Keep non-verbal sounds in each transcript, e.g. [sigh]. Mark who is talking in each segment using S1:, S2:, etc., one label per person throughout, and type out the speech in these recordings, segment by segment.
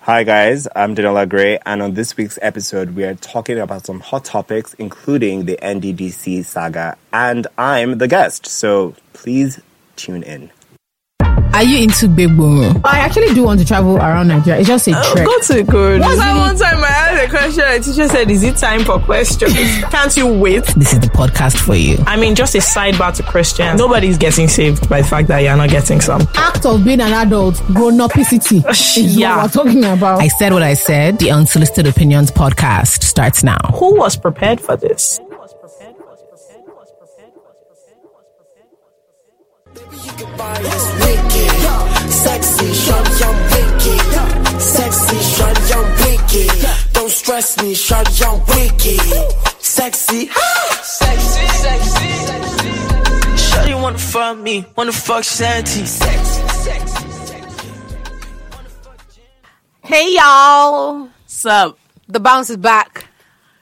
S1: Hi, guys. I'm Daniela Gray, and on this week's episode, we are talking about some hot topics, including the NDDC saga, and I'm the guest, so please tune in.
S2: Are you into big Oh, boom?
S3: I actually do want to travel around Nigeria. It's just a trek.
S4: Go to good.
S5: Because that one time I asked a question, and the teacher said, Is it time for questions? Can't you wait?
S2: This is the podcast for you.
S5: I mean, just a sidebar to questions. Nobody's getting saved by the fact that you're not getting some.
S3: Act of being an adult, grown up city is
S5: Yeah.
S3: what we're talking about.
S2: I said what I said. The Unsolicited Opinions podcast starts now.
S5: Who was prepared for this?
S6: Sexy, shawty, I'm wicked. Sexy, shawty, I'm wicked. Don't stress me, shawty, I'm wicked. Sexy,
S7: sexy, sexy, sexy. Shorty wanna fuck me, wanna fuck Shanty. Sexy, sexy, sexy.
S8: Hey y'all,
S7: Sup,
S8: the bounce is back.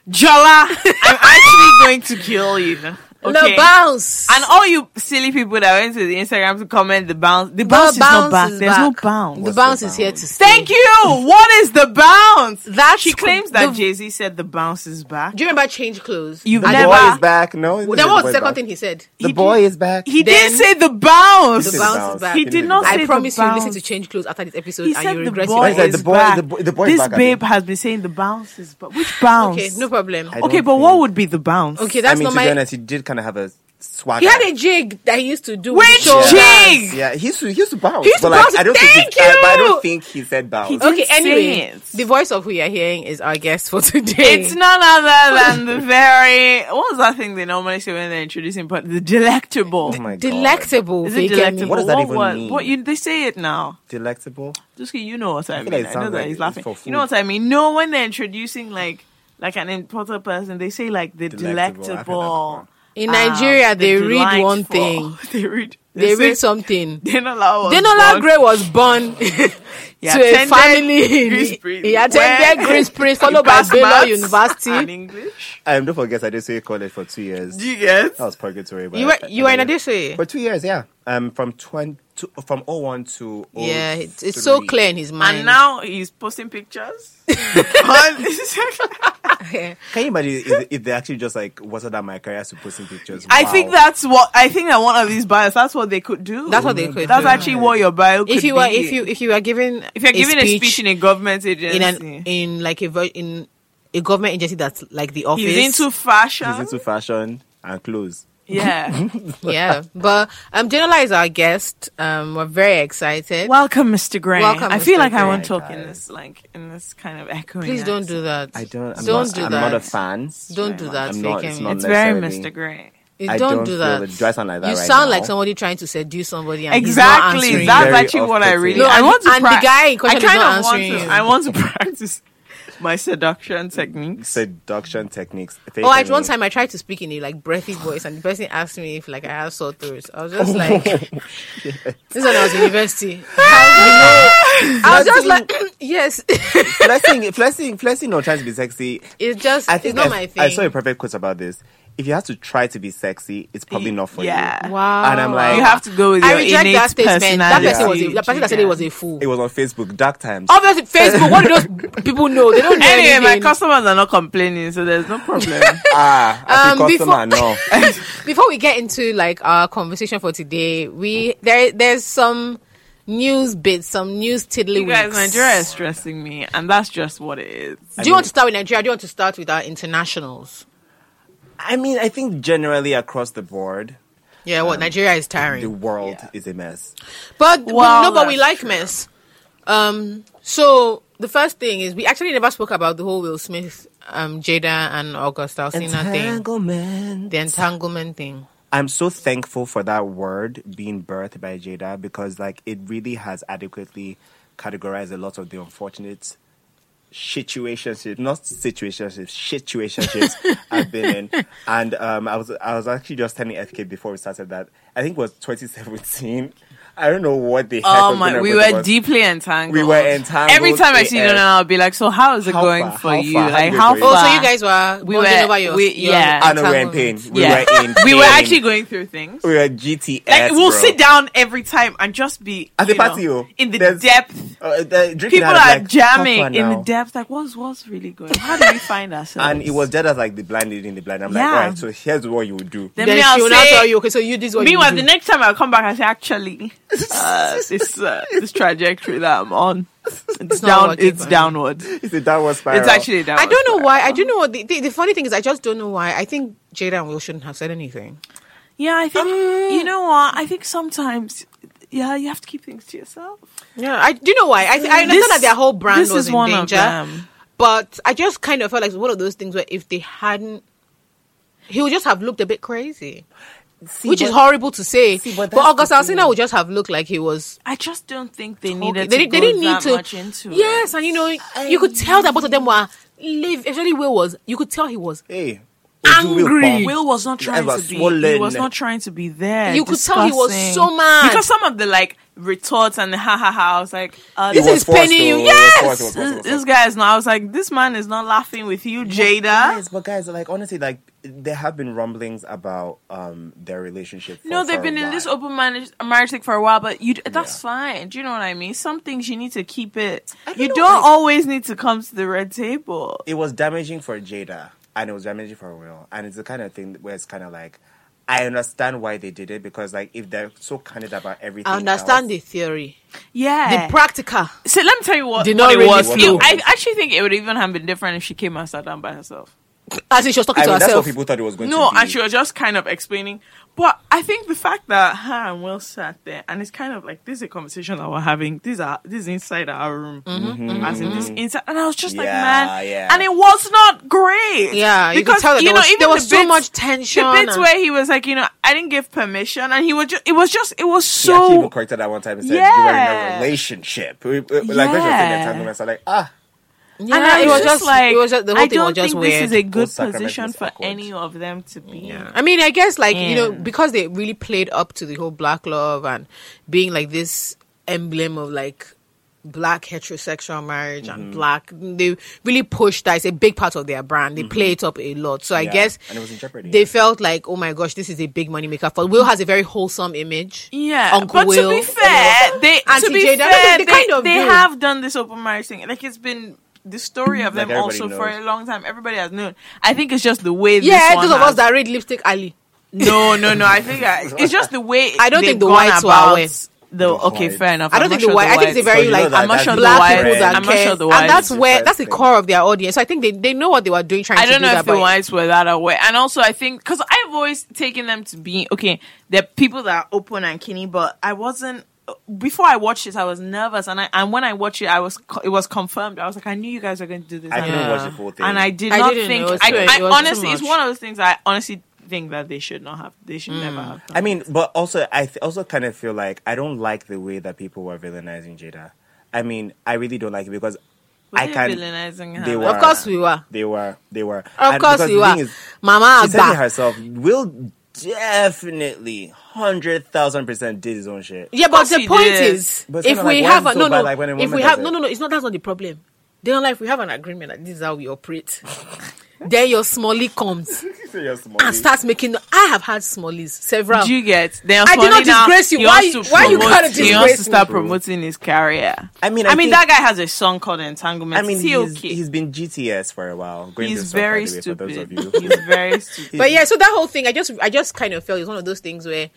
S7: Jola? I'm actually going to kill you. Okay.
S8: The bounce.
S7: And all you silly people that went to the Instagram to comment the bounce, the bounce is
S8: bounce
S7: not back.
S8: is
S7: There's no
S8: back.
S7: bounce.
S8: the bounce is here to stay.
S7: Thank you. What is the bounce?
S8: That's
S7: she claims
S8: the-
S7: that Jay Z said the bounce is back.
S8: Do you remember change clothes?
S7: You've
S1: The
S7: never.
S1: boy is back. No,
S8: that was the second thing he said.
S1: The boy is back.
S7: he
S8: Then-
S7: did say the bounce.
S8: The bounce is back.
S7: He did not say
S8: I
S7: the
S8: promise you, listen
S7: bounce.
S8: to change clothes after this episode,
S7: He
S8: and
S7: said
S8: you
S7: the
S8: regret
S7: boy
S1: Why
S8: your
S1: is that
S7: is
S1: the boy-
S7: back.
S1: the boy- the boy is
S7: this
S1: back, I
S7: babe
S1: think.
S7: has been saying the bounce is back. Which bounce?
S8: Okay, no problem.
S1: I
S7: Okay,
S1: don't
S7: but
S1: think-
S7: what would be the bounce?
S8: Okay,
S1: I
S8: that's
S1: mean,
S8: not
S1: to be
S8: my.
S1: honest, he did kind of have a swag.
S8: He had a jig that he used to do.
S7: Which
S8: show.
S7: jig?
S1: yeah, he used to, he used to bounce.
S8: He used to
S1: but like,
S8: bounce.
S1: I don't think
S8: Thank
S1: he, I, but I
S8: you.
S1: don't think he said bounce.
S7: He-
S8: Okay,
S7: Didn't say
S8: anyway,
S7: it.
S8: the voice of who you're hearing is our guest for [laughs] today.
S7: It's none other than the very what was that thing they normally say when they're introducing but the delectable.
S1: oh my God.
S8: delectable.
S7: Is it
S8: Fekemi.
S7: delectable?
S1: What does that even
S7: was-
S1: mean?
S7: What you they say it now.
S1: Delectable.
S7: Just 'cause you know what
S1: feel
S7: I
S1: like
S7: mean.
S1: it
S7: I know
S1: sounds
S7: that
S1: like
S7: he's
S1: it's
S7: laughing.
S1: for
S7: You know
S1: food.
S7: what I mean? No, when they're introducing like like an important person, they say like the
S1: Delectable.
S7: delectable.
S1: I've heard that before.
S8: In
S7: um,
S8: Nigeria,
S7: the
S8: they read one
S7: delightful.
S8: thing.
S7: [laughs] they read.
S8: They
S7: say-
S8: read something.
S7: Denola was
S8: Denola
S7: born-
S8: Gray was born [laughs]
S7: He
S8: to a
S7: attended
S8: family. in-
S7: Greece Prince,
S8: he
S7: where-
S8: attended Greece
S7: [laughs]
S8: Prince, followed by
S7: passed
S8: Baylor
S7: maths and
S8: University.
S7: English.
S1: Um, don't forget, I did say college for two years.
S7: Do you get?
S1: That was purgatory. But
S8: You were
S1: I-
S8: you were in
S1: anyway.
S8: Adese.
S1: For two years, yeah. Um, from twenty to, from 01 to 03.
S8: Yeah, it's, it's so clear in his mind.
S7: And now he's posting [laughs] pictures. on
S1: Can you imagine if, if they actually just like wasn't that my career to posting pictures?
S7: [laughs] I
S1: Wow.
S7: think that's what I think that one of these bios. That's what they could do.
S8: That's what they could
S7: That's
S8: do.
S7: actually what your bio. Could
S8: if you were
S7: be.
S8: if you if you were given
S7: if you're giving a speech, in a government agency,
S8: in an in like a ver- in a government agency that's like the office. [laughs]
S7: he's into fashion.
S1: he's into fashion and clothes. [laughs]
S7: yeah.
S8: yeah, but um, Denola is our guest. Um, we're very excited.
S7: [laughs] Welcome, Mr. Gray.
S8: Welcome,
S7: I feel
S8: Mr.
S7: like I
S8: Gray,
S7: won't talk in
S1: guys.
S7: this like in this kind of echoing.
S8: Please don't
S7: accent.
S8: do that.
S1: I don't. I'm
S8: Don't
S1: not,
S8: do
S1: I'm
S8: that.
S1: not a fan.
S8: Don't do that,
S1: I'm not.
S8: Fekemi.
S1: It's not
S7: It's very
S1: necessarily-
S7: Mr. Gray.
S8: You
S1: I
S8: don't,
S1: don't
S8: do
S1: feel
S8: that.
S1: it. Do I sound like that
S8: You
S1: right
S8: sound
S1: now?
S8: like somebody trying to seduce somebody. And
S7: Exactly.
S8: He's not answering.
S7: That's
S1: Very
S7: actually what I
S1: off-putting.
S7: really.
S1: No,
S7: I
S8: and-
S7: want to.
S8: and the
S7: prac-
S8: guy in question
S7: I
S8: is
S7: kind
S8: not
S7: of want
S8: answering
S7: to.
S8: you.
S7: I want to [laughs] practice my seduction techniques.
S1: seduction techniques.
S8: Oh, at
S1: Fekemi.
S8: one time I tried to speak in a like breathy voice, and the person asked me if like I have sore throats. I was just like, [laughs] "This is when I was in university." I was just like, [clears throat] "Yes, [laughs]
S1: flexing, flexing, flexing, or trying to be sexy.
S8: it's just
S1: I think
S8: it's not
S1: I,
S8: my thing."
S1: I saw a perfect quote about this. If you have to try to be sexy, it's probably not for you.
S7: yeah.
S8: wow,
S1: And I'm like,
S7: You have to go with
S8: I
S7: your
S8: reject
S7: innate
S8: that statement. That
S7: personality.
S8: person was a, that person that said it was a fool.
S1: It was on Facebook. Dark times. [laughs]
S8: Obviously, Facebook. What do those people know? They don't know
S7: Anyway, my
S8: anything.
S7: customers are not complaining, so there's no problem.
S8: [laughs]
S1: Ah, as a
S8: Um,
S1: customer, no.
S8: [laughs] Before we get into like our conversation for today, we there there's some news bits, some news
S7: you guys,
S8: tiddlywinks.
S7: Nigeria is stressing me, and that's just what it is.
S8: Do you want to start with Nigeria? Do you want to start with our internationals?
S1: I mean, I think generally across the board,
S8: Yeah,
S1: Um,
S8: what Nigeria is
S1: the
S8: tiring,
S1: world is a mess.
S8: but we-
S7: Well,
S8: no, but we
S7: that's
S8: like mess. Um, so the first thing is we actually never spoke about the whole Will Smith, um, Jada and Augusta Alsina thing,
S1: Entanglement.
S8: the entanglement thing.
S1: I'm so thankful for that word being birthed by Jada because, like, it really has adequately categorized a lot of the unfortunate situationships, not situationships, situationships
S7: [laughs]
S1: I've been in. And um, I was I was actually just telling FK before we started that I think it was 2017. I don't know what the heck.
S7: Oh
S1: was
S7: my,
S1: going
S7: we
S1: on, but it
S7: were
S1: was-
S7: deeply entangled.
S1: We were entangled
S7: Every time I see
S1: AF.
S7: Donna, I'll be like, "So how is it
S1: How
S7: going
S1: far?
S7: for
S1: How
S7: you?
S1: far? How
S7: Like
S1: did it
S7: how
S1: go?
S7: far?"
S8: Oh, so you guys were
S7: We
S8: bonding
S7: were-
S8: over your,
S7: we-
S8: your
S7: yeah.
S1: I know we were in pain.
S8: entanglements.
S1: We
S7: Yeah.
S1: were in.
S7: [laughs] we were
S1: pain.
S7: actually going through things.
S1: We were GTS.
S7: Like we'll
S1: bro.
S7: sit down every time and just be
S1: At the
S7: you know,
S1: party, oh,
S7: in the
S1: there's-
S7: depth.
S1: Uh, the drinking
S7: People are
S1: out of, like,
S7: jamming
S1: half
S7: in
S1: an
S7: the
S1: hour.
S7: depth. Like, what's what's really going? on? How do we find ourselves?
S1: And it was dead as like the blind leading the blind. I'm like,
S7: Yeah.
S1: all right, so here's what you would do.
S7: Then
S8: Then
S7: me, I'll
S8: she will now
S7: say-
S8: tell you, okay, so you this is what
S7: [laughs] Meanwhile,
S8: you
S7: the
S8: do.
S7: next time I come back, I say, "Actually, uh, this uh, this trajectory that
S1: [laughs]
S7: I'm on, it's
S8: not
S7: down,
S8: working
S7: it's
S8: for me."
S7: downward.
S1: [laughs] It's a downward spiral.
S7: It's actually a downward."
S8: I don't know
S7: spiral.
S8: why. I don't know what the, the, the funny thing is. I just don't know why. I think Jada and Will shouldn't have said anything.
S7: Yeah, I think you know what. I think sometimes, yeah, you have to keep things to yourself.
S8: Yeah, I do you know why. I, th- I understand
S7: This-
S8: that their whole brand
S7: this
S8: was
S7: is
S8: in
S7: one of
S8: danger,
S7: them.
S8: but I just kind of felt like it's one of those things where if they hadn't, he would just have looked a bit crazy, which is horrible to say.
S1: but
S8: but but
S1: that's the
S8: August Alsina would just have looked like he was.
S7: I just don't think they
S8: They,
S7: needed.
S8: di-
S7: to
S8: they
S7: go
S8: didn't
S7: that
S8: need to.
S7: much into it.
S8: yes, and you know, you could tell that both of them were live. Actually, Will was. You could tell he was.
S1: Hey, Oju will
S8: Angry.
S1: come.
S7: Will was not
S1: His
S7: trying
S1: eyes
S7: to
S1: were
S7: be. He
S1: swollen.
S7: was not trying to be there.
S8: You could tell he was
S7: discussing.
S8: so mad.
S7: because some of the like retorts and the ha ha ha. I was like, uh,
S8: This
S7: this,
S1: It was
S8: is penny
S1: forced,
S8: you.
S1: though. It was forced, it was forced,
S8: Yes.
S1: it was
S7: this,
S1: forced.
S7: this guy is not. I was like, this man is not laughing with you, Jada.
S1: Guys, but guys, like honestly, like there have been rumblings about um their relationship. for-
S7: No,
S1: for
S7: they've
S1: a
S7: been in this
S1: while.
S7: open marriage, marriage thing for a while, but you that's fine. Do you know what I mean? Some things you need to keep it. you don't always need to come to the red table.
S1: It was damaging for Jada, and it was damaging for Will, and it's the kind of thing where it's kind of like, I understand why they did it because like if they're so candid about everything,
S8: I understand
S1: else,
S8: the theory,
S7: Yeah.
S8: the practical.
S7: so let me tell you what,
S8: Did
S7: what
S8: not
S7: it
S8: really
S7: was.
S1: flow.
S7: It- I actually think it would even have been different if she came and sat down by herself.
S8: I think she was talking
S1: I
S8: to
S1: mean, that's what
S8: herself.
S1: people thought it was going
S7: No,
S1: to be.
S7: and she was just kind of explaining. But I think the fact that her and Will sat there, and it's kind of like this is a conversation that we're having. These are this is inside our room, as in this inside. And I was just like,
S1: Mm-hmm, Yeah,
S7: man,
S1: yeah.
S7: and it was not great.
S8: Yeah, you could tell that there was- there was
S7: the
S8: so much tension
S7: The bits
S8: and-
S7: where he was like, you know, I didn't give permission, and he was just, it was just, it was
S1: She actually
S7: so.
S1: even corrected that one time and said you were in
S7: Yeah.
S1: a relationship. We- we- Like when she was saying
S7: Yeah.
S1: that time, I was like, ah,
S8: Yeah,
S7: and I
S8: it was just
S7: like,
S8: it was just the whole
S7: I
S8: thing
S7: don't
S8: was just
S7: think
S8: weird.
S7: this is a good
S1: Both Sacramento
S7: position
S1: is
S7: for
S1: awkward.
S7: any of them to be. in.
S8: I mean, I guess like you know
S7: Yeah.
S8: because they really played up to the whole black love and being like this emblem of like black heterosexual marriage
S7: Mm-hmm.
S8: and black. They really pushed that. It's a big part of their brand. They play it
S7: Mm-hmm.
S8: up a lot. So I
S1: Yeah,
S8: guess
S1: and it was in jeopardy.
S8: They felt like, oh my gosh, this is a big money maker. For Will has a very wholesome image.
S7: Yeah,
S8: Uncle
S7: but
S8: Will,
S7: to be fair, they
S8: Auntie
S7: to be
S8: Jada,
S7: fair,
S8: they
S7: they,
S8: kind of
S7: they
S8: do.
S7: have done this open marriage thing. Like it's been the story of
S1: Like
S7: them
S1: everybody
S7: also for
S1: knows.
S7: a long time. Everybody has known. I think it's just the way.
S8: yeah,
S7: this one
S8: those of
S7: has-
S8: us that read Lipstick Alley.
S7: No, no, no. I think I, it's just the way.
S8: [laughs] I don't
S7: they've
S8: think the
S7: gone
S8: whites were
S7: about
S8: aware.
S7: The
S1: The
S7: okay,
S1: whites.
S7: fair enough.
S8: I don't
S7: I'm
S8: think the
S7: not sure
S8: white. I think it's a very
S1: So you know
S8: like
S1: that
S7: I'm not
S1: that's
S7: sure the
S8: black
S1: why-
S7: whites.
S8: people that
S7: I'm
S8: care,
S7: not sure the
S8: and that's
S7: whites.
S8: where that's the
S1: Interesting.
S8: core of their audience. So I think they, they know what they were doing. Trying
S7: I
S8: to
S7: don't
S8: do
S7: know
S8: that
S7: if the
S8: by-
S7: whites were that aware, and also I think because I've always taken them to be okay. They're people that are open and kinny, but I wasn't before I watched it. I was nervous, and I and when I watched it, I was co- it was confirmed. I was like, I knew you guys were going to do this,
S1: I
S7: and,
S1: couldn't
S8: Yeah.
S1: watch the whole thing.
S7: and I did
S8: I
S7: not
S8: didn't,
S7: think.
S8: it was
S7: I,
S8: too-
S7: I
S8: it was too
S7: honestly, it's
S8: much.
S7: one of those things I honestly think that they should not have. They should never
S8: Mm.
S7: have. Done.
S1: I mean, but also I th- also kind of feel like I don't like the way that people were villainizing Jada. I mean, I really don't like it because
S7: Were
S1: I
S7: they
S1: can't.
S7: villainizing her?
S1: They
S7: Of
S1: were.
S8: Of course we were.
S1: They were. They were.
S8: Of
S1: And
S8: course
S1: because
S8: you
S1: the
S8: are.
S1: thing is,
S8: Mama
S1: She said it
S8: Agba.
S1: herself. Will definitely hundred thousand percent did his own shit.
S8: Yeah, but
S7: course
S8: the
S7: he
S8: point
S7: did.
S8: is,
S1: But it's
S8: if
S1: not
S8: we
S1: like, why
S8: have
S1: is
S8: a,
S1: it so
S8: no no,
S1: bad, like, when a
S8: if we
S1: woman
S8: have
S1: does
S8: no
S1: it?
S8: no no, it's not that's not the problem. They don't like if we have an agreement that this is how we operate. then your smallie comes and starts making. I have had smallies several.
S7: Do you get? They are
S8: I did not
S7: falling out.
S8: disgrace you.
S7: He
S8: Why-
S7: wants to
S8: why you
S7: promote-
S8: gotta
S7: He wants to
S8: disgrace
S7: start
S1: me?
S7: promoting his career.
S1: I mean,
S7: I,
S1: I
S7: mean,
S1: think-
S7: that guy has a song called Entanglement.
S1: I mean,
S7: Is he
S1: he's,
S7: okay?
S1: he's been GTS for a while. Going
S7: He's
S1: through
S7: very
S1: stuff, by the way,
S7: stupid.
S1: For those of you. [laughs]
S7: He's very stupid.
S8: But yeah, so that whole thing, I just I just kind of felt it's one of those things where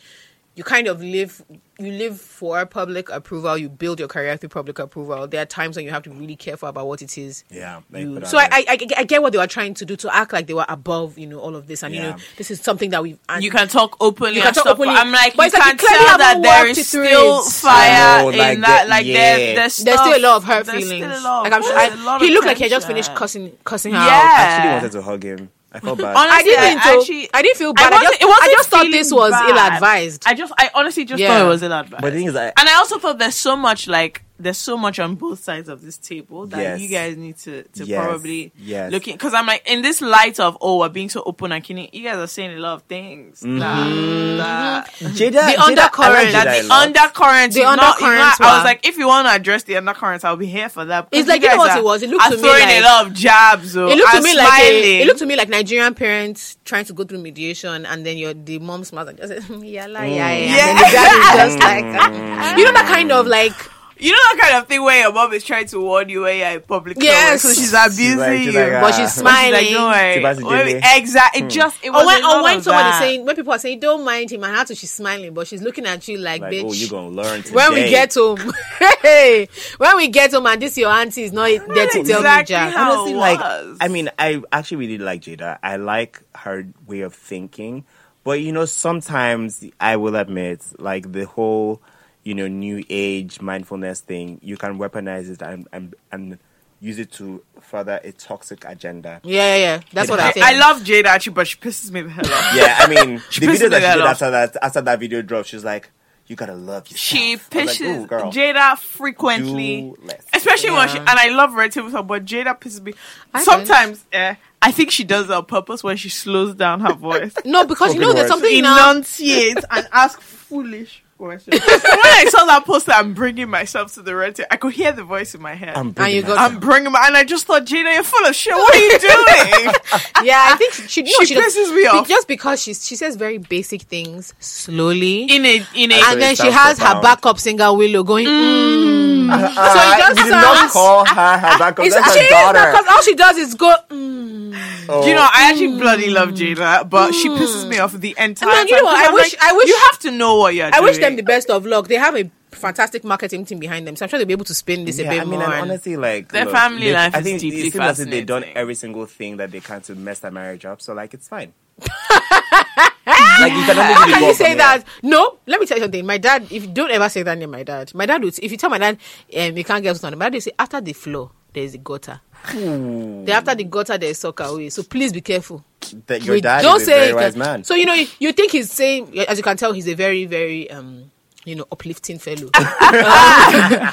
S8: you kind of live you live for public approval. You build your career through public approval. There are times when you have to be really careful about what it is
S1: yeah. like,
S8: you.
S1: put
S8: So I,
S1: out
S8: I, I I get what they were trying to do to act like they were above, you know, all of this, and you
S1: Yeah.
S8: know, this is something that we've. And
S7: You can talk openly.
S8: You can
S7: and
S8: talk
S7: stuff,
S8: openly,
S7: But I'm like,
S8: but
S7: you
S8: it's like you
S7: can't
S8: clearly
S7: tell that
S8: haven't
S7: there
S8: walked
S7: is
S8: it through
S7: still
S8: it.
S1: I know,
S7: fire
S1: like
S7: in that.
S1: the-
S7: Like
S1: yeah.
S7: there, there's,
S8: there's still a
S7: stuff-
S8: lot of her
S7: there's still
S8: feelings.
S7: a lot
S8: Like
S7: of-
S8: I'm sure
S7: there's
S8: I-
S7: a lot
S8: he
S7: of
S8: looked like he had just
S7: tension.
S8: finished cussing, cussing her
S1: I
S8: out.
S7: Yeah.
S1: actually wanted to hug him. I felt
S8: [laughs]
S1: bad.
S8: I
S7: Honestly,
S8: didn't. I,
S7: actually-
S8: I didn't feel bad. I,
S7: wasn't-
S8: just,
S7: it wasn't
S8: I just thought
S7: feeling
S8: this was
S7: bad.
S8: ill-advised.
S7: I just, I honestly just
S8: Yeah.
S7: thought it was ill advised.
S1: But the thing is, I-
S7: and I also felt there's so much like there's so much on both sides of this table that
S1: Yes.
S7: you guys need to, to
S1: Yes.
S7: probably
S1: Yes.
S7: looking because I'm like in this light of oh we're being so open and kidding you guys are saying a lot of things
S1: Mm-hmm.
S8: Mm-hmm.
S7: that, that,
S1: Jada,
S8: The
S1: Jada- I like
S8: undercurrent,
S1: Jada
S8: that
S1: a
S7: the
S1: lot.
S7: undercurrent
S8: The
S7: the undercurrent
S8: undercurrents
S7: I was
S8: were-
S7: like if you want to address the undercurrents I'll be here for that
S8: It's
S7: because
S8: like, you know what it was? It looked
S7: are
S8: to me
S7: throwing
S8: like-
S7: a lot of jabs oh,
S8: It looked to
S7: and
S8: me like a,
S7: smiling.
S8: it looked to me like Nigerian parents trying to go through mediation, and then your the mom smiles and just says, "Mm, "Yeah, la, yeah, yeah." And then the dad
S7: [laughs]
S8: is just like, you know that kind of like,
S7: you know that kind of thing where your mom is trying to warn you when you're in public
S8: Yes.
S7: somewhere, so she's
S1: She's
S7: abusing
S1: like- she's
S7: you
S1: like, ah.
S8: but she's
S7: She's like,
S8: smiling.
S7: don't
S1: Tibasi
S7: worry.
S1: Dele.
S7: Exactly. It just it was
S8: or when,
S7: a lot
S8: or when
S7: of
S8: someone is
S7: that.
S8: saying, when people are saying, "Don't mind him," and how to she's smiling, but she's looking at you like,
S1: like,
S8: "Bitch."
S1: oh, you gonna learn today.
S8: when we get home, [laughs] hey, when we get home, and this your auntie is not there to tell me,
S7: exactly
S8: Jack.
S7: how it
S1: honestly, like,
S7: Oh, was.
S1: I mean, I actually really like Jada. I like her way of thinking, but you know, sometimes I will admit, like the whole, you know, new age mindfulness thing, you can weaponize it and and, and use it to further a toxic agenda.
S8: Yeah, yeah, yeah. That's what I
S7: I,
S8: think.
S7: I love Jada actually, but she pisses me the hell
S8: [laughs]
S7: off.
S1: Yeah, I mean,
S7: [laughs]
S1: the
S7: pisses
S1: video that she
S7: me that
S1: did
S7: off.
S1: after that after that video dropped, she was like, "You gotta love yourself."
S7: She
S1: I was like,
S7: pisses
S1: "Ooh, girl,
S7: Jada frequently,
S1: do less."
S7: especially when she. And I love red table talk, but Jada pisses me. Sometimes eh, I think she does it on purpose when she slows down her
S8: [laughs]
S7: voice,
S8: no, because
S1: Spoken
S8: you know there's
S1: words.
S8: something now.
S7: enunciate, and ask foolish questions. [laughs] when I saw that poster, I'm bringing myself to the red table. I could hear the voice in my head.
S1: I'm
S7: I'm,
S1: bringing
S8: you got-
S1: myself.
S7: bringing my, and I just thought, Jada, you're full of shit. What are
S8: [laughs]
S7: you doing?
S8: yeah, I think she. No,
S7: She
S8: she, does-
S7: pisses me
S8: be-
S7: off.
S8: just because she she says very basic things slowly,
S7: in a in a
S1: So
S8: and then
S1: it
S8: she
S1: sounds
S8: has her
S1: profound.
S8: backup singer Willow going. "Mm."
S1: Uh,
S8: so it just
S1: you did not
S8: sounds-
S1: call her
S7: [laughs]
S1: her backup.
S8: It's,
S1: That's
S8: she
S1: her
S8: is not
S1: daughter.
S8: because all she does is go. Mm.
S7: You know, I actually bloody love Jada, but she pisses me off the entire
S8: No,
S7: time.
S8: Mm. you know what?
S7: 'cause
S8: I
S7: I'm
S8: wish-
S7: like,
S8: I wish-
S7: you have to know what you're
S8: I
S7: doing.
S8: wish them the best of luck. They have a fantastic marketing team behind them, so I'm sure they'll be able to spin this a
S1: Yeah,
S8: bit
S1: I mean,
S8: more.
S1: and
S8: and-
S1: honestly, like
S7: Their family
S1: they-
S7: life
S1: I
S7: is
S1: think
S7: deeply
S1: it seems as if they've done
S7: fascinating.
S1: every single thing that they can to mess that marriage up. So like, it's
S8: [laughs]
S1: fine. like you can only really
S8: How can
S1: go
S8: you
S1: up from
S8: say
S1: here.
S8: that? No, let me tell you something. My dad, if you don't ever say that name, my dad. My dad would if you tell my dad um, you can't get something, my dad will say after the floor there's a gutter.
S1: Hmm.
S8: Then after the gutter there's soccer away. So please be careful.
S1: That your
S8: We
S1: dad
S8: don't
S1: is a very
S8: say it,
S1: wise
S8: uh,
S1: man.
S8: So you know you, you think he's saying as you can tell he's a very, very um you know,
S1: [laughs]
S8: uplifting fellow.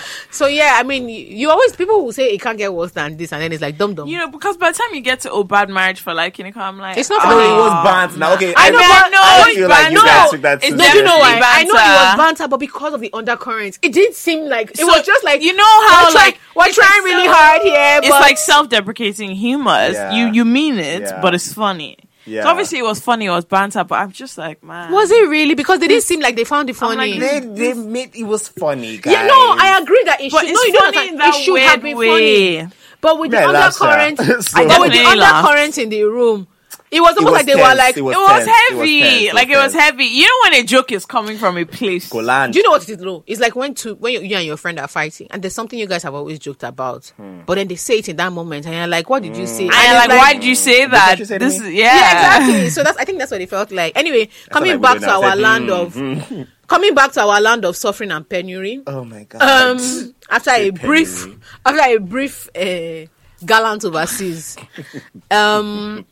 S8: [laughs] so yeah, I mean, you, you always people will say it can't get worse than this, and then it's like dum dum.
S7: You know, because by the time you get to oh bad marriage for like Kiniko, I'm like
S8: It's not
S1: no, it
S8: funny.
S1: was banned. Now, okay,
S7: I know, but no,
S1: I feel like
S7: but
S1: you guys
S7: no,
S1: took that
S7: it's
S1: too
S8: No, you know why?
S1: seriously.
S8: I
S7: Banter.
S8: know it was banter, but because of the undercurrents, it did seem like it
S7: So,
S8: was just like
S7: you know how,
S8: we're try-
S7: like,
S8: we're
S7: it's like
S8: trying really
S7: so-
S8: hard here,
S7: it's
S8: but
S7: like self-deprecating humor. It's-
S1: Yeah.
S7: You you mean it,
S1: Yeah.
S7: but it's funny.
S1: Yeah.
S7: So obviously it was funny. It was banter, but I'm just like man.
S8: was it really? Because they didn't seem like they found it
S7: I'm
S8: funny.
S7: like, this-
S1: They, they made it was funny, guys.
S8: yeah, no, I agree that it
S7: But
S8: should.
S7: it's
S8: No, you know,
S7: funny in
S8: that it
S7: that
S8: should have been
S7: weird way.
S8: funny. But with the
S1: Yeah, I laughed,
S8: undercurrent,
S1: yeah. [laughs] So-
S8: but with the
S7: Definitely laughed.
S8: undercurrent in the room, it was almost
S1: was
S8: like they were
S1: tense.
S8: like.
S1: It
S7: It
S1: was
S7: was
S1: tense. It was
S7: heavy.
S1: tense. It was
S7: like it was
S1: tense.
S7: heavy. You know when a joke is coming from a place.
S1: Golan.
S8: do you know what it is though? It's like when two when you, you and your friend are fighting and there's something you guys have always joked about,
S1: Hmm.
S8: but then they say it in that moment and you're like, what did you say? And,
S7: And you're
S8: it's
S7: Hmm. like, why did you say that?
S1: you say to
S7: this
S1: me?
S7: is
S8: yeah,
S7: [laughs]
S8: exactly. So that's I think that's what it felt like. Anyway, coming
S1: what I
S8: back
S1: would
S8: to
S1: do now.
S8: our
S1: Said, mm,
S8: land of coming back to our land of suffering and penury.
S1: oh my god. [laughs]
S8: Um, after a brief
S1: penury.
S8: after a brief uh, gallant overseas. um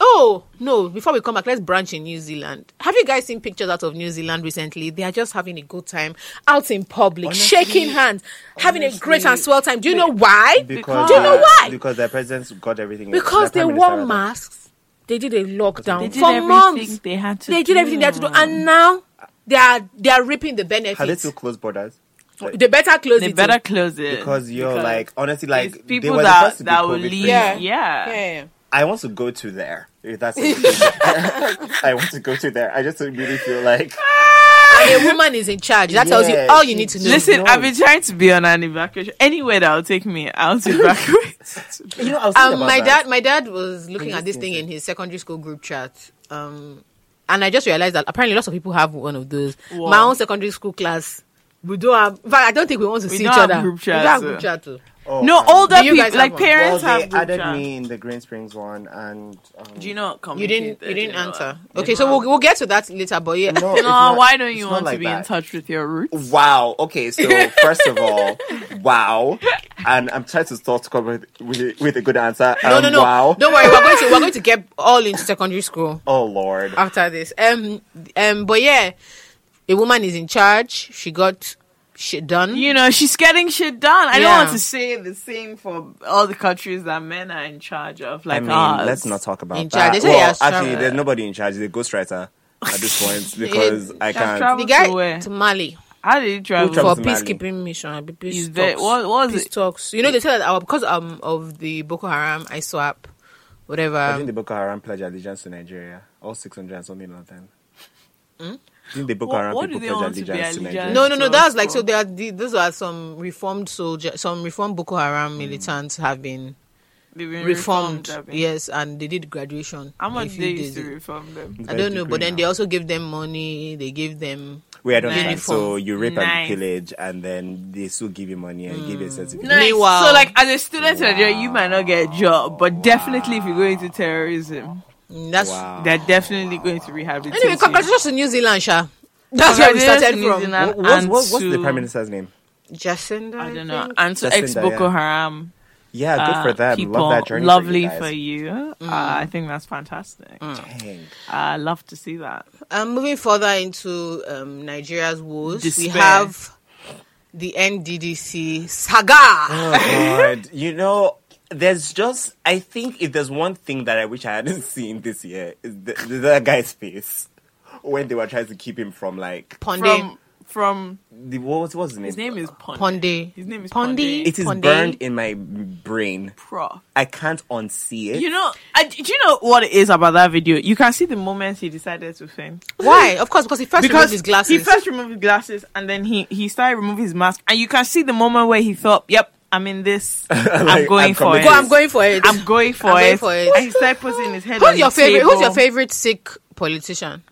S8: Oh no! Before we come back, let's branch in New Zealand. Have you guys seen pictures out of New Zealand recently? They are just having a good time out in public, shaking hands, having a great and swell time. Do you know why?
S1: because
S8: do you know why?
S1: Because their presidents got everything.
S8: because they
S1: their prime
S8: wore
S1: minister-
S8: masks. They did a lockdown
S7: They did
S8: for
S7: everything
S8: months.
S7: they had to
S8: They did everything they had to do, and now they are they are reaping the
S1: Have they
S8: benefits.
S1: still closed borders?
S8: They better close
S7: They
S8: it.
S7: better close it
S1: Because you're like honestly,
S7: it's
S1: like they
S7: people
S1: were the
S7: that
S1: first to be
S7: that will
S1: COVID-free.
S7: leave.
S8: Yeah.
S7: yeah.
S8: yeah.
S1: I want to go to there. If that's okay. [laughs] I want to go to there. I just really feel like
S8: And a woman is in charge. That tells you
S1: Yeah,
S8: all you
S1: she-
S8: need to know.
S7: Listen,
S1: No.
S7: I've been trying to be on an evacuation. Anywhere that will take me,
S1: [laughs]
S7: I'll evacuate.
S1: [laughs] you know. I was thinking
S8: um,
S1: about
S8: my
S1: that.
S8: dad, my dad was looking
S1: Yes,
S8: at this
S1: yes,
S8: thing
S1: yes.
S8: in his secondary school group chat. Um, and I just realized that apparently lots of people have one of those.
S7: Wow.
S8: My own secondary school class, we don't have. In fact, I don't think we want to
S7: We
S8: see
S7: don't
S8: each
S7: have
S8: other.
S7: group
S8: we don't
S7: chats,
S8: have group
S7: uh.
S8: chat. Too.
S1: Oh,
S7: No,
S1: um,
S7: older
S8: Do you
S7: people
S8: guys
S7: like
S8: have one?
S7: parents
S1: well, they
S7: have group
S1: added
S7: chat.
S1: me in the Green Springs one, and um,
S7: Do you not come?
S8: You didn't. You didn't answer. Okay, so we'll we'll get to that later. But yeah,
S1: no,
S7: No,
S1: it's not-
S7: uh, why don't
S1: it's
S7: you
S1: not
S7: want
S1: like
S7: to be in
S1: that.
S7: touch with your roots?
S1: Wow. Okay. So first of all, wow, and I'm trying to start to come with with, with a good answer.
S8: no,
S1: Um,
S8: no, no.
S1: Wow.
S8: Don't worry. We're going to
S1: [laughs]
S8: we're going to get all into secondary school.
S1: Oh Lord.
S8: after this. Um, um, but yeah, a woman is in charge. She got shit done.
S7: you know, she's getting shit done. I
S8: Yeah.
S7: don't want to say the same for all the countries that men are in charge of, like
S1: I mean,
S7: ours.
S1: let's not talk about
S8: In
S1: that.
S8: charge. They say
S1: well,
S8: you're
S1: actually,
S8: strong.
S1: there's nobody in charge. He's a ghostwriter at this point because I can't.
S7: travel-
S8: the guy
S7: to where?
S8: to Mali
S7: How did you travel?
S1: Who
S8: for
S1: travels to Mali?
S8: peacekeeping mission. I'll be peace
S7: Is
S8: talks.
S7: there- what- what was
S8: peace
S7: it?
S8: talks. You know they said that our, because um of the Boko Haram, I swap, whatever.
S1: I
S7: Um,
S1: think the Boko Haram pledge allegiance to Nigeria. All 600 and something of them. Didn't the Boko
S7: Hmm? What-
S1: Haram
S7: what
S1: people
S7: do they
S1: pledge
S7: want
S1: allegiance
S7: to be
S1: to
S7: allegiance?
S1: Nigeria?
S8: No, no, no.
S7: So
S8: That's like
S7: cool.
S8: so. There are the, those are some reformed soldier, some reformed Boko
S7: Mm.
S8: Haram militants have been
S7: They've been
S8: reformed.
S7: I mean.
S8: yes, and they did graduation.
S7: How
S8: a
S7: much
S8: few
S7: they
S8: days
S7: used to
S8: ago.
S7: reform them?
S1: It's
S8: I
S1: a
S8: don't know,
S1: degree
S8: but then
S1: now.
S8: they also give them money. They give them.
S1: Wait, I don't understand.
S8: Uniform.
S1: So you rape
S7: Nice.
S1: and pillage, and then they still give you money and give you a
S7: Hmm.
S1: certificate.
S8: Nice. Meanwhile-
S7: So, like, as a student in Nigeria, you might not get a job, but definitely if you go into terrorism,
S8: Mm, That's
S1: Wow.
S7: they're definitely going to rehabilitate
S8: anyway.
S7: you.
S8: Congratulations to New Zealand, Sha. That's where we started
S7: New
S8: from.
S7: Zealand
S1: What, what's,
S7: and
S1: what, what's the
S7: to-
S1: prime minister's name?
S8: Jacinda,
S7: I don't know.
S8: think.
S7: And to
S1: Jacinda,
S7: ex Boko
S1: yeah.
S7: Haram
S1: Yeah, good
S7: uh,
S1: for them.
S7: people,
S1: Love that journey.
S7: lovely
S1: for
S7: for
S1: you.
S7: you.
S8: Mm.
S7: Uh, I think that's fantastic.
S1: guys. Dang.
S7: I love to see that.
S8: Um, moving further into um, Nigeria's woes,
S7: Despair.
S8: we have the NDDC saga.
S1: Oh, God. [laughs] you know, there's just, I think if there's one thing that I wish I hadn't [laughs] seen this year, is the, the, that guy's face when they were trying to keep him from like
S8: Ponde,
S7: From from
S1: the what was his name?
S7: his name is Ponde.
S8: Ponde,
S7: His name is
S8: Ponde.
S7: Ponde.
S1: It is
S8: Ponde.
S1: burned in my brain.
S7: Pro.
S1: I can't unsee it.
S7: You know, I, do you know what it is about that video? You can see the moment he decided to faint.
S8: Why? Of course, because he first removed his glasses.
S7: He first removed his glasses and then he, he started removing his mask. And you can see the moment where he thought, yep, I'm in this. I'm
S1: Like,
S7: going
S1: I'm
S7: for it.
S1: committed.
S8: Go, I'm going for it.
S7: I'm going for
S8: I'm
S7: it.
S8: going for it.
S7: And he started putting his head on
S8: who's your
S7: the
S8: favorite? Who's your
S7: table.
S8: favorite sick politician?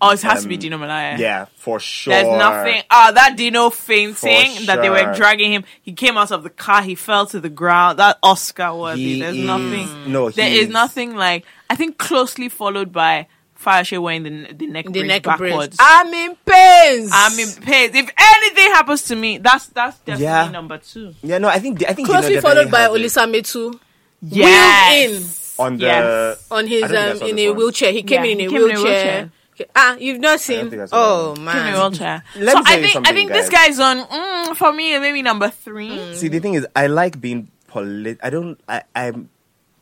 S7: Oh, it has to be
S1: Um,
S7: Dino Malaya.
S1: yeah, for sure.
S7: There's nothing. Ah, that Dino fainting
S1: For
S7: that they
S1: sure.
S7: were dragging him. He came out of the car. He fell to the ground. That Oscar worthy.
S1: He
S7: There's
S1: is-
S7: nothing.
S1: no,
S7: there
S1: he
S7: is
S1: is-
S7: nothing like. I think closely followed by Farashe wearing the the neck
S8: The
S7: brace
S8: neck bridge.
S7: backwards.
S8: I'm in pains.
S7: I'm in pain. If anything happens to me, that's that's definitely
S1: Yeah.
S7: number two.
S1: Yeah, no, I think I think
S8: Closely
S1: Dino
S8: followed
S1: definitely
S8: by
S1: has it
S8: Olisa Metu,
S7: Yes.
S1: on the
S7: Yes.
S8: on
S1: I
S8: his
S1: don't think I
S8: um
S1: saw
S8: in
S1: this
S8: a
S1: one.
S8: wheelchair. He came
S7: Yeah,
S8: in
S7: he
S8: in a
S7: came in a
S8: wheelchair.
S7: wheelchair.
S8: Okay. Ah, you've not seen?
S1: think I saw
S8: oh
S1: that
S7: Give me
S8: man,
S7: a wheelchair.
S1: Let
S7: so
S1: me tell
S7: I
S1: you
S7: think I
S1: something,
S7: think this
S1: guys.
S7: guy's on mm, for me maybe number three.
S8: Hmm.
S1: See, the thing is, I like being polit. I don't. I, I'm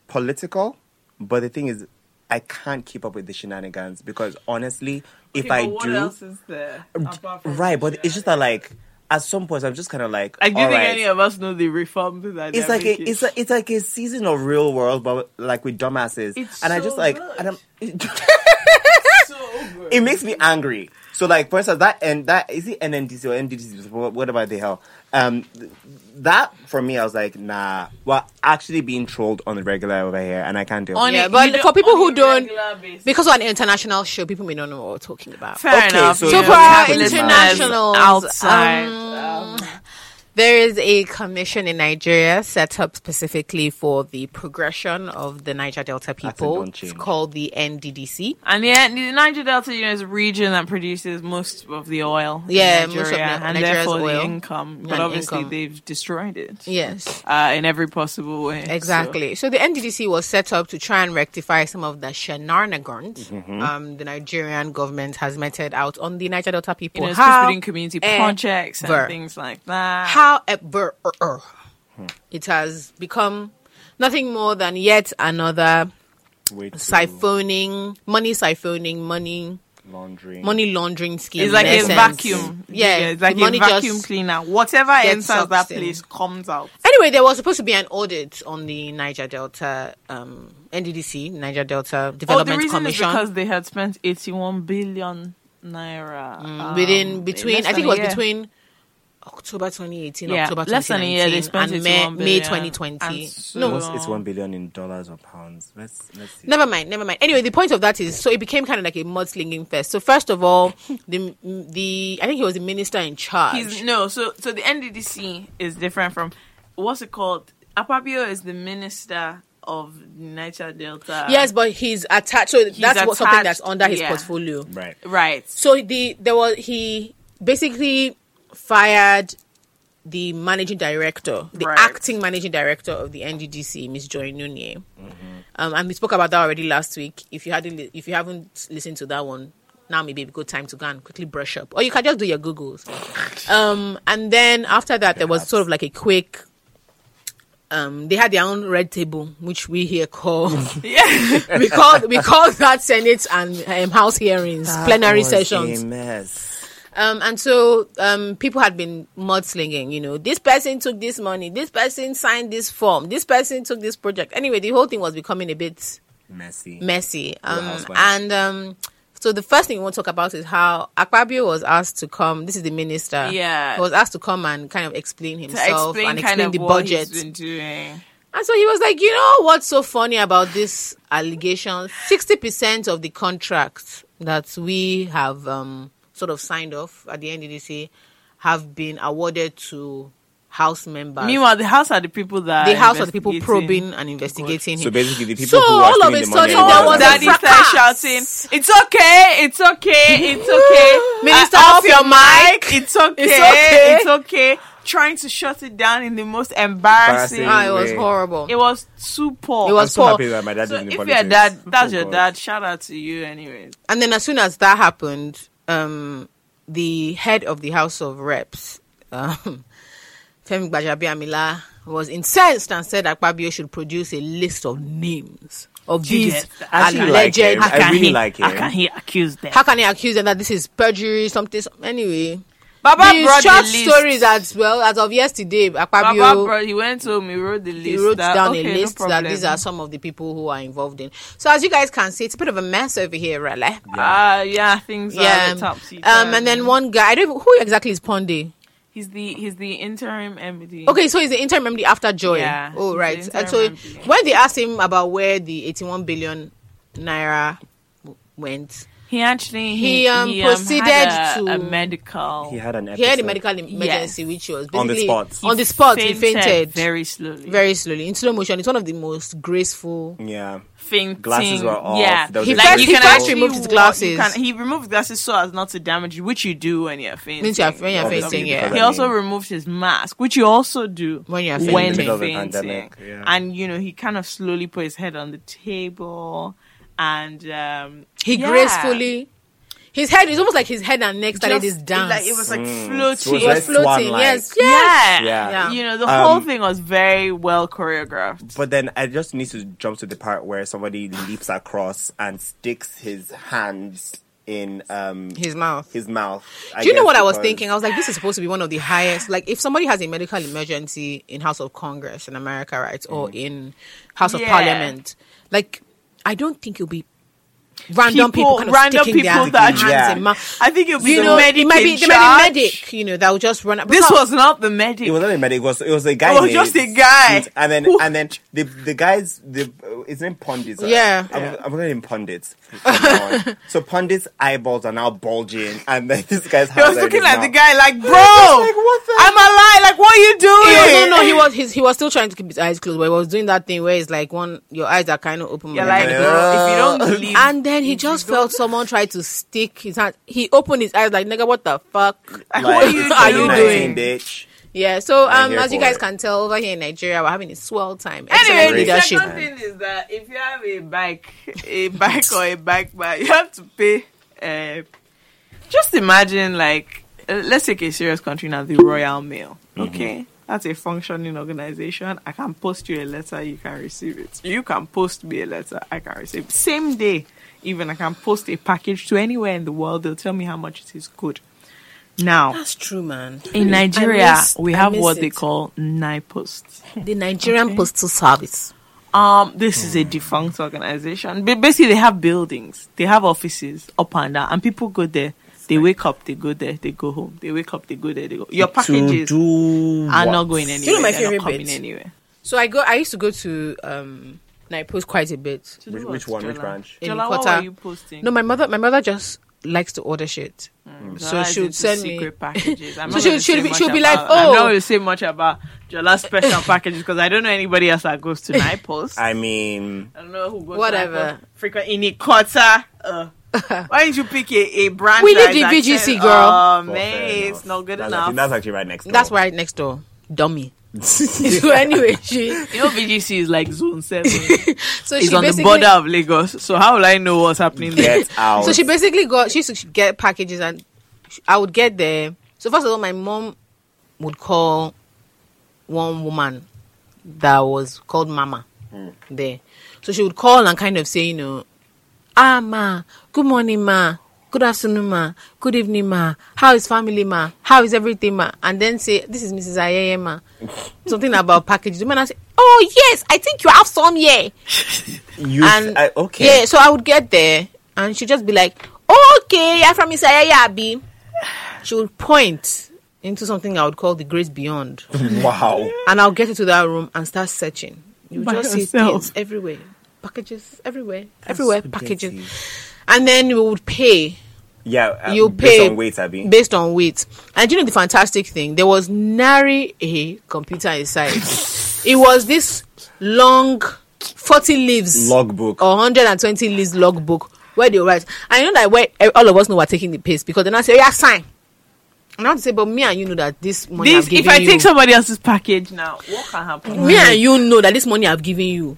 S1: political, but the thing is, I can't keep up with the shenanigans because honestly, if I
S7: what
S1: do,
S7: else is there? apart from
S1: right? But it's just that like at some point, I'm just kind of like,
S7: I do
S1: all
S7: think
S1: right.
S7: any of us know the reforms that
S1: it's
S7: they're
S1: like a,
S7: making.
S1: it's a, it's like a season of real world, but like with dumbasses,
S7: It's
S1: and I
S7: so
S1: just like,
S7: good.
S1: and I'm, [laughs] it,
S7: so good.
S1: makes me angry. So like, for instance, that and that is it NNDC or NDDC? What, what about the hell? Um, th- that for me, I was like, nah. We're actually being trolled on the regular over here, and I can't do. it.
S7: On
S8: Yeah,
S7: a-
S8: but
S7: you don't-
S8: for people
S7: on a
S8: who don't-
S7: regular basis.
S8: because we're an international show, people may not know what we're talking about.
S7: fair
S1: Okay,
S7: enough.
S1: so
S7: you
S8: So
S7: know,
S1: Yeah.
S8: for our
S7: capitalism is
S8: internationals,
S7: outside,
S8: um, there is a commission in Nigeria set up specifically for the progression of the Niger Delta people.
S1: don't
S8: It's
S1: change.
S8: called the NDDC.
S7: and yeah, the Niger Delta, you know, is a region that produces most of the oil. in
S8: Yeah, most
S7: Nigeria,
S8: of the-
S7: and
S8: Nigeria's
S7: therefore
S8: oil
S7: the income. But
S8: and
S7: obviously,
S8: income.
S7: they've destroyed it
S8: Yes.
S7: uh, in every possible way. so-
S8: Exactly. So. the NDDC was set up to try and rectify some of the shenanigans um, the Nigerian government has meted out on the Niger Delta people.
S7: You know, it's
S8: How-
S7: putting community
S8: eh,
S7: projects
S8: ver.
S7: and things like that.
S8: However, it has become nothing more than yet another
S1: Way too
S8: siphoning, money siphoning, money
S1: laundering.
S8: money laundering scheme.
S7: It's like
S8: in
S7: a
S8: essence.
S7: vacuum.
S8: Yeah,
S7: it's like
S8: money
S7: a vacuum
S8: just-
S7: cleaner. Whatever
S8: gets
S7: enters that
S8: sucked in.
S7: place comes out.
S8: Anyway, there was supposed to be an audit on the Niger Delta um, NDDC, Niger Delta
S7: Oh, the
S8: Development
S7: reason
S8: Commission.
S7: is because they had spent 81 billion naira
S8: Mm,
S7: um,
S8: within
S7: in
S8: between
S7: less
S8: I
S7: than
S8: think it
S7: a
S8: was
S7: year.
S8: between October 2018,
S7: Yeah,
S8: October
S7: less than a
S8: 2019,
S7: year, they spent
S8: and
S7: 81
S8: May, May
S7: billion.
S8: 2020.
S7: And so-
S8: no,
S1: What's- it's one billion in dollars or pounds. Let's let's see.
S8: Never mind, never mind. Anyway, the point of that is so it became kind of like a mudslinging fest. So first of all, the the I think he was the minister in charge.
S7: He's, no, so so the NDDC is different from what's it called? Apapio is the minister of Niger Delta.
S8: yes, but he's attached. So that's what, something
S7: attached,
S8: that's under his
S7: yeah.
S8: portfolio.
S1: Right.
S8: [laughs]
S7: right.
S8: So the there was he basically fired the managing director, the
S7: Right.
S8: acting managing director of the NDDC, Ms. Joy Nunye. Um, and we spoke about that already last week. If you hadn't, li- if you haven't listened to that one, now maybe a good time to go and quickly brush up. Or you can just do your Googles. Um, and then after that, there was sort of like a quick. Um, they had their own red table, which we here call [laughs]
S7: Yeah.
S8: we call we call that Senate and um, House hearings, plenary
S1: was a
S8: sessions.
S1: mess.
S8: Um, and so um, people had been mudslinging, you know, this person took this money, this person signed this form, this person took this project. Anyway, the whole thing was becoming a bit
S1: Messy.
S8: messy. Um,
S1: housewives.
S8: and um, so the first thing we want to talk about is how Akpabio was asked to come. This is the minister.
S7: Yeah.
S8: He was asked to come and kind of explain
S7: To
S8: himself
S7: explain,
S8: and explain
S7: kind of
S8: the
S7: what
S8: budget.
S7: he's been doing.
S8: And so he was like, you know what's so funny about this allegation? 60% of the contracts that we have um, sort of signed off at the NDDC have been awarded to house members.
S7: Meanwhile, the house are the people that
S8: the
S7: are
S8: house of the people
S7: investigating. Oh,
S8: probing and investigating
S1: So
S8: him.
S1: basically, the
S8: So
S1: people who are
S8: all
S1: stealing
S8: of a
S1: the money
S8: sudden
S1: are
S8: there
S1: the
S8: was
S1: ones
S8: a
S1: that-
S7: Daddy started shouting, "It's okay, it's okay, it's
S8: [laughs]
S7: okay."
S8: Minister,
S7: I-
S8: off your mic.
S7: It's okay,
S8: It's okay.
S7: it's okay. Trying to shut it down in the most embarrassing.
S1: Embarrassing.
S8: Ah, it was
S1: Anyway.
S8: horrible.
S7: It was too poor.
S8: It
S1: I'm
S8: was
S1: so
S8: poor.
S1: happy that my dad
S7: So
S1: is in
S7: if
S1: the
S7: your
S1: politics.
S7: dad, that's
S1: Oh,
S7: your
S1: God.
S7: dad. Shout out to you, anyways.
S8: And then as soon as that happened, um, the head of the House of Reps, um, [laughs] Femi Gbajabiamila, was incensed and said that Akpabio should produce a list of names of these
S7: Jesus.
S1: I actually like
S8: alleged.
S1: him. I
S7: can
S1: really
S7: he,
S1: like
S7: How
S1: him.
S7: can he accuse them?
S8: How can he accuse them that this is perjury, something? some- Anyway,
S7: Baba
S8: the
S7: brought
S8: short
S7: the list.
S8: stories as well as of yesterday.
S7: Baba
S8: Akpabio
S7: brought. He went home. He wrote the list.
S8: he wrote
S7: that-
S8: down
S7: okay,
S8: a
S7: no
S8: list that
S7: problem.
S8: these are some of the people who are involved in. So as you guys can see, it's a bit of a mess over here, really.
S7: Ah, yeah, things are the top secret.
S8: Um, and then one guy, I don't even, who exactly is Ponde?
S7: he's the he's the interim MD.
S8: Okay, so he's the interim MD after Joy.
S7: Yeah, he's
S8: oh,
S7: the
S8: right.
S7: interim
S8: And so
S7: MD.
S8: when they asked him about where the 81 billion naira w- went,
S7: he actually he,
S8: He, um,
S7: had
S8: proceeded
S7: a-
S8: to-
S7: a medical.
S1: He had an episode.
S8: he had a medical emergency,
S7: Yes.
S8: which was
S1: On the
S8: basically
S1: spot.
S8: On the spot, he fainted very,
S7: very slowly.
S8: slowly in slow motion. It's one of the most graceful.
S1: Yeah.
S7: fainting.
S1: Glasses were off.
S7: Yeah,
S1: There was
S8: He
S1: a
S8: first-
S1: very
S8: he
S1: cool-
S8: first removed his
S7: walk-
S8: glasses.
S7: you can- he removed glasses so as not to damage you, which you do when you're fainting.
S8: Means you're, when you're
S1: Obviously,
S8: fainting,
S1: because
S8: yeah.
S7: He
S1: I
S7: also
S1: mean-
S7: removed his mask, which you also do
S8: When you're
S7: when
S8: fainting.
S1: In the middle of a
S7: fainting.
S1: pandemic, yeah.
S7: And you know, he kind of slowly put his head on the table, and um,
S8: He
S7: yeah.
S8: gracefully, his head is almost like his head and neck started
S7: Just-
S8: this dance.
S7: Like, it was like
S1: Mm. It was
S7: floating.
S8: It was
S1: Red swan
S8: floating.
S1: like.
S8: Yes, yes.
S7: yeah.
S1: Yeah. Yeah.
S7: You know, the
S1: Um,
S7: whole thing was very well choreographed.
S1: But then I just need to jump to the part where somebody leaps across and sticks his hands in um
S8: His mouth.
S1: his mouth. I
S8: Do you know
S1: guess,
S8: what I was
S1: because-
S8: thinking? I was like, this is supposed to be one of the highest. Like, if somebody has a medical emergency in House of Congress in America, right, or in House of
S7: Mm. Yeah.
S8: Parliament, like, I don't think it'll be random people, kind of
S7: random
S8: sticking
S7: people
S8: their
S7: that
S8: hands
S1: Yeah.
S8: and mouth.
S7: I think it'll be
S8: You
S7: the
S8: know,
S7: medic.
S8: it might be
S7: in
S8: there might be a
S7: charge.
S8: medic, you know, that will just run. up.
S7: This
S8: Because-
S7: was not the medic.
S1: It was not a medic. It was it was a guy.
S7: was
S1: in
S7: just a guy.
S1: suit. And then
S7: Who-
S1: and then the the guys the uh, his name pundits. right?
S8: Yeah.
S1: I'm, I'm gonna name pundits. from now on. so pundits' eyeballs are now bulging, and then this guy's.
S7: He was looking at the
S1: [laughs]
S7: guy like, bro,
S1: like, what the-
S7: I'm alive. Like, what are you
S8: He was- no,
S7: doing?
S8: no, he was his, he was still trying to keep his eyes closed, but he was doing that thing where it's like one your eyes are kind of open.
S7: You're
S8: but
S7: like,
S8: they're
S7: bro, if you don't believe,
S8: And then he just felt someone try to stick his hand. He opened his eyes like, nigga, what the fuck?
S7: what [laughs] are you doing?
S1: bitch?
S8: Yeah, so
S1: I'm
S8: um,
S1: here
S8: as you
S1: for
S8: guys
S1: it.
S8: can tell, over here in Nigeria, we're having a swell time. Excellent
S7: Anyway, the
S8: leadership.
S7: second thing is that if you have a bike, a [laughs] bike or a bike bag, you have to pay. Uh, just imagine, like, uh, let's take a serious country now, the Royal Mail. Okay, that's a functioning organization. I can post you a letter, you can receive it. You can post me a letter, I can receive it. Same day, even I can post a package to anywhere in the world. They'll tell me how much it is good.
S8: [gasps]
S7: Now,
S8: That's true, man.
S7: in Nigeria,
S8: miss-
S7: we
S8: I
S7: have
S8: miss
S7: what they
S8: it.
S7: call NIPOST.
S8: The Nigerian Postal Service.
S7: Um, this is a
S1: Hmm.
S7: defunct organization. Ba- Basically, they have buildings, they have offices up and down, and people go there. They wake up, they go there, they go home. They wake up, they go there, they go. Your packages
S1: do
S7: are not going anywhere.
S8: my
S7: They're not
S8: favorite
S7: coming
S8: bit?
S7: anywhere.
S8: So I go. I used to go to um, Nightpost quite a bit.
S1: Which, which one? Which branch?
S8: In
S7: Jola, what
S8: Kota.
S7: were you posting?
S8: No, my mother. My mother just likes to order shit. so
S7: Jola
S8: she
S7: is
S8: would
S7: into
S8: send me. [laughs]
S7: Mm, secret packages. I'm
S8: So
S7: not
S8: she'll- she'll
S7: gonna say
S8: be-
S7: much
S8: she'll be like,
S7: about- I'm
S8: "Oh."
S7: not going to say much about
S8: [laughs]
S7: Jola's special packages because I don't know anybody else that goes to night post. I
S1: I mean,
S7: don't know who goes
S8: Whatever.
S7: to night post. Frequent in a quarter.
S8: [laughs]
S7: Uh, why didn't you pick a, a brand?
S8: We need
S7: that
S8: the
S7: is
S8: VGC,
S7: accept-
S8: girl.
S1: well,
S7: Oh,
S1: fair
S7: man, it's
S1: enough.
S7: not good
S1: that's, I
S7: enough.
S1: think that's actually right next.
S8: That's
S1: door.
S7: [laughs]
S8: right next door. Dummy. [laughs] so anyway, she
S7: You know, VGC is like
S1: [laughs]
S7: Zone 7.
S8: so
S7: it's
S8: she
S7: on the
S8: basically
S7: border of Lagos. So how will I know what's happening there? [laughs]
S1: Get out.
S8: so she basically got she used to get packages and sh- I would get there. So first of all, my mom would call one woman that was called Mama there. So she would call and kind of say, you know, ah ma, good morning ma, good afternoon ma, good evening ma, how is family ma, how is everything ma, and then say this is Mrs. Ayeye ma, something about packages. The man I say, oh yes, I think you have some here
S1: you,
S8: and
S1: I- okay.
S8: yeah so i would get there and she'd just be like okay i'm from isaiah yabi she would point into something i would call the great beyond
S1: Wow.
S8: and i'll get into that room and start searching you would
S7: By
S8: just
S7: yourself.
S8: see things everywhere packages everywhere everywhere
S1: so
S8: packages
S1: dirty.
S8: and then we would pay
S1: Yeah. uh,
S8: you
S1: based
S8: pay
S1: on weight, Abby.
S8: based on weight. And do you know the fantastic thing? There was nary a computer inside. it was this long, forty leaves
S1: Logbook.
S8: or hundred and twenty leaves logbook where they write. I know that where eh, all of us know we're taking the piss because they now say, "Yeah, sign." And I want to say, but me and you know that this money.
S7: This,
S8: I've
S7: if
S8: given
S7: I
S8: you,
S7: take somebody else's package now, what can happen?
S8: me and you know that this money I've given you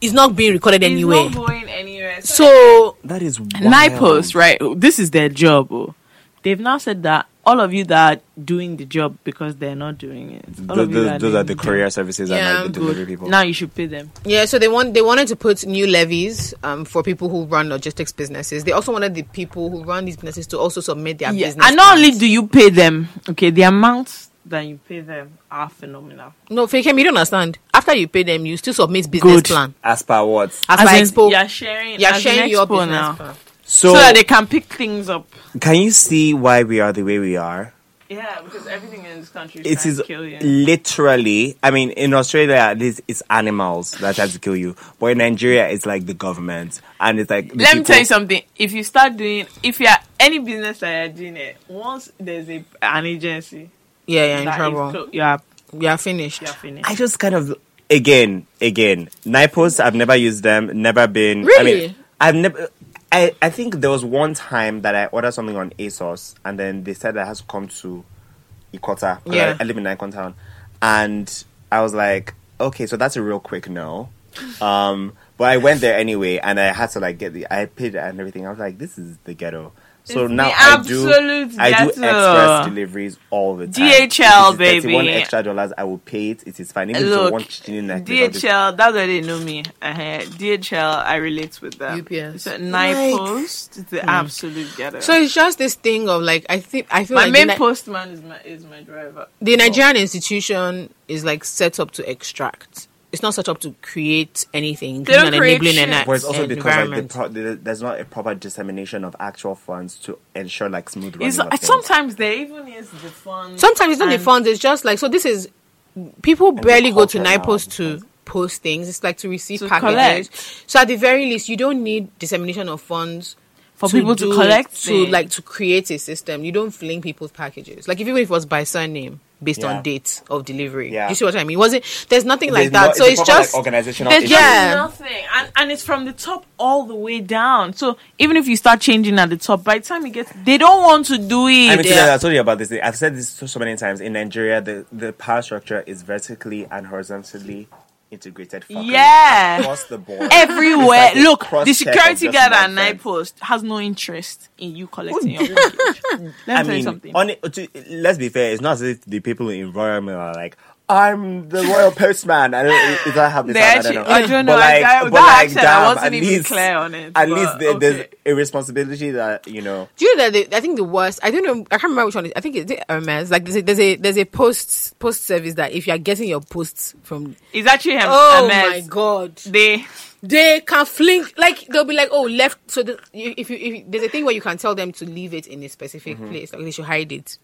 S8: is not being recorded
S7: It's
S8: anywhere.
S7: not going anywhere. So,
S8: so
S1: That is wild.
S7: NIPOS, right? This is their job. oh. They've now said that all of you that are doing the job because they're not doing it. All
S1: Th-
S7: of you
S1: th-
S7: that
S1: those are
S7: doing
S1: the
S7: it.
S1: courier services and
S8: Yeah,
S1: like the
S8: good.
S1: delivery people.
S7: Now you should pay them.
S8: Yeah, so they want they wanted to put new levies um, for people who run logistics businesses. They also wanted the people who run these businesses to also submit their
S7: Yeah.
S8: business.
S7: And not only
S8: plans.
S7: do you pay them, okay, the amounts that you pay them are phenomenal.
S8: no, Fakem, you don't understand. After you pay them, you still submit business
S7: Good. Uh,
S8: plan
S1: As per what?
S8: as,
S7: As
S8: per
S7: in,
S8: expo.
S7: You're sharing,
S8: You're
S7: as in
S8: sharing your
S7: expo
S8: business
S7: now.
S8: plan.
S1: So,
S7: so that they can pick things up.
S1: can you see why we are the way we are?
S7: Yeah, because everything in this country
S1: It is
S7: to kill you.
S1: literally. I mean, in Australia, at least it's animals that try to kill you. But in Nigeria, it's like the government, and it's like the
S7: Let me
S1: people-
S7: tell you something. If you start doing, if you're any business that you're doing it, once there's a an agency
S8: Yeah, you're in
S7: that is
S8: trouble.
S7: clo- you're
S8: you're finished.
S7: you're finished.
S1: I just kind of again, again. Nipos, I've never used them. Never been. I mean,
S8: Really?
S1: I've never. I, I think there was one time that I ordered something on ASOS, and then they said I had to come to Ikota. 'cause
S8: Yeah.
S1: I, I live in Nikon Town, and I was like, okay, so that's a real quick no. Um, but I went there anyway, and I had to like get the I paid and everything. I was like, this is the ghetto. So
S7: It's
S1: now
S7: the
S1: I do
S7: absolute
S1: I do
S7: ghetto.
S1: express deliveries all the time.
S7: DHL,
S1: If it is 31
S7: baby.
S1: extra dollars, I will pay it. It is fine. Even if it's
S7: Look,
S1: one chicken neck, because it's-
S7: DHL, that's why they know me. Uh-huh. DHL, I relate with them.
S8: UPS.
S7: So, NIPOS, the absolute ghetto.
S8: So it's just this thing of like I think I feel
S7: my
S8: like
S7: main
S8: the, Ni-
S7: postman is my is my driver.
S8: the Nigerian institution is like set up to extract. It's not set up to create anything, including
S7: don't
S8: an
S7: create
S8: enabling
S7: shit.
S8: and
S1: But it's also because like, the
S8: environment.
S1: pro- the, there's not a proper dissemination of actual funds to ensure like smooth running.
S7: It's,
S1: of things.
S7: sometimes there even is the fun.
S8: Sometimes it's not the
S7: And-
S8: funds. It's just like so. This is people
S1: the
S8: barely go to
S1: culture now
S8: Nipos
S1: is
S8: to post things. It's like to receive
S7: To
S8: packages. So at the very least, you don't need dissemination of funds
S7: For people to collect
S8: to
S7: things.
S8: like to create a system. You don't fling people's packages. Like even if it was by surname based
S1: Yeah.
S8: on date of delivery.
S1: Yeah.
S8: You see what I mean? Was it? There's nothing
S1: There's
S8: like that.
S1: no-
S8: so
S1: a
S8: it's
S1: proper,
S8: just
S1: like, organizational
S7: There's
S1: issue.
S7: just
S8: Yeah.
S7: nothing, and and it's from the top all the way down. So even if you start changing at the top, by the time you get, they don't want to do
S1: I
S7: it.
S1: mean,
S8: Yeah.
S1: Susan, I told you about this. I've said this so, so many times. In Nigeria, the, the power structure is vertically and horizontally integrated. fuckery [laughs]
S7: Yeah.
S1: across the board,
S7: Everywhere,
S1: It's like a
S7: look, the
S1: cross-check of
S7: security
S1: just
S7: guard at
S1: nonsense.
S7: night post has no interest in you collecting
S1: [laughs]
S7: your package. Let me
S1: I
S7: tell you
S1: mean,
S7: something.
S1: on it, to, let's be fair. It's not as if the people in Royal are like, "I'm the royal postman." I don't. Is that how they
S7: They
S1: sound?
S7: actually,
S1: I don't know.
S7: I don't know.
S1: But
S7: I-
S1: like,
S7: that
S1: but
S7: that
S1: like,
S7: accent,
S1: damn,
S7: I wasn't
S1: at
S7: even
S1: least-
S7: clear on it.
S1: At
S7: but
S1: least there,
S7: okay.
S1: there's a responsibility that you know.
S8: Do you know that they, I think the worst? I don't know. I can't remember which one. It, is. I think it's Hermes. Like there's a, there's a there's a post post service that if you are getting your posts from.
S7: It's actually him.
S8: Oh
S7: Ahmed.
S8: my god!
S7: They
S8: They can fling like they'll be like oh left. So the, you, if you if there's a thing where you can tell them to leave it in a specific
S1: Mm-hmm.
S8: place, like they should hide it.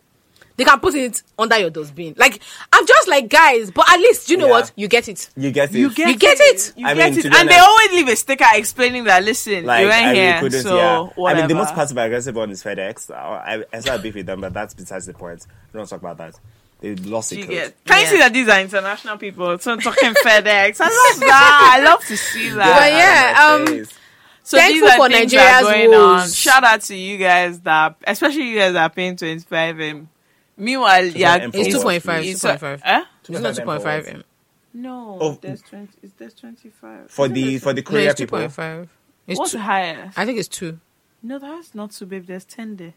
S8: They can put it under your dustbin. Like I'm just like guys, but at least you know
S1: Yeah.
S8: what you get it.
S1: You get it.
S7: you get
S8: You get it.
S7: You
S1: I
S7: get
S1: mean,
S7: it.
S1: to
S7: And
S1: be
S7: they
S1: honest-
S7: always leave a sticker explaining that listen,
S1: Like,
S7: you
S1: I
S7: ain't
S1: really
S7: here.
S1: couldn't-
S7: So
S1: yeah. I
S7: whatever.
S1: mean, the most passive aggressive one is FedEx. I, I, I still have beef with them, but that's besides the point. We don't talk about that. They lost the
S7: you
S1: code.
S7: get. Can you
S8: Yeah.
S7: see that these are international people? So I'm talking FedEx. I love that. I love to see
S8: But
S7: that.
S8: yeah,
S1: Out of my
S8: um,
S1: face.
S7: So
S8: Thankful
S7: these are
S8: for
S7: things that are
S8: Nigeria's
S7: going on.
S8: woes.
S7: Shout out to you guys that, especially you guys that are paying 25 M. um, Meanwhile, yeah,
S1: not
S8: It's
S1: It's
S8: two point five. Two point five.
S7: Eh?
S8: It's not 2.5
S1: 2.5
S8: M.
S7: No,
S1: Oh.
S7: there's twenty. Is there's twenty five?
S1: for the for the
S8: No,
S1: Korea
S8: it's
S1: people.
S8: 2.5. It's
S7: What's
S8: two,
S7: higher?
S8: I think it's 2.
S7: No, that's not too big. There's ten there.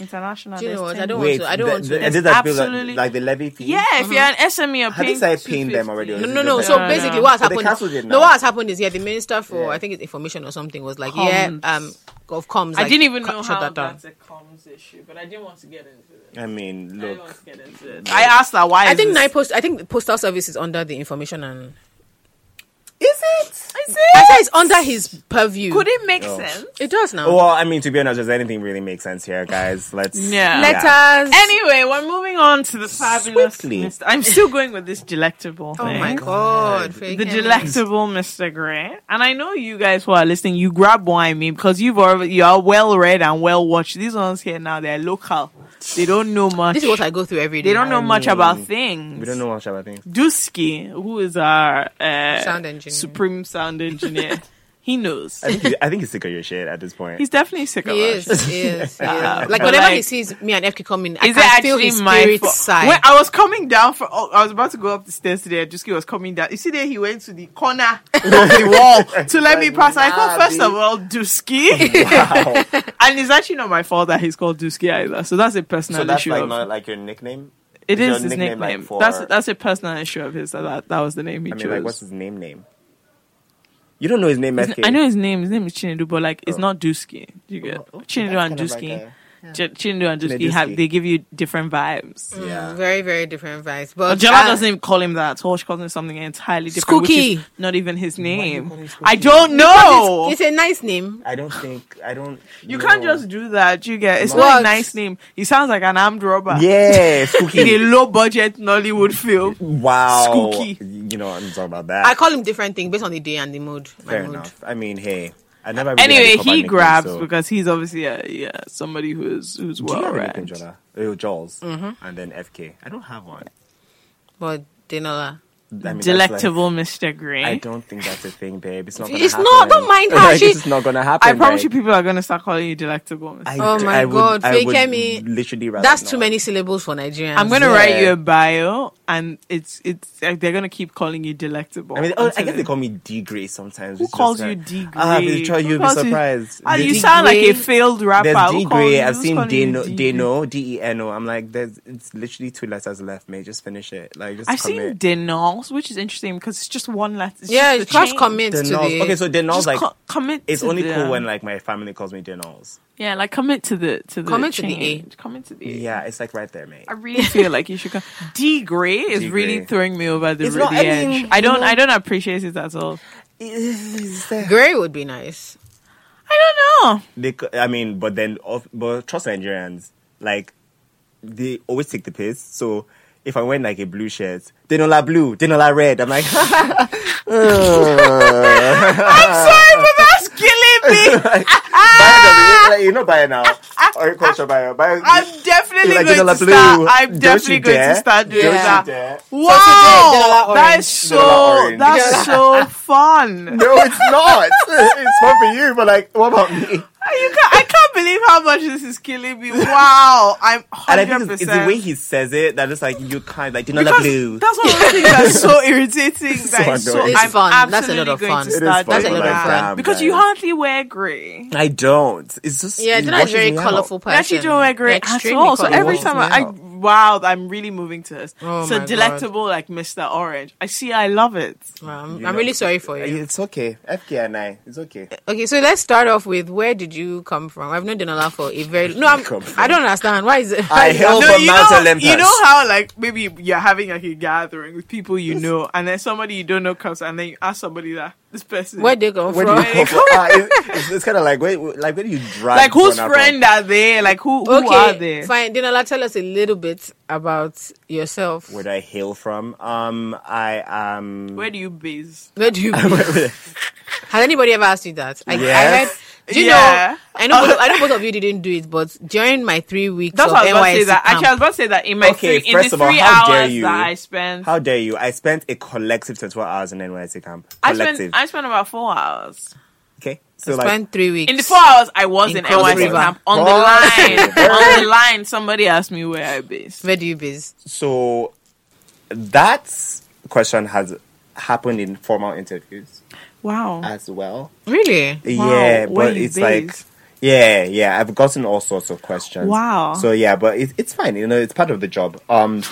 S7: International.
S8: Do you
S7: there's
S8: know what?
S7: 10
S8: I don't
S7: there.
S8: want to. I don't
S1: the-
S8: want to.
S1: the-
S7: There's
S1: did that bill, like-
S7: absolutely-
S1: like the levy fee?
S7: Yeah, if you're an SME, you're
S1: Have they
S7: paying.
S1: started paying them
S7: 250.
S1: already or
S7: No,
S1: is
S7: no,
S1: it
S8: No, no.
S1: just
S8: So
S1: like-
S7: No,
S8: basically,
S7: no.
S8: what's
S1: But they
S8: happened?
S1: cancelled it
S8: No,
S1: now.
S8: what's happened is yeah, the minister for
S1: Yeah.
S8: I think it's information or something was like
S7: Comms.
S8: yeah, um, of comms.
S7: I
S8: like,
S7: didn't even
S8: cut-
S7: know
S8: shut
S7: how
S8: that down.
S7: that's a comms issue, but I didn't want to get into it.
S1: I mean,
S7: I didn't want
S1: look,
S7: to get into it. I asked her why.
S8: I
S7: is
S8: think
S7: this-
S8: nine post. I think the postal service is under the information and
S1: is it?
S7: Is
S8: I
S7: it?
S8: said it's under his purview.
S7: Could it make
S1: Oh.
S7: sense?
S8: It does now.
S1: Well,
S7: Oh,
S1: I mean, to be honest, does anything really make sense here, guys? Let's
S7: Yeah.
S8: Letters.
S7: Anyway, we're moving on to the fabulous
S1: Swiftly.
S7: Mr. I'm still going with this delectable
S8: Oh
S7: thing.
S8: my god!
S7: The delectable Mr. Gray. And I know you guys who are listening, you grab one I mean because you've already you are well read and well watched. These ones here now they're local. They don't know much.
S8: This is what I go through every day.
S7: they don't know much
S1: mean,
S7: about things.
S1: We don't know much about things.
S7: Dusky, who is our uh,
S8: Sound engineer.
S7: supreme sound engineer,
S8: [laughs]
S7: he knows.
S1: I think, he's, I think he's sick of your shit at this point.
S7: He's definitely sick of
S8: He
S7: us.
S8: is, he
S7: [laughs]
S8: is, he is.
S7: Uh,
S8: Like
S7: but
S8: whenever
S7: like-
S8: he sees me and FK coming, I
S7: Is it
S8: can feel
S7: actually
S8: his
S7: my
S8: spirit
S7: fault?
S8: side.
S7: When I was coming down for, oh, I was about to go up the stairs today. Jusky was coming down. You see, there he went to the corner
S8: [laughs]
S1: [laughs]
S7: of the wall to let me pass. I thought
S1: Nah,
S7: first of
S1: B.
S8: [laughs]
S7: all, Dusky,
S1: wow.
S7: and it's actually not my fault that he's called Dusky either. So that's a personal
S1: so that's
S7: issue.
S1: like
S7: of,
S1: not like your nickname.
S7: it
S1: is your
S7: is his nickname.
S1: nickname, like, for-
S7: That's that's a personal issue of his. That that, that was the name he
S1: I mean,
S7: chose.
S1: like, what's his name? Name. You don't know his name, FK.
S7: I know his name. His name is Chinedu, but like it's
S1: Oh.
S7: not Dusky. Do you get
S1: Oh, okay.
S7: Chinedu
S1: That's
S7: and
S1: kind of like
S7: Dusky?
S1: a-
S7: Ch- Chinedu and Dusky have
S1: Chinedu-ski.
S7: they give you different vibes.
S1: Yeah.
S8: very, very different vibes.
S7: But
S8: But
S7: Jella
S1: Ah.
S8: uh,
S7: doesn't even call him that at all. She calls him something entirely different, which
S8: Skookie.
S7: is not even his name.
S1: calling him
S7: I don't know.
S8: It's, it's a nice name.
S1: I don't think I don't.
S7: you
S1: know.
S7: can't just do that. You get it's
S8: What?
S7: not a nice name. He sounds like an armed robber
S1: Yeah,
S7: in a
S1: Skookie.
S7: low budget Nollywood film.
S1: wow.
S7: Skookie.
S1: You know, I'm talking about
S8: I
S1: that.
S8: call him different thing based on the day and the mood. My
S1: Fair
S8: mood.
S1: enough. I mean, hey, I never. Really had a
S7: Anyway,
S1: proper
S7: he
S1: nickname,
S7: grabs
S1: so-
S7: because he's obviously a, yeah somebody who's who's
S1: Do you
S7: well
S1: have a nickname,
S7: read.
S1: Jola? Oh, Jaws,
S8: Mm-hmm.
S1: and then FK. I don't have one.
S8: But Dinola.
S1: I mean, that's
S7: Delectable
S1: Like,
S7: Mr. Green.
S1: I don't think that's a thing, babe. It's not. Gonna
S8: It's
S1: happen.
S8: not. Don't mind
S1: [laughs]
S8: her.
S1: Like,
S8: She-
S1: it's not gonna happen.
S7: I promise
S1: like,
S7: you, people are gonna start calling you delectable. Mr.
S1: I,
S8: Oh
S1: d-
S8: my
S1: I would,
S8: God,
S1: I would
S8: Fakemi,
S1: Literally, rather
S8: That's
S1: not.
S8: too many syllables for Nigerians.
S7: I'm gonna
S1: Yeah.
S7: write you a bio, and it's it's like they're gonna keep calling you delectable.
S1: I mean, oh, I
S7: until
S1: guess
S7: they-
S1: they call me D Gray sometimes.
S7: Who
S1: It's just
S7: calls
S1: like-
S7: you D Gray?
S1: Ah, they try- you'll be surprised.
S7: Ah,
S1: The
S7: you
S1: D
S7: sound like a
S8: Gray-
S7: failed rapper.
S1: There's
S7: Who
S1: D
S7: calls
S1: Gray.
S7: you-
S1: I've
S7: who's
S1: seen
S7: calling you
S1: Deno,
S7: D Gray?
S1: Deno, D E N O. I'm like, there's it's literally two letters left, mate. Just finish it. Like, just
S7: I've seen
S1: commit.
S7: Deno, which is interesting because it's just one letter. It's
S8: Yeah,
S7: just,
S8: just,
S7: the change.
S8: commit to
S1: Denols.
S8: the.
S1: Okay, so Denols
S7: Just
S1: like
S7: co- commit.
S1: it's
S7: to
S1: only
S7: the,
S1: cool when like my family calls me Denols.
S7: yeah, like commit to the to the
S8: Commit to the A.
S7: change. Commit to the E. A.
S1: Yeah, it's like right there, mate.
S7: I really feel like you
S1: [laughs]
S7: should come. D Gray is
S1: D.
S7: really
S1: Gray.
S7: throwing me over the,
S1: It's
S7: the
S1: not- I
S7: edge.
S1: mean,
S7: I don't.
S1: you know-
S7: I don't appreciate it at all.
S8: Gray would be nice.
S7: I don't know.
S1: [sighs] They, c- I mean, but then, of- but trust Nigerians, like they always take the piss. So if I wearing like a blue shirt, Denola blue, Denola red, I'm like, [laughs]
S7: Sorry, but that's
S1: [laughs]
S7: killing me.
S1: like, you know, buy it
S7: [laughs]
S1: now. Or you culture buy it. Buy it.
S7: I'm definitely
S1: Like,
S7: going
S1: Dinola
S7: to
S1: Blue,
S7: start. I'm
S1: don't
S7: definitely
S1: you
S7: going
S1: dare,
S7: to start doing
S1: Don't you
S7: that. [laughs]
S1: dare.
S7: Wow,
S8: Dinola
S7: that
S8: Orange.
S7: is
S1: Dinola
S7: so
S1: Orange.
S7: that's so fun.
S1: No, it's not. [laughs] it's not for you, but like, what about me?
S7: You can't, I can't believe how much this is killing me. Wow, I'm
S1: And I
S7: hundred
S1: think it's,
S7: percent.
S1: it's the way he says it that it's like you can't like Dinola
S7: Because
S1: blue.
S7: that's one of the things
S1: [laughs]
S7: that's so irritating. That is so
S1: annoying.
S7: I'm
S8: It's fun. That's a lot
S7: absolutely
S8: of
S7: going
S8: fun.
S7: to
S8: It
S1: is
S7: start
S1: fun,
S7: doing
S1: but like,
S7: that.
S1: damn,
S7: because you
S1: guys.
S7: hardly wear grey.
S1: I don't. It's just
S8: Yeah,
S1: it
S8: Dinola is
S1: washes
S8: very
S1: me out.
S8: colorful person.
S7: I actually don't wear grey at
S8: Extremely
S7: all. So
S8: colourful.
S7: every time I, I
S1: Wow.
S7: wow, I'm really moving to this.
S8: Oh my
S7: so
S8: God.
S7: delectable, like Mr. Orange. I see. I love it.
S8: Wow, I'm,
S1: You
S8: I'm
S1: know,
S8: really sorry for you.
S1: It's okay. FK and I. It's okay.
S8: Okay, so let's start off with where did you come from? I've known Dinola for a very no. I'm,
S1: come from?
S8: I don't understand why is it. [laughs]
S1: I hail
S7: No,
S1: from
S7: you
S1: Mount
S7: know,
S1: Olympus.
S7: you know how like maybe you're having like a gathering with people you know, and then somebody you don't know comes, and then you ask somebody that this person,
S8: where they come
S1: Where do
S8: from?
S1: you come
S7: [laughs]
S1: from? Ah, it's it's, it's kind of like where, like where do you drive?
S7: like whose
S1: someone out
S7: friend
S1: From?
S7: are they? Like who, who are they?
S8: okay, fine. Dinola, tell us a little bit about yourself.
S1: Where do I hail from? Um, I um, am.
S7: Where do you base?
S8: Where do
S1: [laughs]
S8: you? Has anybody ever asked you that? I,
S1: Yes.
S8: I read. Do you
S7: Yeah.
S8: know? I know. Both of, I
S7: [laughs]
S8: know both of you didn't do it, but during my three weeks
S7: That's
S8: of
S7: what I was about to say.
S8: NYC
S7: That actually, I was
S8: camp,
S7: about to say that in my
S1: Okay,
S7: three, in
S1: first
S7: the
S1: of all,
S7: three
S1: how dare
S7: hours
S1: you?
S7: that I spent,
S1: How dare you? I spent a collective 24 hours in NYC camp.
S7: I
S1: Collective.
S7: spent I spent about four hours.
S1: okay. So
S8: I spent three weeks.
S7: In the four hours, I was in,
S8: In Cross
S7: NYC
S8: River.
S7: camp on the
S1: Cross
S7: line. on the line, somebody asked me where I based.
S8: where do you base?
S1: so that question has happened in formal interviews
S7: Wow.
S1: as well.
S8: Really?
S1: Yeah,
S7: where
S1: but
S7: you
S1: it's like
S7: based?
S1: yeah, yeah. I've gotten all sorts of questions.
S7: Wow.
S1: So yeah, but it, it's fine. You know, it's part of the job. Um,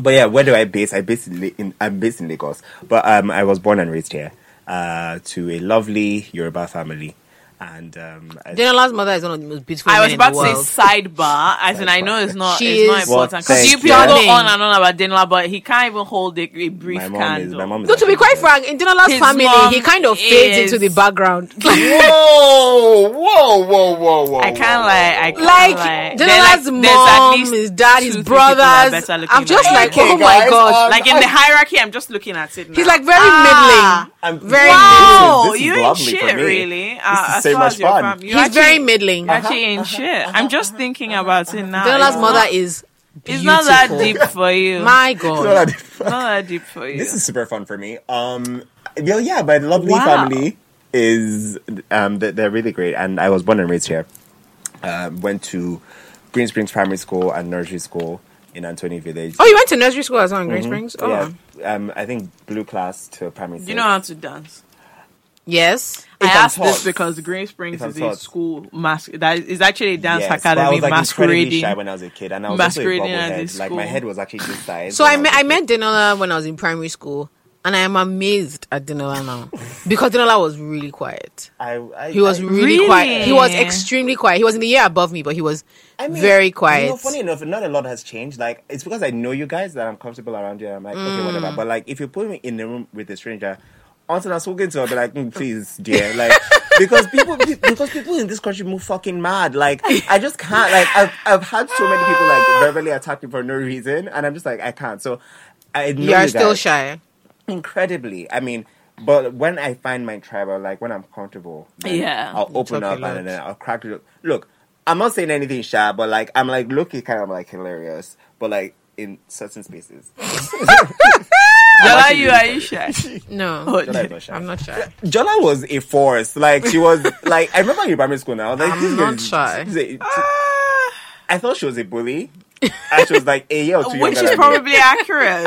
S1: but yeah, where do I base? I base in, La- in I'm based in Lagos, but um, I was born and raised here. Uh, to a lovely Yoruba family, and um, I-
S8: Denola's mother is one of the most beautiful
S7: I was
S8: women
S7: about
S8: in
S7: to
S8: the world.
S7: say sidebar, as in I
S1: Sidebar.
S7: know it's not
S8: She
S7: it's not
S8: is-
S1: Well,
S7: important because
S1: thank
S7: you
S1: you.
S7: people go
S8: stunning.
S7: on and on about Denla, but he can't even hold a, a brief
S1: my mom
S7: candle.
S1: is my mom is.
S8: no, to be
S1: like-
S8: quite frank, in Denola's
S7: His
S8: family,
S7: mom
S8: he kind of fades
S7: is-
S8: into the [laughs] background.
S1: Whoa, whoa, whoa, whoa, whoa!
S7: I can't lie. I can't
S8: like
S7: lie. They're
S8: Denola's
S7: like- there's at
S8: mom,
S7: least
S8: his dad,
S7: two,
S8: his
S7: three people who are
S8: brothers.
S7: better looking
S8: I'm just
S7: than
S8: like,
S7: you.
S1: Okay,
S8: oh my
S1: guys,
S8: god,
S1: um,
S7: like in
S1: I-
S7: the hierarchy, I'm just looking at it. Now.
S8: he's like very
S7: Ah.
S1: I'm
S8: Very
S7: wow,
S1: This is- this is
S7: you ain't
S1: lovely for
S7: shit
S1: me.
S7: really.
S1: This
S7: Uh,
S1: is
S7: as
S1: so
S7: far
S1: much
S7: as you're
S1: fun.
S7: from, you
S8: middling. He's
S7: actually,
S8: very middling.
S7: you actually ain't shit. I'm just thinking about it now.
S8: Denola's
S7: It's
S8: mother
S7: not-
S8: is beautiful.
S7: It's not that deep for [laughs] you.
S8: My
S1: No,
S8: god.
S1: that'd be fun.
S7: not that deep for you.
S1: This is super fun for me. Um, well, yeah, my lovely
S7: Wow.
S1: family is um, they- they're really great, and I was born and raised here. Um, went to Green Springs Primary School and Nursery School in Antony Village.
S8: Oh, you went to nursery school as well in Green Springs? Oh.
S1: Mm-hmm. yeah. Um, I think blue class to primary.
S7: you know how to dance.
S8: Yes.
S1: If
S7: I
S1: I'm
S7: asked this
S1: taught.
S7: because Green Springs
S1: If I'm
S7: is a
S1: taught.
S7: school mask that is actually a dance
S1: I
S7: academy
S1: was like incredibly
S7: masquerading.
S1: shy when I was a kid, and I was
S7: masquerading
S1: also a
S7: as a
S1: bobblehead. Like my
S7: school.
S1: head was actually this size.
S8: So
S1: when
S8: I met
S1: was
S8: I
S1: a
S8: met Denola when I was in primary school, and I am amazed at Denola now because Denola was really quiet.
S1: kid. I, I,
S8: He was
S1: I-
S8: really,
S7: Really?
S8: quiet. He was extremely quiet. He was in the year above me, but he was
S1: I mean,
S8: very
S1: You know,
S8: quiet.
S1: funny enough, not a lot has changed. Like it's because I know you guys that I'm comfortable around you. I'm like, okay,
S8: Mm.
S1: whatever. But like, if you put me in the room with a stranger, until I'm spoken to, I'll be like, mm, please,
S8: [laughs]
S1: dear, like because people because people in this country move fucking mad. Like I just can't. Like I've I've had so many people like verbally attack me for no reason, and I'm just like, I can't. So I know
S8: you are
S1: you
S8: still
S1: guys
S8: shy.
S1: incredibly. I mean, but when I find my tribe, or like when I'm comfortable, then
S7: [laughs] Yeah.
S1: I'll open
S8: talk
S1: up
S8: a lot.
S1: and then I'll crack it. up. Look, I'm not saying anything shy, but like I'm like look, it's kind of like hilarious, but like in certain spaces,
S7: Yola, you are
S1: [laughs]
S7: you shy?
S8: No,
S7: Oh, [laughs]
S1: Jola is
S8: [laughs]
S1: not shy.
S8: I'm not shy.
S1: Jola was a force. Like she
S8: [laughs]
S1: was like I remember in primary school now. I was like,
S8: I'm
S1: this girl
S8: not
S1: is-
S8: shy. Ah.
S1: she's a-
S7: Ah,
S1: I thought she was a bully, and she was like a year or two
S7: which
S1: younger
S7: is
S1: than me.
S7: probably accurate.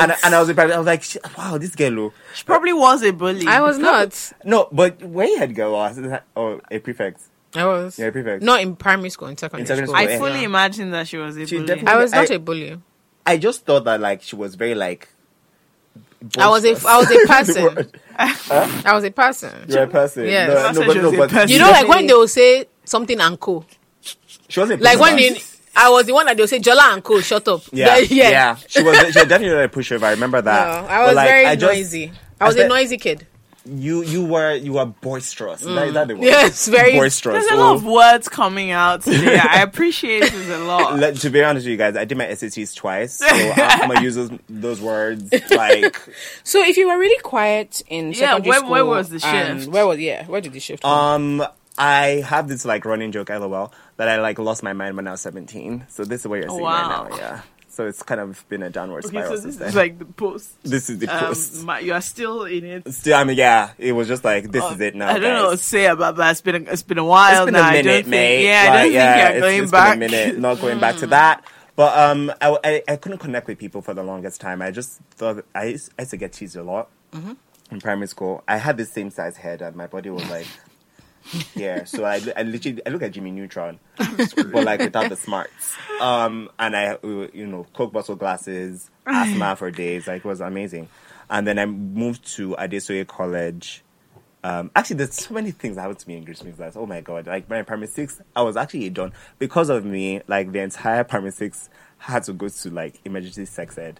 S1: [laughs] And, and I was in primary. I was like, "She- wow, this girl. oh."
S7: she probably was a bully.
S8: I was not.
S1: No, but where you had girl was or a prefect.
S8: I was.
S1: Yeah, prefect.
S8: Not in primary school, in secondary,
S1: In secondary
S8: school.
S1: school,
S7: I
S1: yeah.
S7: fully imagine that she was a
S1: She
S7: bully.
S1: definitely-
S8: I was not
S1: I-
S8: a bully.
S1: I just thought that like she was very like.
S8: I was a
S1: boisterous.
S8: I was a
S1: You were- [laughs]
S8: person. I was a person.
S1: You're a person.
S8: Yes.
S1: No,
S8: I
S1: no,
S7: said
S1: but,
S7: she
S1: no,
S7: was a
S1: but
S7: person.
S8: You know, like when they will say something and co.
S1: she was a
S8: Like when
S1: pushover.
S8: [laughs] they, I was the one that they will say Jola and co. Shut up. [laughs]
S1: yeah, yeah, she was she was definitely not a pushover. I remember
S8: No,
S1: that.
S8: I
S1: But,
S8: was
S1: like,
S8: very
S1: I just-
S8: noisy. I was
S1: I said-
S8: a noisy kid.
S1: You you were you were boisterous. Is that- is that the word?
S8: Yes, very-
S1: boisterous.
S7: There's a lot
S1: Oh.
S7: of words coming
S1: [laughs]
S7: out today. I appreciate it a lot. [laughs]
S1: Let- to be honest with you guys, I did my SATs twice, so I'm gonna use those, those words like
S8: So if you were really quiet in
S7: Yeah,
S8: secondary
S7: where-
S8: school,
S7: where was the
S8: and
S7: shift?
S8: Where was yeah? Where did the shift? go?
S1: um. I have this like running joke, lol, that I like lost my mind when I was 17. So this is what you're seeing
S7: Wow.
S1: right now, yeah. So it's kind of been a downward
S7: Okay,
S1: spiral
S7: so
S1: since
S7: this
S1: then.
S7: is like the post.
S1: This is the
S7: Um,
S1: post.
S7: my, you are still in it.
S1: Still, I mean, yeah, it was just like this is it now.
S7: Oh, I don't know what to
S1: guys.
S7: say about that. It's been a, it's been a while
S1: It's been
S7: now.
S1: a
S7: I don't
S1: minute,
S7: think-
S1: mate.
S7: Yeah, I
S1: Like,
S7: don't
S1: yeah,
S7: think you're going
S1: it's,
S7: back. Mm.
S1: It's been a minute. Not going back to that. But um, I, I I couldn't connect with people for the longest time. I just thought I used, I used to get teased a lot
S7: Mm-hmm.
S1: in primary school. I had the same size head, and my body was
S7: [laughs]
S1: like. Yeah, so I, I literally I look at Jimmy
S7: [laughs]
S1: Neutron, but like without the smarts. Um, and I we were, you know Coke bottle glasses, asthma for days. Like it was amazing. And then I moved to Adesoye College. Um, actually, there's so many things that happened to me in Green Springs. Like, oh my god! Like my primary six, I was actually a don because of me. Like the entire primary six had to go to like emergency sex ed.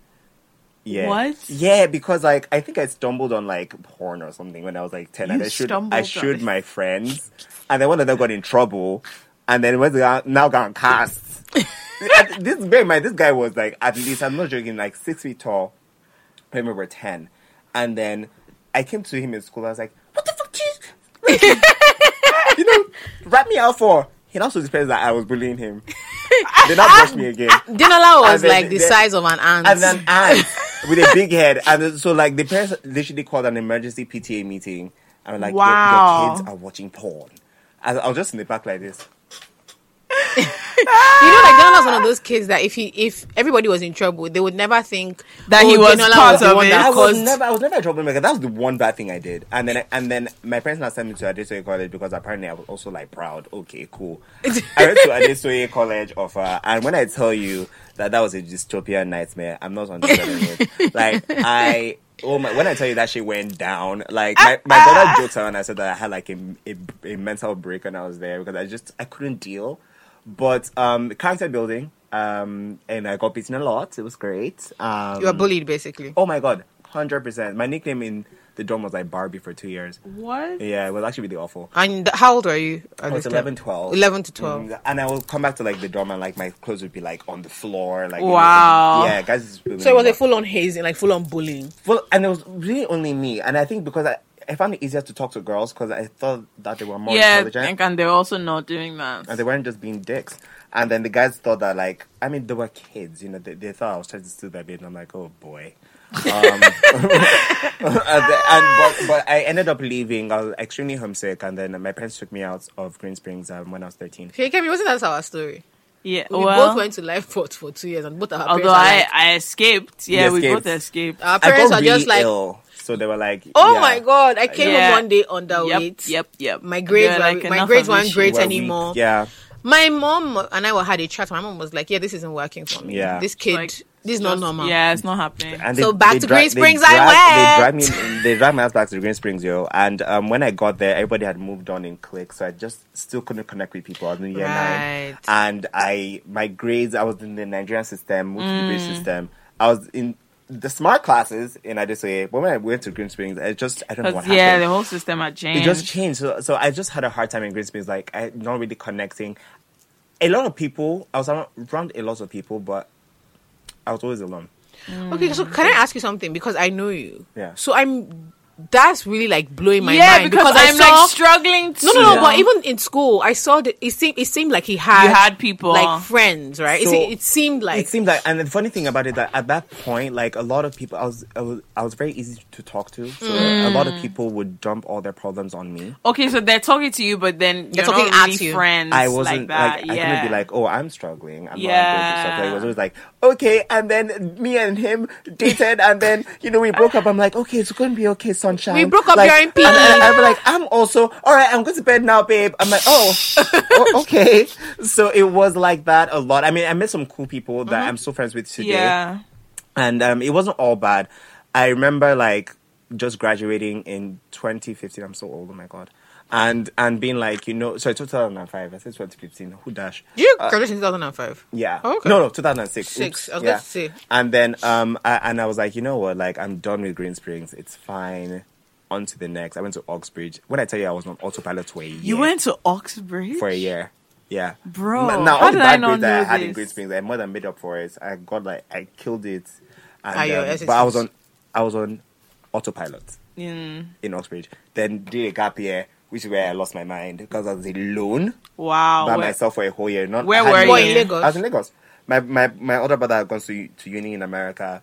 S1: Yeah.
S7: What?
S1: Yeah, because like I think I stumbled on like porn or something when I was like ten, and
S7: You
S1: I should
S7: stumbled
S1: I
S7: on
S1: showed
S7: it.
S1: my friends, and then one of them got in trouble, and then was now got cast.
S7: [laughs]
S1: And this bear in mind, this guy was like at least I'm not joking, like six feet tall. I remember ten, and then I came to him in school. I was like, "What the fuck, you- like, [laughs] you know, rat me out for?" He also depends that I was bullying him. they not brush me again.
S8: Dinola was
S1: and then
S8: like the
S1: the-
S8: size of an ant.
S1: And then ant with a big head, and so like the parents literally called an emergency PTA meeting, and were like, "Your-
S7: Wow.
S1: your, kids are watching porn." And I was just in the back like this.
S8: You know, like Denola's one of those kids that if he if everybody was in trouble, they would never think
S7: That he was
S8: Denola
S7: part
S8: the
S7: of
S8: one
S7: it.
S1: I
S8: That
S1: was
S8: caused,
S1: never, I was never a troublemaker. That was the one bad thing I did. And then, and then my parents now sent me to Adesoye College because apparently I was also like proud. Okay, cool. I went to Adesoye College offer, and when I tell you that that was a dystopian nightmare, I'm not understanding it. Like I. Oh my! When I tell you that shit went down, like my, my brother joked around. I said that I had like a, a, a mental break when I was there because I just I couldn't deal. But um, character building, um, and I got beaten a lot. It was great. Um,
S8: you were bullied basically.
S1: Oh my god, hundred percent. My nickname in the dorm was like Barbie for two years.
S8: Mm-hmm.
S7: What?
S1: Yeah, it was actually really awful.
S8: And how old were you?
S1: I
S8: At
S1: was
S8: this time?
S1: 11, 12.
S8: 11 to 12.
S1: Mm, and I would come back to like the dorm and like my clothes would be like on the floor. Like you know,
S7: Wow.
S1: yeah, guys. it's really
S8: So it was a
S1: rough.
S8: full on hazing, like full on bullying.
S1: Well, and it was really only me. And I think because I, I found it easier to talk to girls because I thought that they were more
S7: yeah,
S1: intelligent.
S7: and, and they're also not doing that.
S1: and they weren't just being dicks. And then the guys thought that, like, I mean, they were kids, you know, they, they thought I was trying to steal their bed, and I'm like, oh boy. [laughs] Um, and, and- but, but I ended up leaving. I was extremely homesick, and then my parents took me out of Green Springs um, when I was 13.
S8: Okay, Kemi, wasn't that our story?
S7: Yeah,
S8: We
S7: well,
S8: both went to life port for two years, and both our
S7: although
S8: parents
S7: I,
S8: are like,
S7: I escaped. Yeah,
S1: You
S7: we
S1: escaped.
S7: both escaped.
S8: our
S1: I
S8: parents
S1: got
S8: are
S1: really
S8: just like,
S1: ill, so they were like,
S8: oh
S1: yeah,
S8: my god, I came
S7: Yeah.
S8: home one day underweight.
S7: Yep, yep, yep.
S8: My grades
S7: They're
S8: were-
S7: like,
S8: my
S7: "Enough
S8: grades
S7: of this
S8: weren't
S7: shit."
S1: you
S8: great
S1: were weak."
S8: anymore.
S1: Yeah,
S8: My mom and I were had a chat. My mom was like, yeah, this isn't working for me.
S1: Yeah.
S8: This kid,
S7: Like,
S8: this is
S7: Just-
S8: not normal.
S7: Yeah, it's not happening.
S1: And
S8: So back to
S1: dra-
S8: Green Springs
S1: they
S8: I
S1: dragged-
S8: went.
S1: They dragged me. They dragged my ass back to Green Springs, yo. And um, when I got there, everybody had moved on in cliques, so I just still couldn't connect with people. I was in year nine,
S8: Right.
S1: and I my grades. I was in the Nigerian system, moved to the
S8: Mm.
S1: British system. I was in the smart classes in Adesoye, but when I went to Green Springs, I just I don't know what
S7: Because
S1: happened.
S7: yeah, the whole system had
S1: it
S7: changed.
S1: just changed. So, so I just had a hard time in Green Springs. Like I not really connecting. A lot of people. I was around, around a lot of people, but I was always alone.
S8: Okay, so can I ask you something? Because I know you.
S1: Yeah.
S8: So I'm. That's really like blowing my
S7: yeah,
S8: mind
S7: because,
S8: I
S7: I'm
S8: saw-
S7: like struggling. To
S8: No, no, no.
S7: Yeah.
S8: But even in school, I saw that it seemed it seemed like he had
S7: You had people.
S8: like friends, right? It
S1: So-
S8: se- it seemed like
S1: it seemed like and the funny thing about it that at that point like a lot of people i was i was, I was very easy to talk to so a lot
S8: Mm.
S1: of people would dump all their problems on me
S7: okay, so they're talking to you, but then
S8: They're
S7: you're
S8: talking at
S7: not really
S8: you.
S7: friends.
S1: i wasn't like,
S7: like that.
S1: i
S7: yeah.
S1: couldn't be like oh i'm struggling i'm not
S7: Yeah.
S1: going through stuff like it was always like okay and then me and him dated and then you know we broke up i'm like okay it's gonna be okay sunshine
S8: We broke up,
S1: like,
S8: you're in
S1: and- and
S8: peace.
S1: i'm like i'm also all right i'm going to bed now babe i'm like
S8: [laughs]
S1: oh, o- okay so it was like that a lot i mean i met some cool people that
S8: Mm-hmm.
S1: i'm still friends with today
S7: yeah.
S1: and um, it wasn't all bad. I remember like just graduating in 2015. I'm so old. Oh my god. And and being like you know sorry 2005 I said 2015 who dash
S8: Did you graduate in 2005?
S1: yeah
S8: Oh, okay.
S1: no no 2006 Oops.
S8: Six. I was
S1: yeah.
S8: going to say.
S1: and then um I, and I was like you know what like I'm done with Green Springs it's fine on to the next I went to Oxbridge when I tell you I was on autopilot for a year
S7: You went to Oxbridge
S1: for a year. Yeah,
S7: Bro,
S1: N- Now
S7: how
S1: all the
S7: did I
S1: bad
S7: not
S1: grades that I
S7: know
S1: had in
S7: this?
S1: Green Springs, I more than made up for it. I got like I killed it. And,
S8: Ah, your
S1: um,
S8: SSS.
S1: but I was on, I was on autopilot
S7: Mm.
S1: in Oxbridge. Then did a gap year, which is where I lost my mind because I was alone
S7: Wow.
S1: by
S7: where-
S1: myself for a whole year. Not
S7: Where
S1: I had
S7: were
S1: no-
S7: you? Were in
S8: Lagos?
S1: I was in Lagos. My my my older brother had gone to to uni in America.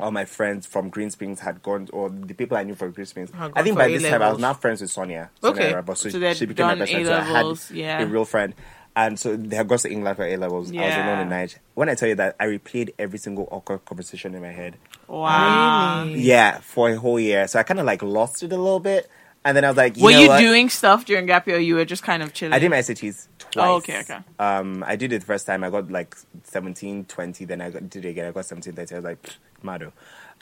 S1: All my friends from Green Springs had gone, or the people I knew from Green Springs.
S8: Had
S1: I
S8: gone
S1: think
S8: for
S1: by this time I was
S8: A-levels.
S1: not friends with Sonia. Sonia
S8: Okay.
S1: Arabo, so,
S7: So they'd
S1: she became my
S7: done
S1: best friend.
S7: A-levels,
S1: so I had
S7: yeah.
S1: a real friend. And so they had gone to England for A levels. I was
S7: Yeah.
S1: alone in Nigeria. When I tell you that, I replayed every single awkward conversation in my head.
S7: wow.
S1: Yeah, for a whole year. So I kind of like lost it a little bit. And then I was like, you
S7: Were
S1: know
S7: you
S1: what?
S7: doing stuff during gap year? Or you were just kind of chilling.
S1: I did my SATs twice.
S7: Oh, okay, okay.
S1: Um, I did it the first time. I got like 17, 20. Then I got, did it again. I got 17, 30. I was like, pfft, mado.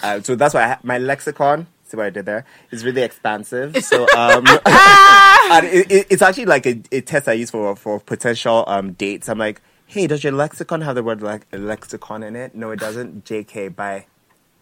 S1: Uh, so that's why I, ha- my lexicon, see what I did there, is really expansive. So um,
S7: [laughs]
S1: and it, it, it's actually like a, a test I use for, for potential um, dates. I'm like, hey, does your lexicon have the word like lexicon in it? No, it doesn't. JK, bye.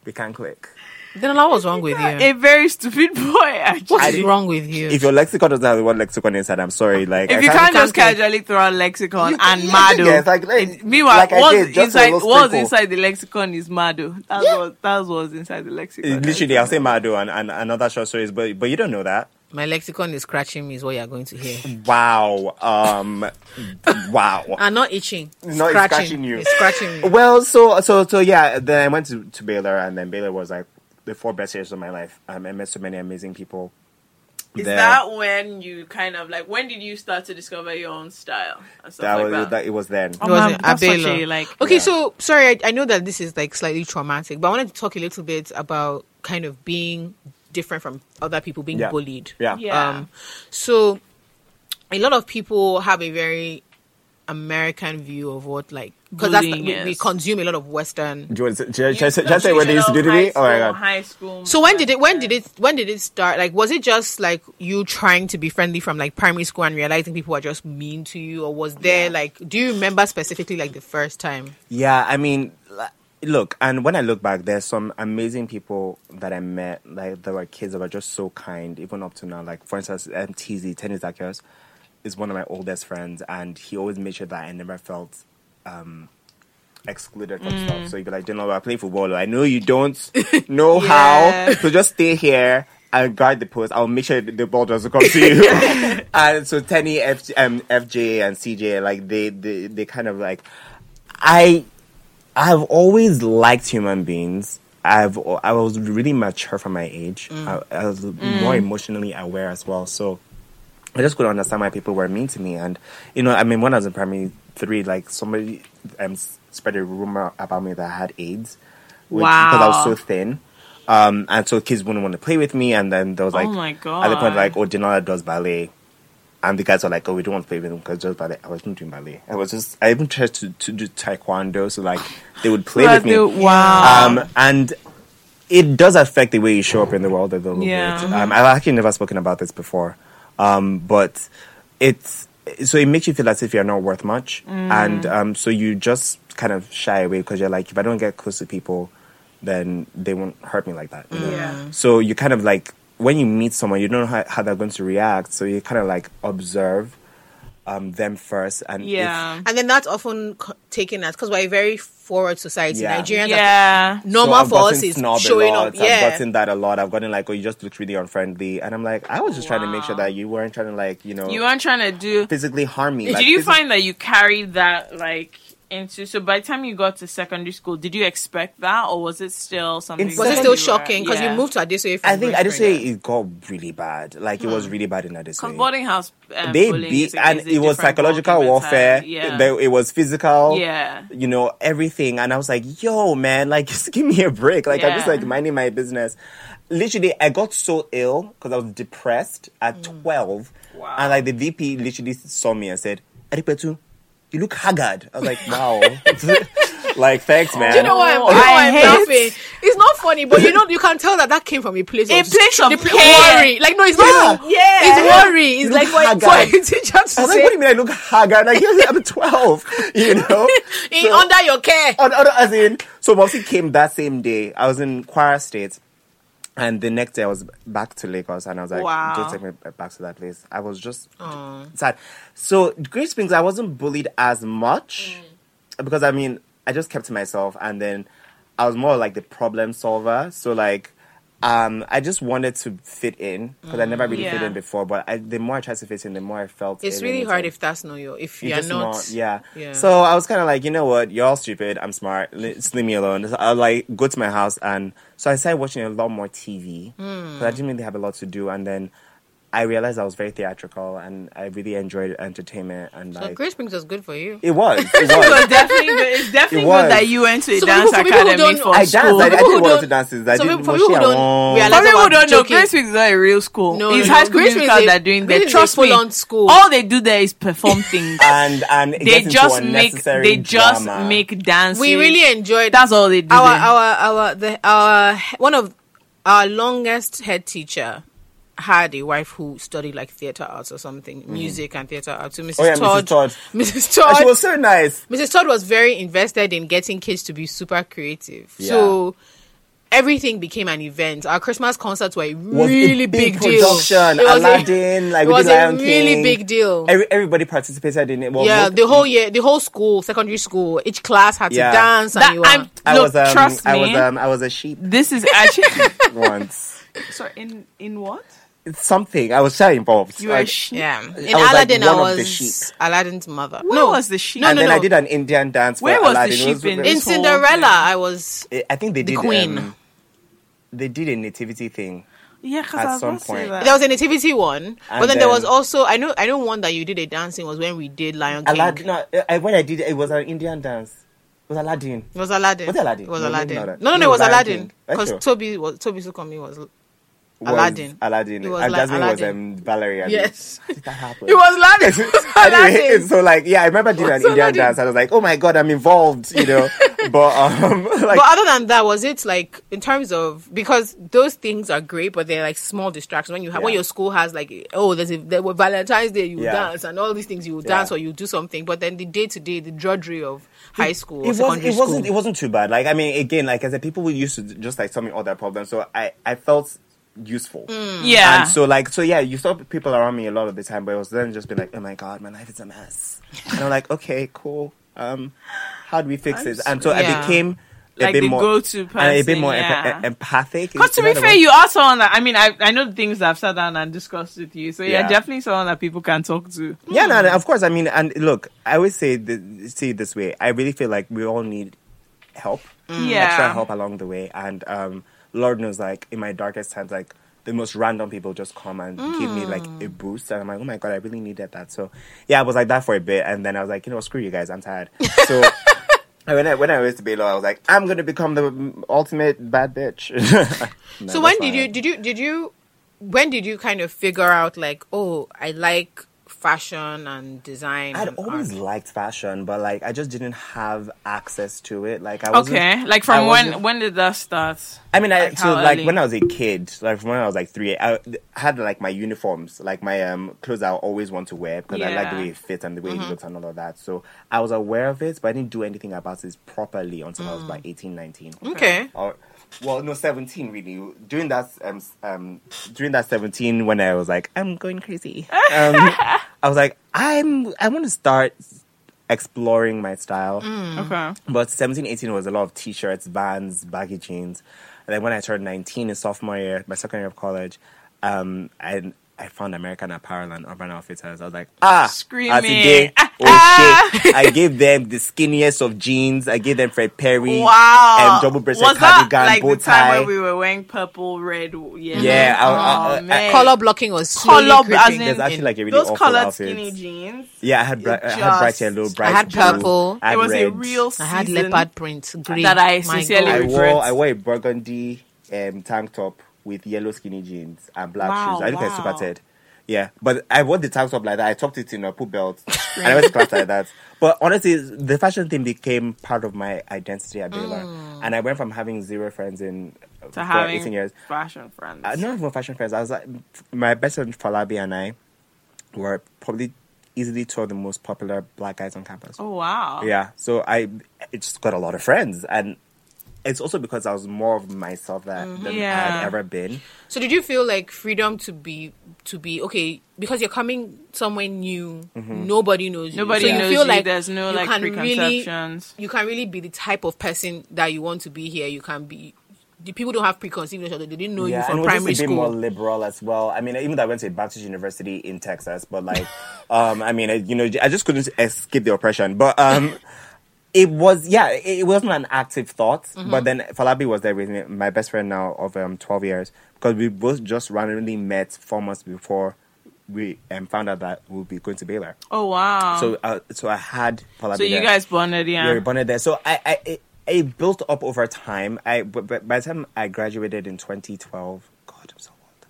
S1: We can click.
S8: Then what was wrong with you?
S7: a very stupid [laughs] boy. Actually.
S8: What
S1: I
S8: is
S1: did-
S8: wrong with you?
S1: If your lexicon doesn't have the word lexicon inside, I'm sorry. Like, I
S7: If you
S1: can't-
S7: can't just
S8: can't-
S7: casually throw out lexicon
S1: You can-
S7: and
S1: yeah,
S7: mado,
S1: yeah, it's like- like-
S7: it- meanwhile,
S1: like I
S7: what's
S1: did, just a
S7: inside
S1: little
S7: what's
S1: sprinkle.
S7: inside the lexicon is mado. That's what that's what's inside the lexicon.
S1: Literally, I'll say Madu and, and another short stories, but but you don't know that.
S8: My lexicon is scratching me, is what you're going to
S1: [laughs]
S8: hear.
S1: Wow. Um. wow.
S8: And not itching.
S1: No, it's scratching you.
S8: It's
S1: [laughs]
S8: scratching me.
S1: Well, so so so yeah. Then I went to, to Baylor, and then Baylor was like the four best years of my life. Um, I met so many amazing people.
S7: Is
S1: there.
S7: that when you kind of like when did you start to discover your own style and stuff
S1: That
S7: like
S1: was
S7: that?
S1: that. It was then.
S7: Oh,
S8: It was
S7: ma'am,
S8: in
S7: that's such
S8: Abelo.
S7: a, like-
S8: okay
S1: Yeah.
S8: so sorry I, I know that this is like slightly traumatic but i wanted to talk a little bit about kind of being different from other people being
S1: Yeah.
S8: bullied
S1: Yeah.
S7: Yeah.
S8: um so a lot of people have a very american view of what like because that's
S7: Bullying
S8: we, we
S7: is.
S8: consume a lot of western
S1: Do you want to say, just,
S7: You
S1: say what they used to do to me?
S7: high
S1: Oh my
S7: school-
S1: god.
S7: High school.
S8: so when did it when did it when did it start like was it just like you trying to be friendly from like primary school and realizing people are just mean to you or was there like do you remember specifically like the first time
S1: Yeah, I mean, li- look, and when I look back, there's some amazing people that I met, like there were kids that were just so kind, even up to now. Like for instance, MTZ Tennis Akios is one of my oldest friends, and he always made sure that I never felt um, excluded from stuff. So you'd be like, you know, I play football. I know you don't know
S8: Yeah.
S1: how, so just stay here and guard the post. I'll make sure that the ball doesn't come to you. and so Tenny, F- um, FJ, and CJ, like they, they, they kind of like, I, I've always liked human beings. I've al- I was really mature for my age.
S7: Mm.
S1: I, I was more emotionally aware as well. So I just couldn't understand why people were mean to me. And, you know, I mean, when I was in primary three, like, somebody um, s- spread a rumor about me that I had AIDS. Which, Because I was
S7: Wow.
S1: so thin. Um, and so kids wouldn't want to play with me. And then there was
S8: Oh
S1: like,
S7: Oh my
S1: at the point,
S7: God.
S1: like, oh, Janela does ballet. And the guys were like, oh, we don't want to play with him because just ballet. I wasn't doing ballet. I was just, I even tried to, to do taekwondo. So, like, they would play with me.
S7: Wow.
S1: Um, and it does affect the way you show up in the world a little
S7: Yeah.
S1: bit. Um, I've actually never spoken about this before, um, but it's so it makes you feel as if you're not worth much,
S7: Mm.
S1: and um, so you just kind of shy away because you're like, if I don't get close to people, then they won't hurt me like that. you know?
S7: Yeah.
S1: So you kind of like when you meet someone, you don't know how, how they're going to react, so you kind of like observe um, them first, and if-
S7: Yeah.
S8: And then that's often c- taken as because we're a very forward society.
S1: Yeah.
S8: Nigerians, are,
S7: Yeah.
S1: So
S8: normal
S1: I've
S8: for
S1: gotten
S8: us is
S1: snob a
S8: showing
S1: lot.
S8: up.
S1: I've
S8: Yeah,
S1: gotten that a lot. I've gotten like, oh, you just look really unfriendly, and I'm like, I was just trying to make sure that you weren't trying to like, you know,
S7: You aren't trying to do.
S1: physically harm me.
S7: Did
S1: like,
S7: you
S1: physi-
S7: find that you carried that like into? So by the time you got to secondary school, did you expect that, or was it still something?
S1: Was
S8: was
S7: that
S8: it still
S7: you were-
S8: shocking because
S7: yeah.
S8: you moved to Adesoye from
S1: I think I
S8: West
S1: just say
S8: Virginia.
S1: it got really bad. Like it was really bad in that
S7: Hmm. Because
S1: display.
S7: boarding house, um,
S1: They
S7: bullying
S1: beat,
S7: is a-
S1: and
S7: is a
S1: it was
S7: different
S1: psychological
S7: ballgame
S1: warfare.
S7: entirely. Yeah.
S1: There- it was physical.
S7: Yeah.
S1: you know everything. And I was like, yo, man, like [laughs] just give me a break. Like I'm just
S7: Yeah.
S1: like minding my business. Literally, I got so ill because I was depressed at
S8: Mm.
S1: 12,
S7: Wow.
S1: and like the VP literally saw me and said, Adipetu, you look haggard. I was
S8: [laughs]
S1: like, wow. [laughs] Like thanks, man.
S8: Do you know what? I'm-
S7: Oh,
S8: you know
S7: I
S8: what I'm
S7: hate-
S8: laughing? It's not funny, but you know you can tell that that came from a place
S7: A
S8: of
S7: place of
S8: the pl-
S7: care.
S8: worry. Like no, it's not.
S1: Yeah.
S8: even- it's worry. It's
S1: look
S8: like what for
S1: haggard.
S8: a teacher to
S1: I was like,
S8: say
S1: what do you mean I look haggard? Like, I'm 12,
S8: [laughs]
S1: you know?
S8: "In- under your
S1: [laughs]
S8: care.
S1: on, on, as in, so Mopsy came that same day. I was in Kwara State, and the next day I was back to Lagos, and I was like,
S7: Wow.
S1: "Don't take me back to that place." I was just sad. So Great Springs, I wasn't bullied as much
S8: Mm.
S1: because I mean, I just kept to myself, and then I was more like the problem solver. So like. Um, I just wanted to fit in because I never really fit
S7: Yeah.
S1: in before. But I, the more I tried to fit in, the more I felt
S8: Mm, It's really
S1: alienated.
S8: hard if that's not your. If
S1: You
S8: you're
S1: just
S8: not,
S1: not- yeah.
S8: Yeah.
S1: So I was kind of like, you know what, you're all stupid. I'm smart. L- Just leave me alone. So I like go to my house, and so I started watching a lot more TV
S8: Hmm.
S1: because I didn't really have a lot to do. And then I realized I was very theatrical, and I really enjoyed entertainment. And
S8: But
S1: like,
S8: Grace Springs was good for you.
S1: it
S8: [laughs]
S1: was, it was.
S7: definitely, it's definitely
S1: It was.
S7: good that you went to a
S8: So
S7: dance
S8: people- for people who
S7: academy
S8: don't-
S7: for
S1: I
S7: school.
S1: danced. I, I
S8: people
S1: did
S8: who don't-
S1: wanted dances. I
S8: so
S1: did
S8: people- for people who don't realize-
S7: For people who
S8: That's
S7: don't
S8: about
S7: know,
S8: joking.
S7: Grace Week is not a real school.
S8: No,
S7: it's
S8: no, no.
S7: high school
S8: Grace Week
S7: musicals
S8: is a-
S7: that are doing
S8: Grace
S7: that.
S8: Week is
S7: Trust
S8: a
S7: me,
S8: full-on school.
S7: all they do there is [laughs] perform things.
S1: and and Uh, it
S7: they
S1: gets into
S7: just make
S1: unnecessary
S7: they just
S1: drama.
S7: make dances.
S8: We really enjoyed.
S7: that's all they do.
S8: our
S7: there.
S8: our our the our one of our longest head teacher had a wife who studied like theater arts or something, music and theater arts. So Mrs.
S1: Mm. Oh, yeah, Mrs.
S8: Todd,
S1: Todd.
S8: Mrs.
S1: And
S8: Todd,
S1: she was so nice.
S8: Mrs. Todd was very invested in getting kids to be super creative. So everything became an event. Our Christmas concerts were a
S1: was a
S8: really big, deal.
S1: production.
S8: It was a-
S1: Aladdin, like
S8: it
S1: we
S8: was
S1: did
S8: a
S1: Lion
S8: really
S1: King.
S8: big deal.
S1: Every, everybody participated in it. Well,
S8: yeah,
S1: most-
S8: the whole year, the whole school, secondary school, each class had
S1: Yeah.
S8: to dance. And
S7: That-
S8: you were-
S7: I'm-
S1: I
S7: Look,
S1: was um,
S7: trust
S1: I was
S7: me.
S1: um, I was a sheep [laughs]
S7: this is [laughs] actually
S1: once.
S7: sorry in in what
S1: something. I was so involved.
S7: you were.
S1: Like,
S7: a sheep.
S8: Yeah. In
S1: I was, like,
S8: Aladdin, I
S1: one of the
S8: was
S1: sheep.
S8: Aladdin's mother.
S7: Where
S8: no,
S7: was the sheep?
S8: No,
S1: and
S8: no,
S1: then
S8: no.
S1: I did an Indian dance. for
S7: Where was the
S1: Aladdin. It
S7: sheep in
S1: very-
S8: in
S7: this whole
S8: Cinderella,
S7: thing.
S8: I was
S1: I think they
S8: the
S1: did
S8: queen.
S1: um, they did a nativity thing.
S7: Yeah, because
S1: At
S7: I was
S1: some
S7: about to say
S1: point.
S7: that.
S8: There was a nativity one, but
S1: And
S8: then,
S1: then-
S8: there was also I know I know one that you did a dancing was when we did Lion King.
S1: Aladdin. No, I, when I did it, it was an Indian dance. It was Aladdin.
S8: It was Aladdin.
S1: Was it Aladdin?
S8: It was
S1: No, maybe
S8: Aladdin.
S1: not
S8: No,
S1: that.
S8: no, no,
S1: No,
S8: it was
S1: Lion
S8: Aladdin
S1: King. That's
S8: because
S1: true.
S8: Toby was Toby Sukomi was
S1: Was
S8: Aladdin.
S1: Aladdin.
S8: It was
S1: and
S8: like
S1: Jasmine was
S8: Aladdin.
S1: um, Valerie. I mean.
S8: yes.
S1: How did that happen?
S8: [laughs] It
S1: [laughs]
S8: was Aladdin. It was
S1: Anyway,
S8: Aladdin.
S1: so like yeah, I remember doing an
S8: So
S1: Indian
S8: Aladdin.
S1: dance. I was like, oh my god, I'm involved, you [laughs] know. but um, [laughs] like
S8: but other than that, was it like in terms of because those things are great, but they're like small distractions when you have when
S1: Yeah.
S8: your school has like oh there's a there were Valentine's Day you
S1: Yeah.
S8: dance and all these things you
S1: Yeah.
S8: dance or you do something, but then the day to day the drudgery of high school, or
S1: it wasn't
S8: secondary
S1: it
S8: school,
S1: wasn't it wasn't too bad like i mean again like i said people were used to just like solving all their problems so i i felt useful
S7: yeah.
S1: and so like so yeah you saw people around me a lot of the time but it was then just be like oh my god my life is a mess and i'm like okay cool um how do we fix this and so
S8: Yeah.
S1: i became a
S7: Like
S1: bit
S7: the
S1: more
S7: go-to
S1: and a bit
S7: person,
S1: more e-
S7: yeah.
S1: empa- empathic
S7: Because to
S1: Is
S7: be
S1: that the
S7: fair,
S1: word?
S7: you are someone that I mean, I I know the things that I've sat down and discussed with you, so you're
S1: Yeah.
S7: definitely someone that people can talk to.
S1: Yeah, no, no,
S8: Hmm.
S1: of course. I mean, and look, I always say th- see it this way. I really feel like we all need help,
S8: Hmm.
S7: Yeah.
S1: extra help along the way. And um, Lord knows, like in my darkest times, like the most random people just come and give me like
S8: Hmm.
S1: a boost, and I'm like, oh my god, I really needed that. So yeah, I was like that for a bit, and then I was like, you know, screw you guys, I'm
S8: [laughs]
S1: tired. So. and When I when I was to be low, I was like, I'm gonna become the mm, ultimate bad bitch. [laughs] No,
S8: So when
S1: that's
S8: did
S1: fine.
S8: you did you did you when did you kind of figure out like oh I like fashion and design?
S1: I'd
S8: and
S1: always
S8: art?
S1: liked fashion, but like I just didn't have access to it. Like I was
S7: Okay, like
S1: I
S7: from when
S1: wasn't-
S7: when did that start?
S1: I mean, I
S7: Like,
S1: so
S7: how
S1: like
S7: early?
S1: when I was a kid, like when I was like three, I had like my uniforms, like my um clothes I always want to wear because I like the
S7: Yeah. Mm-hmm.
S1: way it fits and the way it looks and all of that. So I was aware of it, but I didn't do anything about it properly until I was
S7: Mm.
S1: about 18, 19.
S8: Okay.
S1: Or, well, no, seventeen really. During that um s- um during that seventeen, when I was like, I'm going
S7: [laughs]
S1: crazy. Um, I was like, I'm I want to start exploring my style.
S7: Okay,
S1: But 17, 18 was a lot of t-shirts, vans, baggy jeans. And then when I turned 19 in sophomore year, my second year of college, um, I, I found American Apparel and Urban Outfitters. I was like, ah,
S7: Screaming.
S1: ah,
S7: Ah, [laughs]
S1: today, oh shit. I gave them the skinniest of jeans. I gave them Fred Perry.
S7: wow.
S1: And double-breasted
S7: Was that
S1: cardigan,
S7: like
S1: bow
S7: the time
S1: tie.
S7: when we were wearing purple, red, yellow?
S1: Yeah, I- I-
S7: oh,
S1: I-
S7: man.
S8: Color blocking was slowly
S7: Color-
S8: creeping
S7: as in-
S1: There's
S8: in.
S1: actually like a really
S7: those
S1: awful
S7: colored
S1: outfit.
S7: skinny jeans.
S1: Yeah, I had, bri- I had bright
S7: Just-
S1: yellow,
S7: I
S1: bright
S8: had
S1: blue,
S8: purple.
S1: I had
S7: it was a
S1: red.
S7: real.
S8: I had
S7: season.
S8: leopard print green
S7: that I
S8: My
S7: sincerely
S1: I
S8: God.
S1: wore
S7: regrets.
S1: I wore a burgundy um, tank top with yellow skinny jeans and black
S7: Wow,
S1: shoes. I look like
S7: wow.
S1: super Ted. Yeah, but I wore the tank top like that. I tucked it in a pull
S7: [laughs]
S1: belt, and I went to class like that. But honestly, the fashion thing became part of my identity at Baylor, and I went from having zero friends in
S7: Mm. to
S1: for
S7: having
S1: 18 years
S7: fashion friends.
S1: uh, not even fashion friends. I was like, my best friend Falabi and I were probably easily two of the most popular black guys on campus.
S7: oh wow.
S1: Yeah, so I it just got a lot of friends, and it's also because I was more of myself that,
S8: Mm-hmm.
S1: than I
S7: Yeah.
S1: had ever been.
S8: So did you feel like freedom to be to be okay because you're coming somewhere new,
S1: Mm-hmm.
S8: nobody knows you.
S7: Nobody
S8: so you
S7: knows
S8: feel
S7: you,
S8: like
S7: there's no,
S8: you
S7: like,
S8: can
S7: preconceptions.
S8: Really, you can really be the type of person that you want to be here. You can be. The people don't have preconceived notions. They didn't know you
S1: and
S8: from
S1: we're just
S8: primary
S1: a bit more
S8: school.
S1: liberal as well. I mean, even though I went to Baptist University in Texas, but like, [laughs] um, I mean, I, you know, I just couldn't escape the oppression. But
S8: [laughs]
S1: um, it was, yeah, it, it wasn't an active thought.
S8: Mm-hmm.
S1: But then Falabi was there with me, my best friend now of um, 12 years, because we both just randomly met four months before we um, found out that we'll be going to Baylor.
S7: Oh wow.
S1: So, uh, so I had Falabi.
S7: So you
S1: there.
S7: guys bonded,
S1: We
S7: yeah.
S1: were bonded there. So I, I it, it built up over time. I, but but by the time I graduated in 2012, God, I'm so old.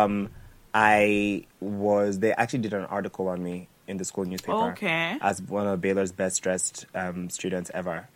S1: Um, I was. They actually did an article on me in the school newspaper.
S7: Okay.
S1: As one of Baylor's best dressed um, students ever.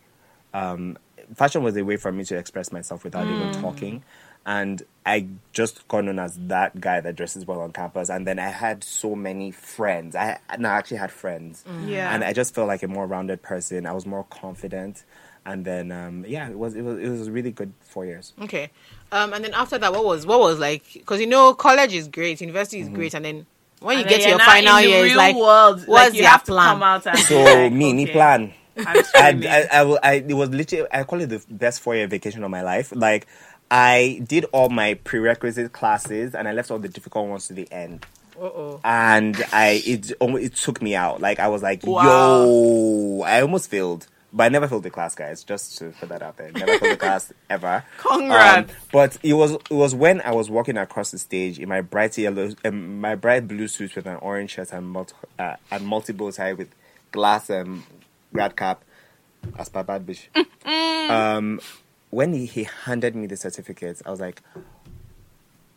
S1: Um, fashion was a way for me to express myself without
S7: Mm.
S1: even talking. And I just got known as that guy that dresses well on campus. And then I had so many friends. I no, I actually had friends.
S7: Yeah.
S1: And I just felt like a more rounded person. I was more confident. And then um, yeah, it was it was it was really good four
S7: [laughs]
S1: years.
S8: Okay, um, and then after that, what was what was like? Because you know, college is great, university is great, and then when you
S7: Mm-hmm. And then
S8: get to
S7: you're
S8: your
S7: not
S8: final
S7: in the
S8: year,
S7: real
S8: it's like
S7: world.
S8: what's
S7: like, you
S8: their
S7: have
S8: plan?
S7: To come out and be
S1: So
S7: like,
S1: me, ni
S7: okay,
S1: plan.
S7: I'm
S1: I,
S7: [laughs] screaming.
S1: I, I, will, I, it was literally, I call it the best four year vacation of my life. Like, I did all my prerequisite classes and I left all the difficult ones to the end.
S8: Uh-oh.
S1: And I, it, almo- it took me out. Like, I was like,
S7: Wow.
S1: yo, I almost failed. But I never failed the class, guys. Just to put that out there, never failed the class [laughs] ever.
S7: Congrats.
S1: Um, but it was it was when I was walking across the stage in my bright yellow, um, my bright blue suit with an orange shirt and multi, uh, and multiple tie with glass um, red cap, as per bad bitch. um, when he, he handed me the certificates, I was like,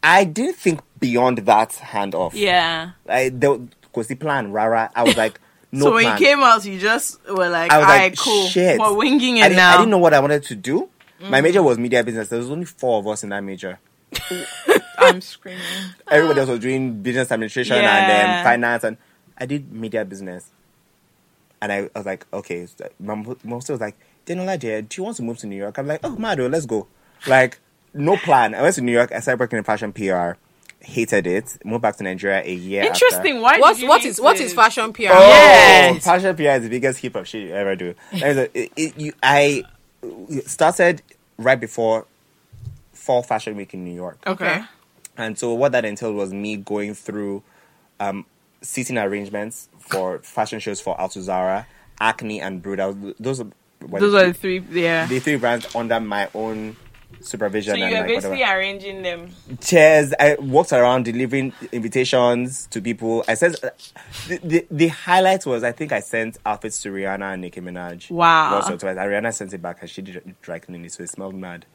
S1: I didn't think beyond that handoff.
S7: Yeah.
S1: I there was the plan, rara. I was
S7: [laughs]
S1: like, no
S7: so when
S1: plan.
S7: you came out, you just were like,
S1: I
S7: all
S1: was
S7: right,
S1: like,
S7: cool.
S1: shit.
S7: We're winging
S1: I
S7: it
S1: didn't,
S7: now. Mm-hmm.
S1: I didn't know what I wanted to do. My major was media business. There was only four of us in that major.
S7: I'm screaming.
S1: Everybody else was doing business administration and
S7: Uh, Yeah.
S1: um, finance, and I did media business. And I, I was like, okay. so My mom mom still was like, Daniela, dear, do you want to move to New York? I'm like, oh, Mado, let's go. Like, no plan. I went to New York. I started working in fashion PR. Hated it. Moved back to Nigeria a year. after.
S7: Interesting. Why?
S8: What's
S7: did you
S8: what
S7: hate
S8: is what
S7: it?
S8: is fashion PR?
S1: Oh,
S7: Yes.
S1: Passion PR is the biggest hip hop shit you ever do. That is a- it- it- you- I started right before Fall Fashion Week in New York.
S7: Okay.
S1: And so what that entailed was me going through um, seating arrangements for fashion shows for Altuzara, Acne, and Brood. I was- Those are were
S7: Those
S1: the,
S7: are
S1: three,
S7: the three. Yeah.
S1: the three brands under my own supervision.
S7: so you
S1: and
S7: were
S1: like
S7: basically
S1: whatever.
S7: arranging them.
S1: Chairs. I walked around delivering invitations to people. I sent the, the, the highlight was I think I sent outfits to Rihanna and Nicki Minaj.
S7: Wow.
S1: Once or twice. And Rihanna sent it back and she did dry cleaning it, so it smelled mad.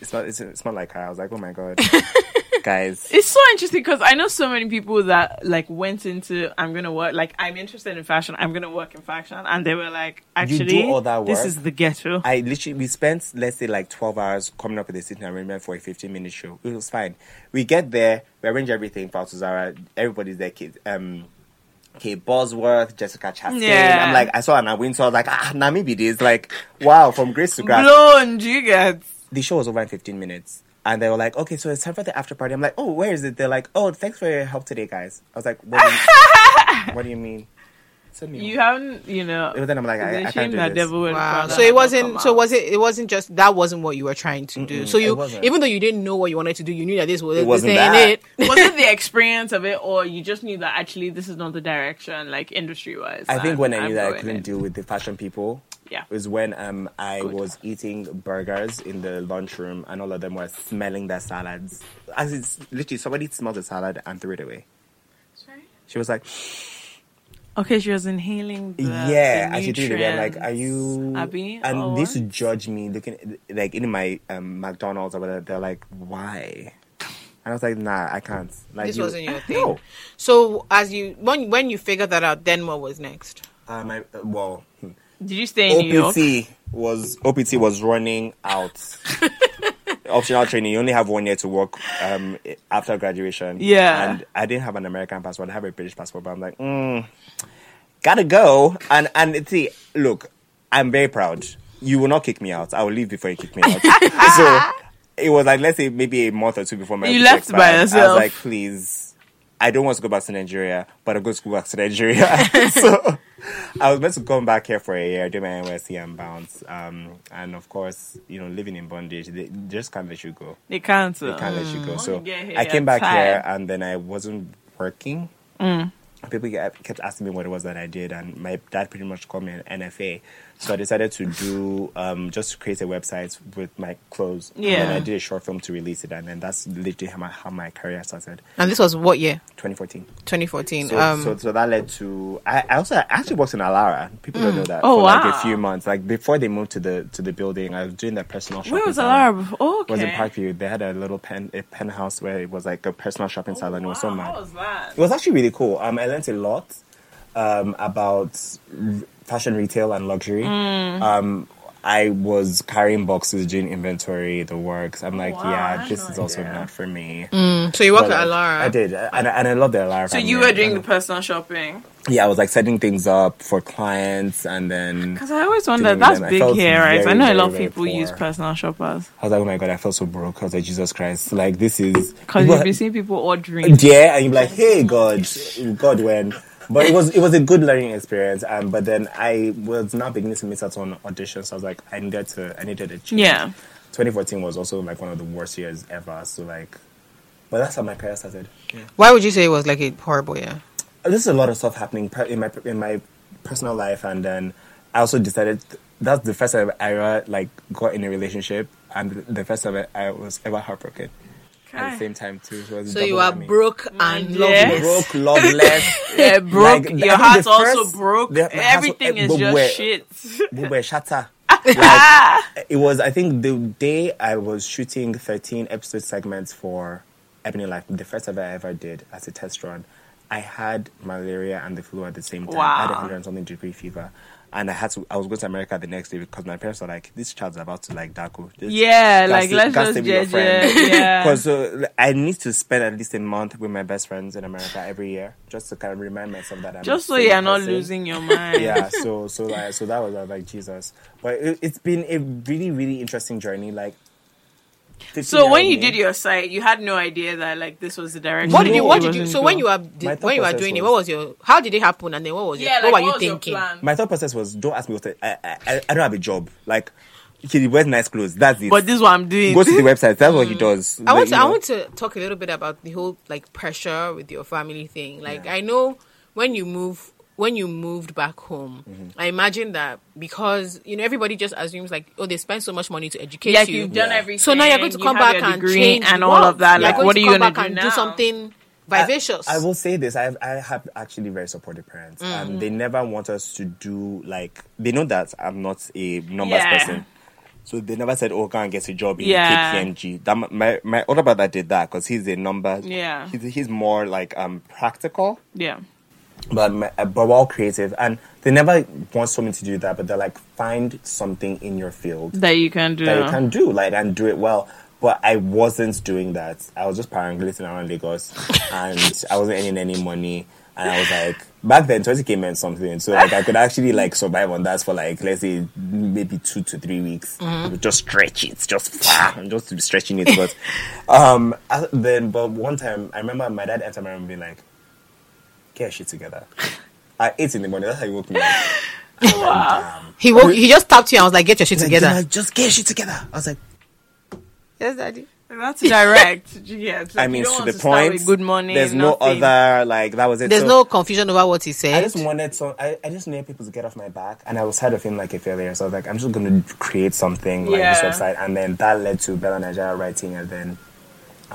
S1: It smelled, it smelled like her. I was like, oh my
S7: [laughs]
S1: god, guys.
S7: It's so interesting because I know so many people that like went into I'm gonna work like I'm interested in fashion. I'm gonna work in fashion, and they were like,
S1: You do
S7: actually,
S1: all that
S7: this
S1: work?
S7: is the ghetto.
S1: I literally we spent let's say like twelve hours coming up with a sitting arrangement for a fifteen minute show. It was fine. We get there, we arrange everything for Altuzara. Everybody's there. Kids, um, Kate Bosworth, Jessica Chastain.
S7: Yeah.
S1: I'm like, I saw Anna Wintour. I was like, ah, nah, maybe it is. Like, wow, from grace to grace.
S7: Blown, do you get?
S1: The show was over in 15 minutes. And they were like, okay, so it's time for the after party. I'm like, oh, where is it? They're like, oh, thanks for your help today, guys. I was like, what do you,
S7: [laughs]
S1: what do you mean? Send me
S7: You
S1: home.
S7: haven't, you know.
S1: But then I'm like, I,
S7: it's
S1: I
S7: a
S1: can't
S7: shame
S1: do
S7: that
S1: this.
S7: devil would
S8: Wow.
S7: rather
S8: So it
S7: have
S8: wasn't.
S7: come
S8: So
S7: out.
S8: was it? It wasn't just that wasn't what you were trying to do. So you,
S1: wasn't.
S8: even though you didn't know what you wanted to do, you knew that this was
S1: It
S8: this
S1: wasn't
S8: ain't
S1: that.
S8: it.
S7: was it the experience of it, or you just knew that actually this is not the direction, like industry wise?
S1: I think when I knew that I couldn't deal with the fashion people
S7: Yeah.
S1: was when um I
S7: Good.
S1: was eating burgers in the lunchroom and all of them were smelling their salads. As it's literally somebody smelled the salad and threw it away. She was like,
S7: Okay, she was inhaling. The,
S1: "Yeah,"
S7: the
S1: and she threw it away. I'm like, "Are you?"
S7: Abi,
S1: and
S7: or
S1: this
S7: what?
S1: judge me looking like in my um, McDonald's or whatever. They're like, "Why?" And I was like, "Nah, I can't." Like
S8: This
S1: you- [laughs]
S8: wasn't your thing.
S1: No.
S8: So as you when when you figured that out, then what was next?
S1: Um, I, well,
S7: Did you stay in New York?
S1: OPT was OPT was running out.
S7: [laughs]
S1: Optional training. You only have one year to work um, after graduation.
S7: Yeah.
S1: And I didn't have an American passport. I have a British passport, but I'm like, mm, gotta go. And and see, look, I'm very proud. You will not kick me out. I will leave before you kick me out. [laughs]
S7: [laughs]
S1: so it was like let's say maybe a month or two before my
S7: You
S1: OPT
S7: left by
S1: expired. I
S7: yourself.
S1: was like, please, I don't want to go back to Nigeria, but I'll go to go back to Nigeria. [laughs] so I was meant to come back here for a year, do my NYC and bounce. Um, and of course, you know, living in bondage, they just can't let you go.
S7: They uh, cancel.
S1: They can't let you go. So
S7: Mm, get here,
S1: I came
S7: I'm
S1: back here
S7: tired.
S1: and then I wasn't working.
S7: Mm.
S1: People get- kept asking me what it was that I did, and my dad pretty much called me an NFA. So I decided to do um, just to create a website with my clothes. And
S7: Yeah.
S1: then I did a short film to release it, and then that's literally how my, how my career started.
S8: And this was what year?
S1: 2014.
S8: 2014.
S1: So,
S8: um,
S1: so, so that led to I, I also I actually worked in Alara. People don't know that.
S7: Oh,
S1: for Like a
S7: wow.
S1: few months, like before they moved to the to the building, I was doing their personal shopping.
S7: Where was
S1: salon.
S7: Alara? Oh, okay.
S1: It was in Parkview. They had a little pen a penthouse where it was like a personal shopping salon. It was so
S7: Oh, Wow,
S1: mad.
S7: How was that?
S1: It was actually really cool. Um, I learned a lot um, about r- fashion retail and luxury.
S7: Mm.
S1: Um, I was carrying boxes, doing inventory, the works. I'm like,
S7: wow, Mm. I
S1: yeah,
S7: had
S1: this
S7: no
S1: is also
S7: idea.
S1: not for me.
S8: so you worked
S1: But,
S8: at
S1: like,
S8: Alara.
S1: I did, and, and I love the Alara.
S7: So you were doing the personal shopping?
S1: yeah, I was like setting things up for clients, and then
S7: Because I always wonder.
S1: Doing
S7: That's
S1: them. I
S7: big
S1: felt
S7: here, right?
S1: very,
S7: I know a
S1: very,
S7: lot of
S1: very
S7: people use
S1: poor.
S7: personal shoppers
S1: I was like, oh my god, I felt so broke. I was like, Jesus Christ, like this is
S7: because
S1: People-
S7: you've been seeing people ordering.
S1: yeah, and you're like, hey God, God when. But it was it was a good learning experience. Um, but then I was not beginning to miss out on auditions. So I was like, I needed to, I needed a change.
S7: Yeah.
S1: 2014 was also like one of the worst years ever. So like, but that's how my career started.
S8: Why would you say it was like a horrible year?
S1: there's a lot of stuff happening per- in my in my personal life, and then I also decided that's the first time I ever like got in a relationship, and the first time I I was ever heartbroken. At the same time too, so, it was
S8: So
S1: double
S8: you are
S1: whammy.
S8: broke
S7: My
S8: and
S7: dear.
S8: loveless.
S1: broke,
S8: [laughs]
S1: loveless.
S7: Yeah, broke.
S1: [laughs] Like, I
S7: your
S1: think
S7: heart's
S1: the
S7: also
S1: first-
S7: broke.
S1: the- my heart's-
S7: Everything
S1: but
S7: is just
S1: where- [laughs]
S7: shit.
S1: we
S7: [laughs]
S1: were shatter.
S7: Ah.
S1: Like, it was, I think, the day I was shooting 13 episode segments for Ebony Life, the first ever I ever did as a test run. I had malaria and the flu at the same time. I had
S7: Wow.
S1: 100 and something degree fever. And I had to, I was going to America the next day because my parents were like, this child's about to like Daco. Just
S7: Yeah,
S1: gas
S7: like
S1: it-
S7: let's
S1: gas
S7: just
S1: it with your [laughs]
S7: judge
S1: friends.
S7: it. Yeah.
S1: Because I need to spend at least a month with my best friends in America every year just to kind of remind myself that I'm
S7: Just so
S1: a sane
S7: you're not
S1: person
S7: losing your mind.
S1: [laughs]
S7: [laughs]
S1: yeah so so like so that was I was like jesus but it, it's been a really really interesting journey like
S7: So
S1: 15-year-old
S7: when
S1: me,
S7: you did your site, you had no idea that like this was the direction.
S8: What did you?
S1: No,
S8: What
S7: it
S8: did
S7: was
S8: you?
S7: gonna
S8: So
S7: go.
S8: when you are
S1: My
S8: when
S1: thought
S8: you are
S1: process
S8: doing it,
S1: was-
S8: what was your? How did it happen? And then what was your?
S7: yeah,
S8: what
S7: like,
S8: were you
S7: was your
S8: thinking?
S7: plan?
S1: my thought process was don't ask me what I, I I I don't have a job like he wears nice clothes that's it
S7: But this Mm. is what I'm doing.
S1: go to the website that's what he does
S8: I
S1: Like,
S8: want to,
S1: you
S8: I
S1: know.
S8: want to talk a little bit about the whole like pressure with your family thing. Like I know when you move when you moved back home,
S1: Mm-hmm.
S8: I imagine that because you know everybody just assumes like oh they spend so much money to educate
S7: like
S8: you.
S7: you've done
S1: Yeah.
S7: everything.
S8: So now you're going to come
S7: have
S8: back
S7: your
S8: and
S7: degree
S8: change
S7: and
S8: the
S7: all
S8: world.
S7: of that.
S8: You're
S7: Like
S8: going
S7: what are
S8: to
S7: you
S8: come back
S7: going to do
S8: and
S7: now?
S8: do something vivacious?
S1: I will say this: I have, I have actually very supportive parents,
S7: Mm-hmm.
S1: and they never want us to do like they know that I'm not a numbers
S7: Yeah.
S1: person, so they never said, "Oh, go and get a job in
S7: Yeah.
S1: KPMG." That my my older brother did that because he's a number.
S7: Yeah.
S1: he's, he's more like um practical,
S7: Yeah.
S1: but my, uh, but all creative, and they never want someone to do that. But they're like, find something in your field
S7: That you can do.
S1: that you can do, like, and do it well. But I wasn't doing that. I was just paranglating around Lagos, [laughs] and I wasn't earning any money. And I was like, back then, twenty k meant something, so like I could actually like survive on that for like let's say maybe two to three weeks. Just stretch it, just I'm just stretching it. But [laughs] um, I- then, but one time I remember my dad entered my room being like, "Get your shit together." At eight in the morning, that's how he woke me up.
S8: he woke, he just tapped you and was like, "Get your shit together."
S1: Like, just get your shit together. I was like.
S8: Yes, daddy.
S7: That's direct. [laughs] yeah.
S1: I mean,
S7: you
S1: to
S7: don't want
S1: the
S7: to start
S1: point.
S7: with Good morning.
S1: There's
S7: nothing.
S1: no
S7: [laughs]
S1: other like that was it.
S8: There's
S1: So,
S8: no confusion over what he said.
S1: I just wanted some. I, I just needed people to get off my back, and I was tired of feeling like a failure. So I was like, I'm just going to create something like
S7: Yeah.
S1: this website, and then that led to Bella Nigeria writing, and then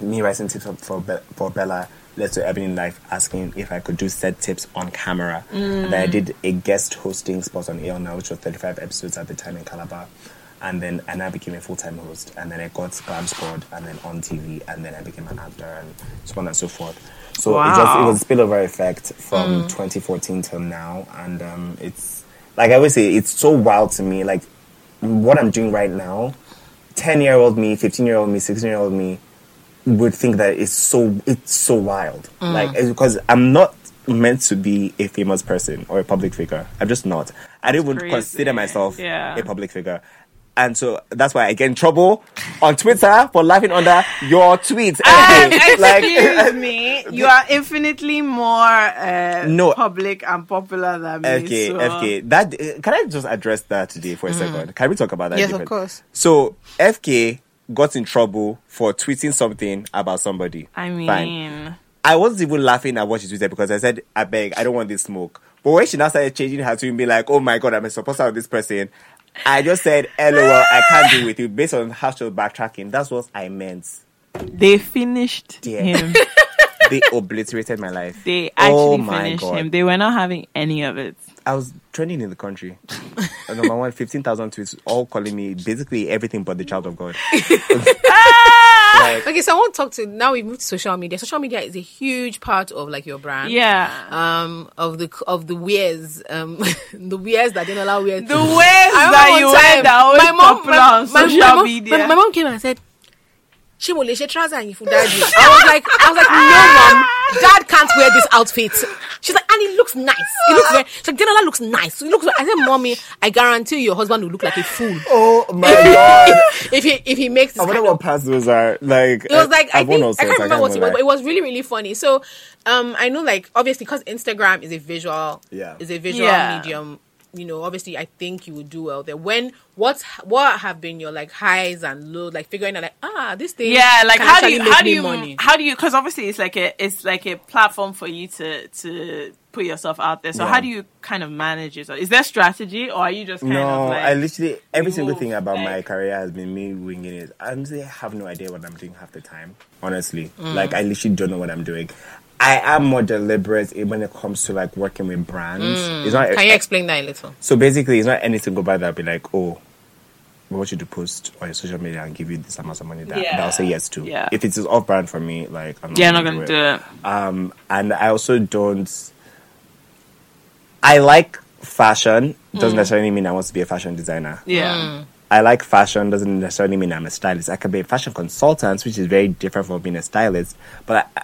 S1: me writing tips for- for Be- for Bella led to Ebony Life asking if I could do said tips on camera. And then I did a guest hosting spot on AL Now, which was 35 episodes at the time in Calabar. And then and I became a full time host, and then I got Glam Squad, and then on TV, and then I became an actor, and so on and so forth. So it just it
S7: Wow.
S1: was a spillover effect from 2014 till now, and um, it's like I always say, it's so wild to me. Like what I'm doing right now, 10 year old me, 15 year old me, 16 year old me would think that it's so it's so wild.
S7: Mm.
S1: Like it's because I'm not meant to be a famous person or a public figure. I'm just not. I don't even
S7: crazy.
S1: consider myself
S7: Yeah.
S1: a public figure. And so that's why I get in trouble on Twitter for laughing under your tweets. [laughs]
S7: Um,
S1: Anyway,
S7: [laughs] excuse me. You are infinitely more uh,
S1: No.
S7: public and popular than me.
S1: Okay,
S7: so.
S1: FK. That uh, can I just address that today
S7: Mm.
S1: for a second? Can we talk about that?
S8: Yes, of
S1: different-
S8: course.
S1: So FK got in trouble for tweeting something about somebody.
S7: I mean,
S1: Fine. I wasn't even laughing at what she tweeted because I said, "I beg, I don't want this smoke." But when she now started changing her tweet, and be like, "Oh my god, I'm supposed to have this person," I just said, "LOL, I can't deal with you." Based on how she was backtracking, that's what I meant.
S7: they finished
S1: Yeah.
S7: him.
S8: [laughs]
S1: They obliterated my life.
S7: They
S1: [laughs] Oh
S7: actually
S1: my
S7: finished
S1: God.
S7: him. They were not having any of it.
S1: I was trending in the
S8: [laughs]
S1: country. Uh, Number one, 15,000 tweets, all calling me basically everything but the child of God. like,
S8: Okay, so I want to talk to now. We moved to social media. Social media is a huge part of like your brand.
S7: Yeah.
S8: Um, of the of the wears, um, [laughs] the wears that didn't allow wears.
S7: the ways that you wear that always popular on social
S8: my mom,
S7: media.
S8: My, my mom came and said, "She will let trouser and if you
S7: [laughs]
S8: daddy." I was like, I was like, no mom, dad can't wear this outfit. She's like, and it looks nice. It looks very. She's like, Dinola looks nice. It looks. I said, mommy, I guarantee your husband will look like a fool
S1: oh [laughs] my God.
S8: if he if he makes. This
S1: I wonder
S8: kind of-
S1: what past those are. Like,
S8: it was like I,
S1: I've worn
S8: think
S1: all sorts,
S8: I can't remember what it was,
S1: lie.
S8: but it was really really funny. So, um, I know like obviously because Instagram is a visual,
S1: Yeah.
S8: is a visual
S7: Yeah.
S8: medium. You know, obviously, I think you would do well there. When what what have been your like highs and lows, like figuring out like ah this thing,
S7: yeah, like
S8: can
S7: how do
S8: actually
S7: you
S8: make
S7: how do
S8: me
S7: you
S8: money?
S7: how do you because obviously it's like a it's like a platform for you to to put yourself out there. So
S1: Yeah.
S7: how do you kind of manage it? Is there strategy, or are you just kind
S1: No,
S7: of like?
S1: I literally every single
S7: move,
S1: thing about my
S7: like-
S1: career has been me winging it. I honestly have no idea what I'm doing half the time. Honestly,
S7: Mm.
S1: like I literally don't know what I'm doing. I am more deliberate in- when it comes to like working with brands.
S7: Mm.
S1: It's not e-
S8: Can you explain that a little?
S1: so basically it's not any single brand that'll be like, oh, we want you to post on your social media and give you this amount of money that, that I'll say yes to.
S7: Yeah.
S1: If it's off brand for me, like I'm not
S7: yeah, I'm
S1: gonna
S7: not gonna do it.
S1: um, and I also don't. I like fashion.
S7: Mm.
S1: Doesn't necessarily mean I want to be a fashion designer.
S8: Mm.
S7: Yeah,
S1: I like fashion. Doesn't necessarily mean I'm a stylist. I could be a fashion consultant, which is very different from being a stylist. But I,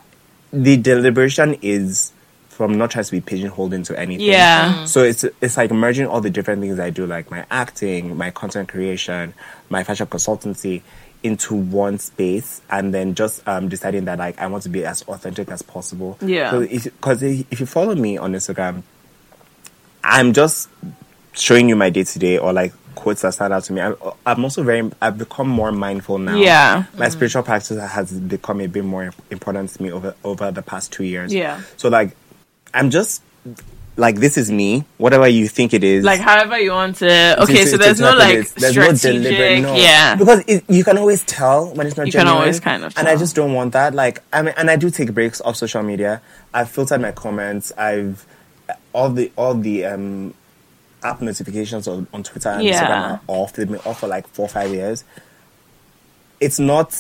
S1: the deliberation is from not trying to be pigeonholed into anything.
S7: Yeah. Mm.
S1: So it's it's like merging all the different things I do, like my acting, my content creation, my fashion consultancy, into one space, and then just um, deciding that like I want to be as authentic as possible.
S7: Yeah.
S1: Because if, if you follow me on Instagram, I'm just showing you my day to day or like quotes that stand out to me. I'm, I'm also very, I've become more mindful now.
S7: Yeah.
S1: My spiritual practice has become a bit more important to me over, over the past two years.
S7: Yeah.
S1: So like, I'm just like, this is me, whatever you think it is.
S7: like however you want it.
S1: to-
S7: Okay,
S1: to-
S7: so
S1: to
S7: there's no
S1: interpret
S7: like
S1: it. There's no
S7: strategic.
S1: deliberate- no.
S7: Yeah,
S1: because it, you can always tell when it's not.
S7: You can
S1: genuine,
S7: always kind of
S1: And I
S7: tell.
S1: just don't want that. Like, I mean, and I do take breaks off social media. I've filtered my comments. I've all the all the um app notifications on, on Twitter and
S7: Yeah.
S1: Instagram are off. They've been off for like four or five years. It's not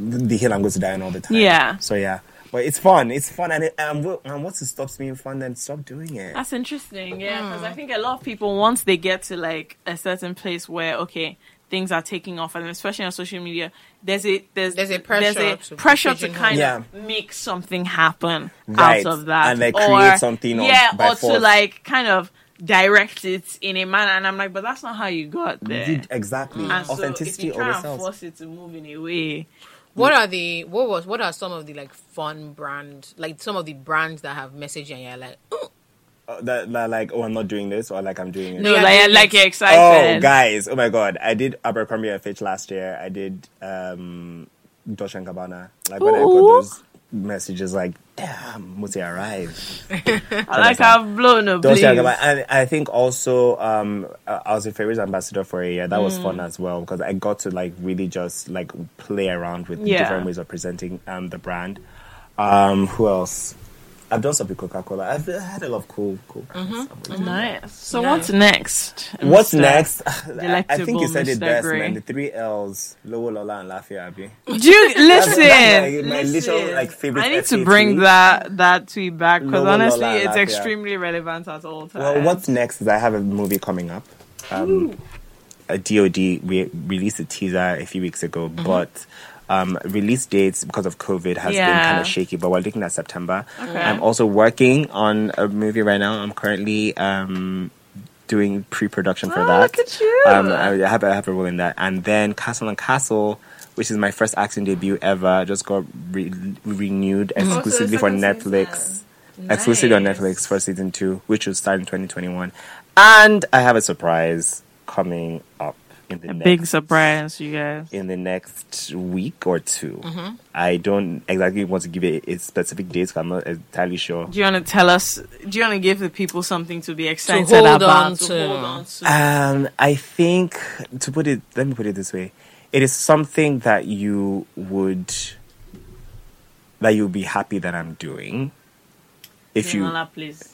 S1: the hill I'm going to die on all the time.
S7: Yeah.
S1: So yeah. But it's fun. It's fun, and it, and, what- and once it stops being fun, then stop doing it.
S7: That's interesting, yeah, because
S8: Mm.
S7: I think a lot of people once they get to like a certain place where okay things are taking off, and especially on social media, there's a there's
S8: There's a pressure
S7: there's a
S8: to
S7: pressure to
S8: pigeonhole.
S7: kind of
S1: Yeah.
S7: make something happen
S1: Right,
S7: out of that,
S1: and, like,
S7: or,
S1: create something on-
S7: yeah,
S1: by
S7: or to
S1: force.
S7: like kind of direct it in a manner, and I'm like, but that's not how you got there.
S1: You- exactly.
S7: And so
S1: Authenticity
S7: if you try
S1: always
S7: and
S1: sells.
S7: force it to move in a way.
S8: What are the what was what are some of the like fun brand like some of the brands that have messaged you and you're like "Oh,
S1: that, that like oh I'm not doing this or like I'm doing it.
S7: No,
S8: Yeah,
S7: like,
S8: it
S7: like
S8: is.
S7: you're
S1: oh
S7: excited.
S1: guys, oh my god! I did Abercrombie and Fitch last year. I did um, Dolce and Gabbana. Like when I got
S7: Ooh.
S1: those messages, like damn, Muti arrived.
S7: I like I've blown up.
S1: Dolce and
S7: please.
S1: Gabbana, and I think also um, I I was a Fairies ambassador for a year. That was
S7: Mm.
S1: fun as well because I got to like really just like play around with
S7: Yeah.
S1: different ways of presenting um, the brand. Um, who else? I've done something Coca Cola. I've had a lot of cool, cool. brands.
S7: Mm-hmm.
S1: I've
S8: Mm.
S1: worked with
S7: Nice. So what's next?
S1: What's
S7: Mr.
S1: next? I- I
S7: Delectable
S1: think you said it
S7: Mr.
S1: best,
S7: Grey.
S1: man. The three L's: Lowo, Lola, and Lafia Abi.
S7: Do you
S1: [laughs]
S7: listen?
S1: that's my- my
S7: listen.
S1: little, like, favorite
S7: I need to
S1: FAT.
S7: bring that that tweet back because
S1: Lola, Lola,
S7: honestly, it's
S1: Lafia.
S7: extremely relevant at all times.
S1: Well, what's next is I have a movie coming up. Um, a DOD re- released a teaser a few weeks ago,
S7: Mm-hmm.
S1: but um, release dates because of COVID has been
S7: Yeah.
S1: kind of shaky. But we're looking at September. I'm also working on a movie right now. I'm currently um, doing pre-production for
S7: Oh,
S1: that.
S7: look at you.
S1: Um, I I have I have a role in that, and then Castle and Castle. Which is my first acting debut ever. Just got re- renewed
S7: Oh,
S1: exclusively for
S7: second season.
S1: Netflix exclusively on Netflix for season two, which will start in 2021. And I have a surprise coming up in the next,
S7: Big surprise, you guys.
S1: in the next week or 2 I don't exactly want to give it a specific date 'cause I'm not entirely sure.
S7: Do you want to tell us? Do you want to give the people something to be excited
S8: hold
S7: about?
S8: on
S7: To
S8: to.
S7: hold on to.
S1: Um, I think to put it, let me put it this way: it is something that you would that you'll be happy that I'm doing. If you
S7: Enola, please.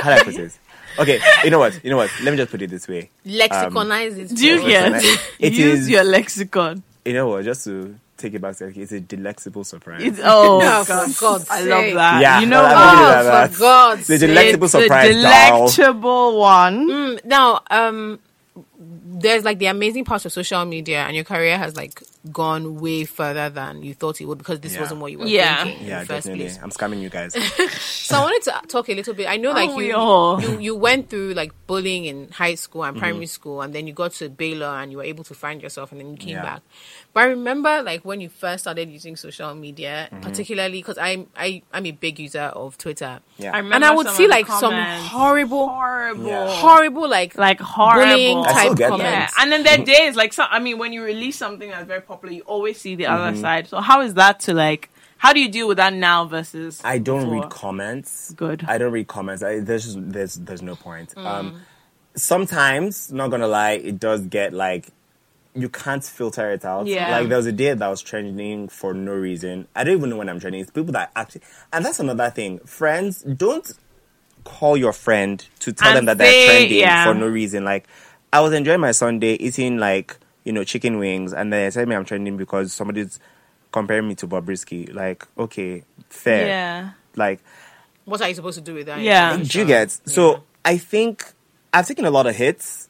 S1: how do I put this? Okay, you know what? You know what? Let me just put it this way.
S8: lexiconize it.
S7: Do you
S8: for us."
S7: get?
S1: It
S7: Use
S1: is-
S7: your lexicon.
S1: you know what? Just to take it back, to- it's a delectable surprise. [laughs]
S7: It's oh,
S8: Oh,
S7: God.
S8: for God's
S7: I love
S8: sake.
S7: that.
S1: yeah, [laughs]
S7: you know
S1: well,
S7: what?
S1: I'm thinking
S8: Oh,
S1: about
S8: for
S1: that.
S8: God's
S1: The
S8: sake.
S1: delectable
S7: the
S1: surprise, doll.
S7: delectable one.
S8: Mm, now, um, there's like the amazing part of social media, and your career has like gone way further than you thought it would because this
S1: Yeah.
S8: wasn't what you were
S7: Yeah.
S8: thinking in
S1: Yeah,
S8: the first
S1: definitely.
S8: place.
S1: I'm scamming you guys.
S8: So I wanted to talk a little bit. I know, like
S7: Aren't we
S8: you,
S7: all?
S8: you, you went through like bullying in high school and
S1: Mm-hmm.
S8: primary school, and then you got to Baylor and you were able to find yourself, and then you came
S1: Yeah.
S8: back. But I remember, like when you first started using social media,
S1: Mm-hmm.
S8: particularly because I'm I I'm a big user of Twitter.
S1: Yeah.
S7: remember
S8: and I would
S7: some
S8: see
S7: of the
S8: like some
S7: comments.
S8: horrible,
S7: horrible,
S1: Yeah.
S8: horrible, like
S7: like horrible
S8: bullying
S1: I still
S8: type
S1: get
S8: comments.
S7: Yeah,
S1: comments.
S7: and then there are
S1: Mm. Mm-hmm.
S7: days like so. I mean, when you release something that's very popular, you always see the other side. So how is that to like How do you deal with that now versus?
S1: I don't
S7: before?
S1: read comments.
S7: Good. Mm.
S1: I don't read comments. I, there's just- there's there's no point. Um, sometimes, not gonna lie, it does get like you can't filter it out.
S7: Yeah.
S1: Like there was a day that I was trending for no reason. I don't even know when I'm trending. It's people that actually, and that's another thing. Friends, don't call your friend to tell
S7: And
S1: them that
S7: say-
S1: they're trending
S7: yeah.
S1: for no reason. Like I was enjoying my Sunday eating like you know chicken wings, and then they said me I'm trending because somebody's comparing me to Bobrisky. Like okay, fair
S7: Yeah.
S1: like
S8: What are you supposed to do with that?
S7: Yeah.
S1: do you get so i think i've taken a lot of hits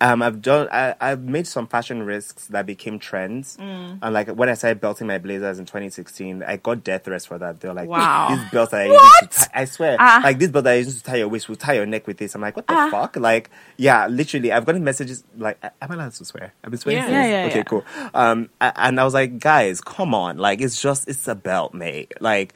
S1: um, I've done. I, I've made some fashion risks that became trends.
S7: Mm.
S1: And like when I started belting my blazers in 2016, I got death threats for that. They're like,
S7: Wow.
S1: "This belt that I used to tie, I swear,
S7: Ah.
S1: like this belt that I used to tie your waist will tie your neck with this." I'm like, "What the fuck?" Like, yeah, literally, I've gotten messages like, "A- "Am I allowed to swear?" I've been swearing.
S8: Yeah.
S1: since.
S7: Yeah, yeah,
S1: okay,
S7: yeah.
S1: cool. Um, a- and I was like, "Guys, come on! Like, it's just it's a belt, mate. Like,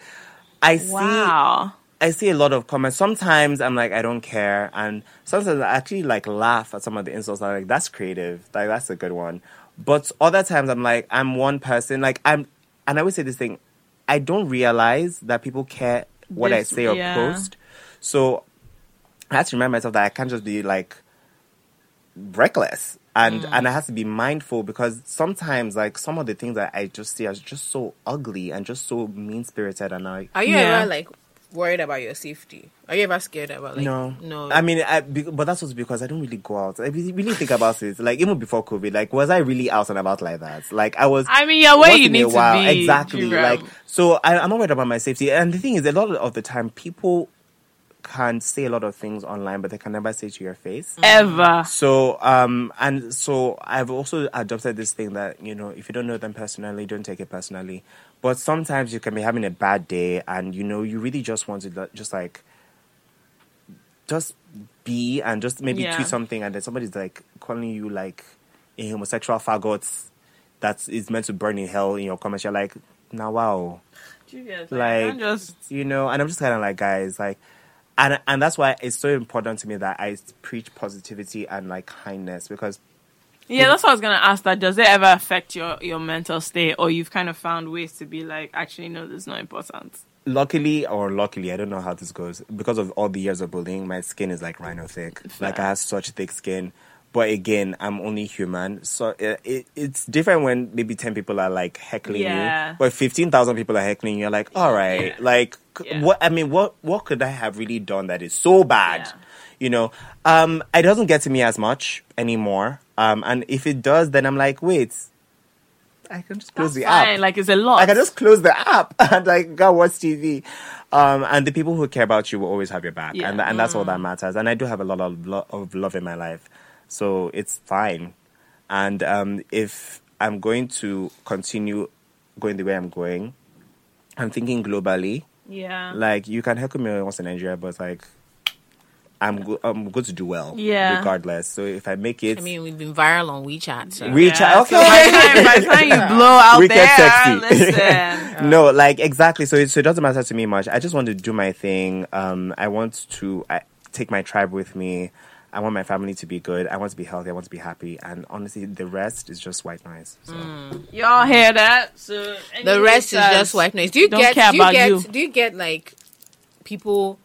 S1: I see
S7: Wow.
S1: I see a lot of comments. Sometimes I'm like, I don't care, and sometimes I actually like laugh at some of the insults. I'm like, that's creative. Like that's a good one. But other times I'm like, I'm one person. Like I'm, and I always say this thing. I don't realize that people care what
S7: This-
S1: I say or
S7: yeah.
S1: post. So I have to remind myself that I can't just be like reckless
S7: Mm.
S1: and and I have to be mindful because sometimes like some of the things that I just see are just so ugly and just so mean spirited and like
S8: Are you
S7: Yeah.
S8: ever like worried about your safety? Are you ever scared about like
S1: no,
S8: no?
S1: I mean, I, be- but that's also because I don't really go out. I really really think about it. Like even before COVID, like was I really out and about like that? Like I was.
S7: I mean, yeah, where
S1: once
S7: you
S1: in a
S7: need to
S1: while,
S7: be,
S1: exactly.
S7: Jiro.
S1: Like so, I, I'm not worried about my safety. And the thing is, a lot of the time, people can say a lot of things online, but they can never say it to your face.
S7: Ever.
S1: So, um, and so I've also adopted this thing that, you know, if you don't know them personally, don't take it personally. But sometimes you can be having a bad day and, you know, you really just want to li- just like, just be and just maybe
S7: Yeah.
S1: tweet something and then somebody's like calling you like a homosexual faggot that is meant to burn in hell in your comments. You're like, now wow like
S7: I'm just
S1: you know and i'm just kind of like guys like and and that's why it's so important to me that i preach positivity and like kindness because
S7: yeah. That's what I was gonna ask. That does it ever affect your your mental state, or you've kind of found ways to be like, actually, no, this is not important.
S1: luckily or luckily i don't know how this goes because of all the years of bullying my skin is like rhino thick like i have such thick skin but again i'm only human so it, it, it's different when maybe 10 people are like heckling
S7: Yeah.
S1: you but 15000 people are heckling you you're like all right like c-
S7: Yeah.
S1: what i mean what what could i have really done that is so bad
S7: Yeah.
S1: you know um it doesn't get to me as much anymore um and if it does then i'm like wait i can just close the app
S7: Fine, Like it's a lot.
S1: I can just close the app [laughs] and like go watch TV. Um, and the people who care about you will always have your back,
S7: Yeah.
S1: and and that's all that matters. And I do have a lot of lo- of love in my life, so it's fine. And um, if I'm going to continue going the way I'm going, I'm thinking globally.
S7: yeah.
S1: Like you can heckle me once in Nigeria, but like I'm go- I'm going to do well,
S7: Yeah.
S1: regardless. So if I make it,
S8: I mean, we've been viral on WeChat. So.
S1: reach
S7: Yeah,
S1: out.
S7: so
S1: Okay. [laughs]
S7: by the time, by the time you blow out
S1: Wicked
S7: there,
S1: sexy.
S7: listen.
S1: no like exactly so it, so it doesn't matter to me much i just want to do my thing um i want to I, take my tribe with me i want my family to be good i want to be healthy i want to be happy and honestly the rest is just white noise so.
S7: Y'all hear that? So
S8: the rest is just white noise. Do you
S7: Don't
S8: get?
S7: care
S8: do you
S7: about
S8: get?
S7: you.
S8: Do you get like people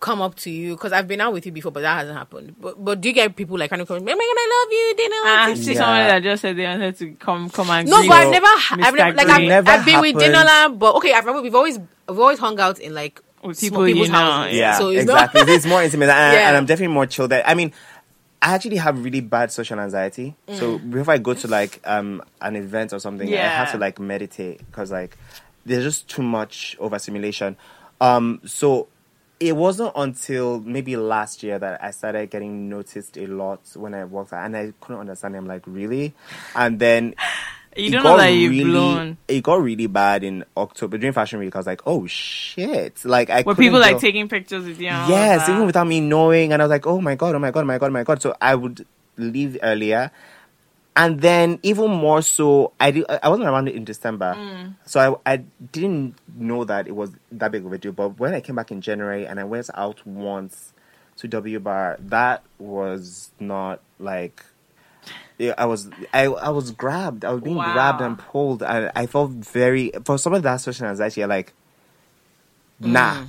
S8: come up to you? Because I've been out with you before, but that hasn't happened. But but do you get people like kind of coming? Oh my god, I love you. They know what
S7: I
S8: to
S7: see
S1: Yeah.
S7: somebody that just said they wanted to come, come and
S8: No,
S7: greet.
S8: but I've never, I've
S7: Mr.
S8: never, like, I've,
S7: Green.
S1: Never
S8: I've been with
S1: happened.
S8: Dinola, but okay, I remember we've always, we've always hung out in like
S7: With
S8: small
S7: people you
S8: people's
S7: know,
S8: houses.
S1: yeah
S8: so it's not- [laughs]
S1: exactly it's more intimate and,
S8: Yeah.
S1: and i'm definitely more chilled out. i mean i actually have really bad social anxiety
S7: Mm.
S1: so before i go to like um an event or something i have
S7: Yeah.
S1: to like meditate because like there's just too much overstimulation um so it wasn't until maybe last year that I started getting noticed a lot when I walked out, and I couldn't understand. it. I'm like, really? And then
S7: You
S1: it
S7: don't know
S1: got
S7: that you've
S1: really-
S7: blown.
S1: It got really bad in October during Fashion Week. I was like, oh shit! Like I
S7: Were
S1: couldn't
S7: people like
S1: go-
S7: taking pictures with you? and all
S1: yes,
S7: that?
S1: even without me knowing. And I was like, oh my God, oh my God, oh my God, oh my God. So I would leave earlier. And then even more so, I, did, I wasn't around in December.
S7: Mm.
S1: So I, I didn't know that it was that big of a deal. But when I came back in January and I went out once to W Bar, that was not like, Yeah, I was I, I was grabbed. I was being
S7: Wow.
S1: grabbed and pulled. I I felt very for someone that situation. I was actually like, nah.
S7: Mm.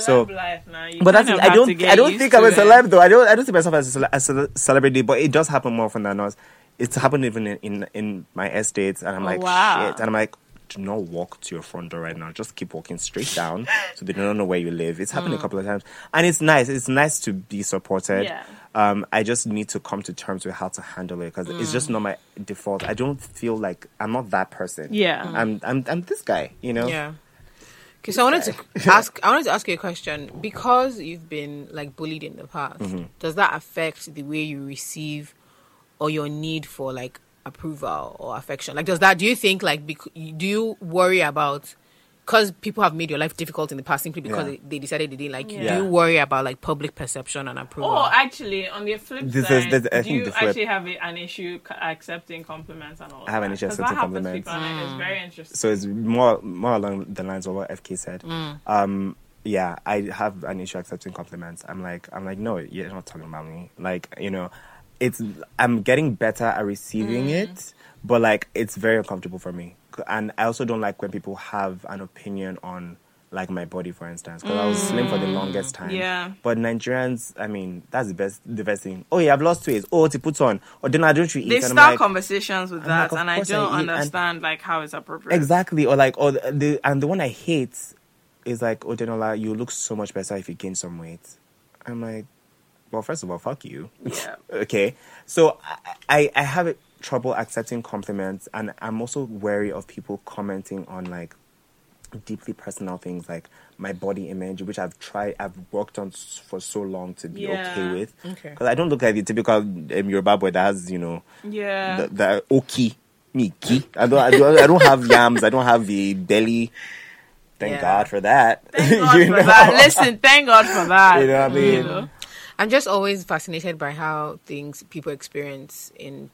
S1: So-
S7: Celeb life now. You
S1: But that's it.
S7: kind of
S1: I
S7: have to
S1: don't
S7: get
S1: I don't
S7: used
S1: think I'm
S7: to
S1: a
S7: it.
S1: celeb though. I don't I don't see myself as a, cele- a cele- celebrity, but it does happen more often than not. It's happened even in in, in my estates, and I'm like
S7: wow.
S1: shit, and I'm like. Do not walk to your front door right now. Just keep walking straight down,
S7: [laughs]
S1: so they don't know where you live. It's
S7: Mm.
S1: happened a couple of times, and it's nice. It's nice to be supported.
S7: Yeah.
S1: Um, I just need to come to terms with how to handle it because it's
S7: Mm.
S1: just not my default. I don't feel like I'm not that person.
S7: Yeah. Mm.
S1: I'm. I'm. I'm this guy. You know.
S8: Yeah. Okay, so I wanted to ask. I wanted to ask you a question because you've been like bullied in the past.
S1: Mm-hmm.
S8: Does that affect the way you receive or your need for like approval or affection? Like, does that? Do you think like? Bec- do you worry about? Because people have made your life difficult in the past simply because
S1: Yeah.
S8: they, they decided they didn't like you.
S1: Yeah.
S8: Do you worry about like public perception and approval?
S7: Oh, actually, on the flip
S1: This is-
S7: side,
S1: this- I
S7: do
S1: think
S7: you
S1: the flip.
S7: actually have a, an issue c- accepting compliments and all?
S1: I have an
S7: that?
S1: issue
S7: 'Cause
S1: accepting
S7: that happens
S1: compliments.
S7: to people and It's very interesting.
S1: so it's more more along the lines of what FK said.
S7: Mm.
S1: Um, yeah, I have an issue accepting compliments. I'm like, I'm like, no, you're not talking about me. Like, you know, it's I'm getting better at receiving
S7: Mm.
S1: it, but like, it's very uncomfortable for me. C- And I also don't like when people have an opinion on like my body, for instance, because I was slim for the longest time.
S7: Mm. Yeah.
S1: But Nigerians, I mean, that's the best, the best thing. Oh yeah, I've lost weight. Oh, to put on. Or then I don't you eat?
S7: They
S1: And I'm
S7: start
S1: like-
S7: conversations with
S1: I'm like,
S7: that,
S1: of
S7: and I
S1: course I
S7: don't
S1: eat and-
S7: understand like how it's appropriate.
S1: Exactly, or like, or the- the and the one I hate is like, oh Denola, you look so much better if you gain some weight. I'm like, well, first of all, fuck you. [laughs]
S7: Yeah.
S1: okay, so I, I I have trouble accepting compliments, and I'm also wary of people commenting on like deeply personal things like my body image, which I've tried, I've worked on s- for so long to be
S7: Yeah.
S1: okay with.
S8: Okay.
S1: because I don't look like the typical um, Yoruba boy that has you know
S7: Yeah.
S1: the, the oki miki. I don't, I don't, I don't have yams. I don't have the belly. Thank
S8: Yeah.
S1: God for that. [laughs]
S7: Thank God for that. Listen, thank God for that.
S1: You know what I
S8: Mm.
S1: mean?
S8: I'm just always fascinated by how things people experience in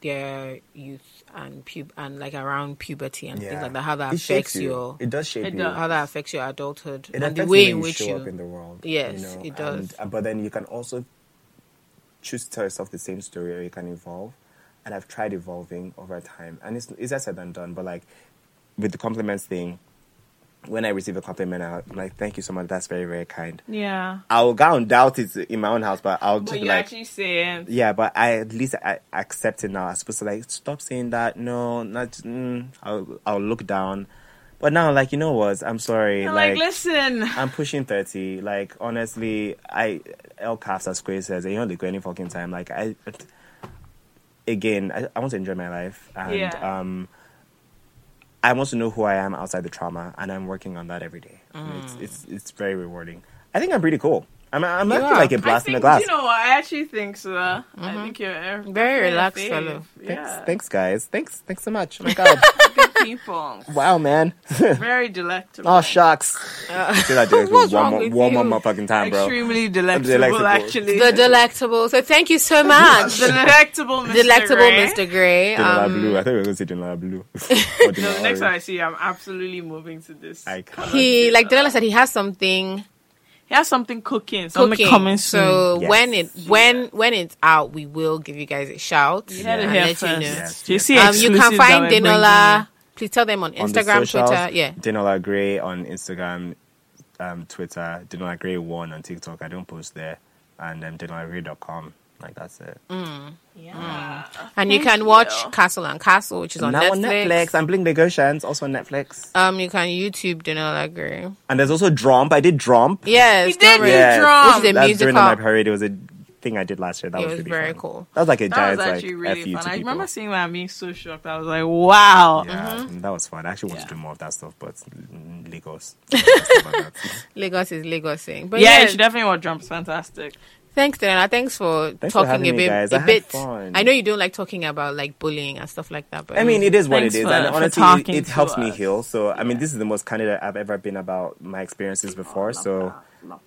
S8: their youth and pub and like around puberty and things like that. How that
S1: It shapes
S8: affects your
S1: It does shape
S7: It
S1: you.
S7: does.
S8: how that affects your adulthood
S1: It
S8: and the
S1: affects
S8: way
S1: you
S8: in
S1: when you
S8: which
S1: show up in
S8: you.
S1: the world.
S8: Yes,
S1: you know,
S8: it does.
S1: and- and- but then you can also choose to tell yourself the same story, or you can evolve. And I've tried evolving over time, and it's easier said than done. But like with the compliments thing, when I receive a compliment, I'm like, "Thank you so much. That's very, very kind."
S7: Yeah.
S1: I will go and doubt it in my own house, but I'll just
S7: But
S1: be
S7: you
S1: like,
S7: actually saying
S1: yeah, but I at least I accept it now. I'm supposed to like stop saying that. No, not. Mm, I'll I'll look down. But now, like you know what? I'm sorry.
S7: like, listen.
S1: I'm pushing thirty. Like honestly, I El Calf's as Square says, ain't only any fucking time. Like I, again, I, I want to enjoy my life, and
S7: Yeah.
S1: um, I want to know who I am outside the trauma, and I'm working on that every day.
S7: Mm.
S1: It's it's it's very rewarding. I think I'm pretty cool. I'm I'm actually
S8: are.
S1: like a
S7: I
S1: blast in
S7: think,
S1: the glass.
S7: you know what? I actually think so. I think you're a-
S8: Mm-hmm. Very
S7: you're a
S8: relaxed
S7: fave.
S8: fellow.
S1: Thanks,
S7: Yeah.
S1: thanks, guys. Thanks, thanks so much. Oh my God, [laughs]
S7: Good people.
S1: wow, man. [laughs]
S7: Very delectable.
S1: oh, shucks.
S7: Uh,
S1: See that
S7: [laughs]
S1: dude,
S8: What's
S1: warm
S8: wrong
S1: up-
S8: with
S1: warm up
S8: you?
S1: my fucking time, bro.
S7: Extremely delectable,
S1: Delectable.
S7: actually.
S8: [laughs] The delectable. So thank
S1: [laughs]
S8: you so much,
S7: delectable Mr.
S8: delectable
S7: Gray.
S8: Mr. Gray.
S1: Dinola
S8: Um,
S1: blue. I thought we were going to say Dinola
S8: [laughs]
S1: blue. [laughs]
S7: No, the next time I see you, I'm absolutely moving to this.
S1: I can't.
S8: Um, he like Daniela said, he has something
S7: He has something cooking, something
S8: cooking.
S7: coming soon.
S8: so
S1: Yes.
S8: when it when when it's out, we will give you guys a shout
S7: you heard it
S8: and
S7: here
S8: let
S7: first.
S8: you know.
S1: Yes,
S7: You
S1: yes.
S7: see
S8: Um, you can
S7: exclusives that
S8: find
S7: we're bringing you.
S8: Denola. Please tell them
S1: On
S8: on
S1: the
S8: Instagram,
S1: socials,
S8: Twitter. Yeah.
S1: Dinola Gray on Instagram, um, Twitter, Dinola Gray one on TikTok. I don't post there, and um, DinolaGray.com. Like that's it.
S8: Mm, And you can watch Castle and Castle, which is on
S1: now
S8: Netflix.
S1: on Netflix, and Blink Negotiations also on Netflix.
S8: Um, you can YouTube Denola Gray.
S1: And there's also Dromp. I did Dromp.
S8: Yes, Dora-
S7: did do
S1: Yes.
S7: Dromp.
S8: Which is a
S1: That's during
S8: musical.
S1: my parade. It was a thing I did last year. That
S8: It
S1: was,
S8: was
S1: really
S8: very
S1: fun.
S8: cool.
S1: That was like a
S7: That
S1: giant
S7: was
S1: like
S7: actually really
S1: F you
S7: fun.
S1: to
S7: I
S1: people.
S7: remember seeing that and being so shocked. I was like, wow.
S1: yeah,
S8: Mm-hmm.
S1: that was fun. I actually want to do more of that stuff, but mm, Lagos. [laughs]
S8: Lagos is Lagosing. But
S7: Yeah,
S8: yeah,
S7: you should definitely watch Jump. It's fantastic.
S8: thanks, Denola. Thanks for
S1: Thanks for
S8: talking
S1: having
S8: a
S1: me,
S8: bit.
S1: guys. I
S8: A
S1: had
S8: bit.
S1: fun.
S8: I know you don't like talking about like bullying and stuff like that, but
S1: I mean, it is what
S7: Thanks
S1: it is,
S7: for-
S1: and
S7: for
S1: honestly,
S7: talking
S1: it, it
S7: to
S1: helps me
S7: us.
S1: heal. So, I mean, this is the most candid I've ever been about my experiences before. so,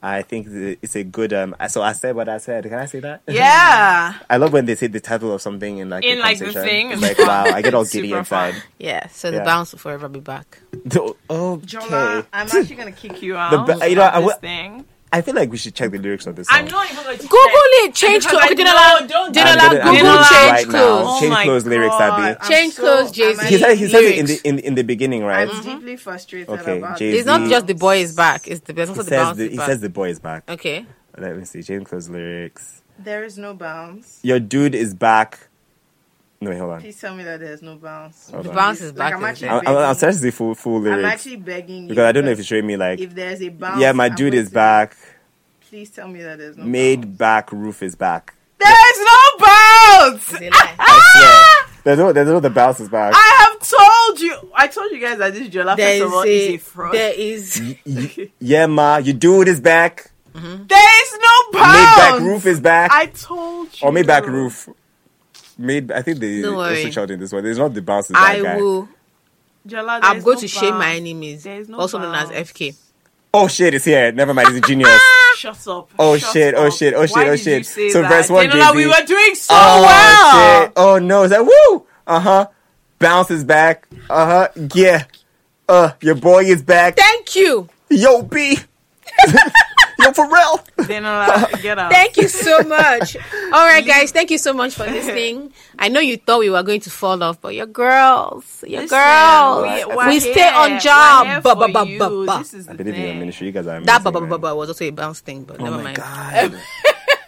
S1: I think th- it's a good. Um, I- so I said what I said. Can I say that?
S7: Yeah.
S1: [laughs] I love when they say the title of something in like
S7: In,
S1: a
S7: like, the
S1: conversation.
S7: thing.
S1: It's like wow, I get all giddy
S7: [laughs] Super fun.
S1: inside.
S8: yeah. So the
S1: Yeah.
S8: bounce will forever be back.
S1: Okay. [laughs] Oh,
S7: Jola, I'm actually going to kick you out.
S1: ba- you know,
S7: of
S1: I
S7: this
S1: will-
S7: thing.
S1: I feel like we should check the lyrics of this song.
S7: I'm not even going to
S8: Google it. Change
S7: Because
S8: clothes.
S7: I
S8: Okay,
S7: know,
S8: Dinola,
S7: don't-
S8: Dinola,
S1: I'm gonna- I'm
S8: Google
S1: gonna do it
S8: change
S1: right now.
S8: clothes.
S1: Change
S7: my
S1: clothes lyrics, Abi.
S7: I'm
S8: Change clothes, Jay-Z.
S1: he
S8: He's
S1: said, he says it in the
S8: lyrics.
S1: in, in the beginning, right?
S5: I'm deeply frustrated
S1: Mm-hmm. Okay,
S5: about
S1: Jay-
S5: this.
S8: It's not
S1: Jay-Z.
S8: just the boy is back. It's the there's also
S1: He
S8: the
S1: says
S8: bounce
S1: the,
S8: is
S1: he
S8: back.
S1: says the boy is back.
S8: okay.
S1: Let me see. James Close lyrics.
S5: There is no bounce.
S1: Your dude is back. No, wait, hold on.
S5: Please tell me that there's no bounce.
S1: Hold
S8: The
S1: on.
S8: bounce is
S5: Like,
S8: back.
S5: I'm
S8: is
S5: actually-
S8: back.
S1: I'm, I'm, I'm searching the full full
S5: I'm
S1: Oh, lyrics
S5: actually begging you
S1: because I don't know if it's showing me like.
S5: if there's a bounce.
S1: Yeah, my
S5: I'm
S1: dude
S5: going
S1: is
S5: to-
S1: back.
S5: Please tell me that there's no bounce.
S1: Made back. Roof is back.
S7: There's no bounce.
S8: It's
S1: [laughs]
S8: a lie.
S7: Ah!
S1: There's no there's no the bounce is back.
S7: I have told you. I told you guys that this Jola
S8: There
S7: festival is a
S8: is a,
S7: fraud.
S8: there is
S1: Y- yeah, ma. Your dude is back.
S7: there is no
S1: Made
S7: bounce.
S1: back. Roof is back.
S7: I told you.
S1: or made back roof. Made. I think they
S8: Don't worry.
S1: also showed in this one. There's not the bounce is back
S8: I
S1: guy.
S8: will
S7: Jola,
S8: I'm
S7: there's
S8: going
S7: no
S8: to shame my
S7: bounce.
S8: enemies.
S7: There is no
S8: also known as
S7: bounce.
S8: FK.
S1: Oh shit! It's here. Never mind. It's a genius.
S7: Ah, Shut up.
S1: Oh,
S7: Shut
S1: shit, oh,
S7: up.
S1: shit, oh, shit,
S7: Why
S1: oh,
S7: did
S1: shit.
S7: you say
S1: So
S7: that?
S1: verse one,
S7: Jenola, we
S1: Jay-Z.
S7: were doing so
S1: oh
S7: well.
S1: shit! Oh no! It's like woo. Uh huh. Bounces back. Uh huh. Yeah. Uh, your boy is back.
S8: Thank you.
S1: Yo, B. Yo, Pharrell.
S7: Jenola, get out.
S8: Thank you so
S7: [laughs]
S8: much. All right, guys. Thank you so much for listening. I know you thought we were going to fall off, but your girls, your
S7: Listen,
S8: girls,
S7: we-
S8: we,
S7: we're
S8: stay
S7: here.
S8: on
S7: We're here
S8: job. Ba,
S7: for
S8: ba, ba,
S7: you.
S8: ba, ba.
S7: This is
S1: I
S7: the
S1: believe in your
S7: thing.
S1: ministry. You guys are amazing.
S8: That ba, ba, ba,
S1: man.
S8: ba, ba was also a bounce thing, but
S1: Oh
S8: never
S1: my
S8: mind.
S1: god.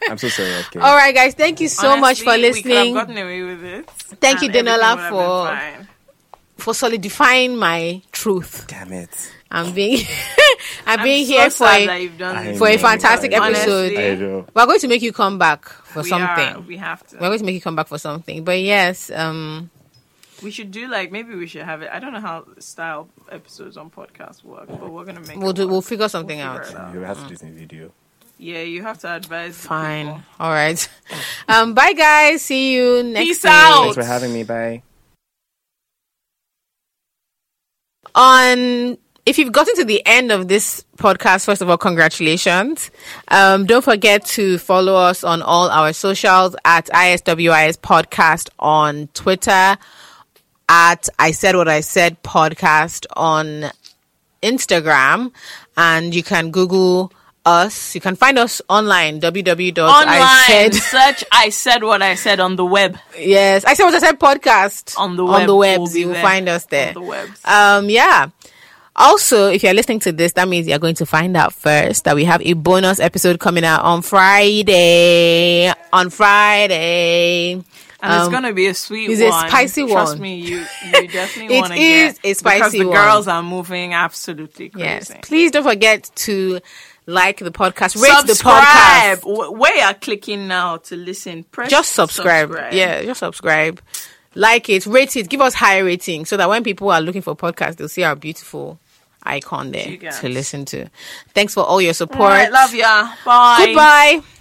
S1: I'm so sorry. Okay.
S8: All right, guys. Thank you so much
S7: Honestly,
S8: for
S7: We could have
S8: listening.
S7: gotten away with it.
S8: Thank you,
S7: And everything
S8: Denola,
S7: would have
S8: for-
S7: been fine.
S8: For solidifying my truth,
S1: Damn it.
S8: I'm being, [laughs] I'm
S7: I'm
S8: being
S7: so
S8: here for
S7: sad
S8: it.
S7: that you've done
S1: I
S7: this.
S8: for a
S1: know,
S8: fantastic
S1: I know.
S8: episode.
S1: I know.
S8: We're going to make you come back for
S7: we
S8: something.
S7: Are, we have
S8: We're
S7: to.
S8: going to make you come back for something. But yes, um,
S7: We should do like maybe we should have it. I don't know how style episodes on podcasts work, but we're gonna make.
S8: we'll
S7: it
S8: do,
S7: work.
S8: we'll figure something
S7: We'll
S8: out.
S7: figure it
S1: You have to do this in video.
S7: Yeah, you have to advise. the
S8: Fine.
S7: people.
S8: All right. [laughs] Um, bye guys. See you next
S7: Peace
S8: week
S7: out.
S1: Thanks for having me. Bye.
S8: On if you've gotten to the end of this podcast, first of all, congratulations. Um, don't forget to follow us on all our socials at ISWIS Podcast on Twitter, at I Said What I Said Podcast on Instagram, and you can Google us. You can find us online, www.
S7: Online, search. I said what I said on the web.
S8: [laughs] Yes, I said what I said podcast
S7: On the web,
S8: on the webs.
S7: we'll be
S8: you will
S7: there.
S8: find us there.
S7: On the webs.
S8: Um, yeah. Also, if you're listening to this, that means you're going to find out first that we have a bonus episode coming out on Friday. On Friday,
S7: And it's
S8: Um,
S7: gonna be a sweet
S8: it's a
S7: one.
S8: spicy
S7: Trust
S8: one.
S7: me, you
S8: [laughs]
S7: you definitely
S8: It
S7: want to
S8: is
S7: get
S8: a spicy
S7: because the
S8: one.
S7: girls are moving absolutely crazy.
S8: yes. Please don't forget to like the podcast, rate
S7: subscribe.
S8: the podcast,
S7: W- Where you're clicking now to listen, press
S8: just subscribe. Yeah, just subscribe. Like it, rate it, give us high rating so that when people are looking for podcasts, they'll see our beautiful icon there
S7: You guys.
S8: to listen to. Thanks for all your
S7: All
S8: support.
S7: right, love ya. Bye.
S8: Goodbye.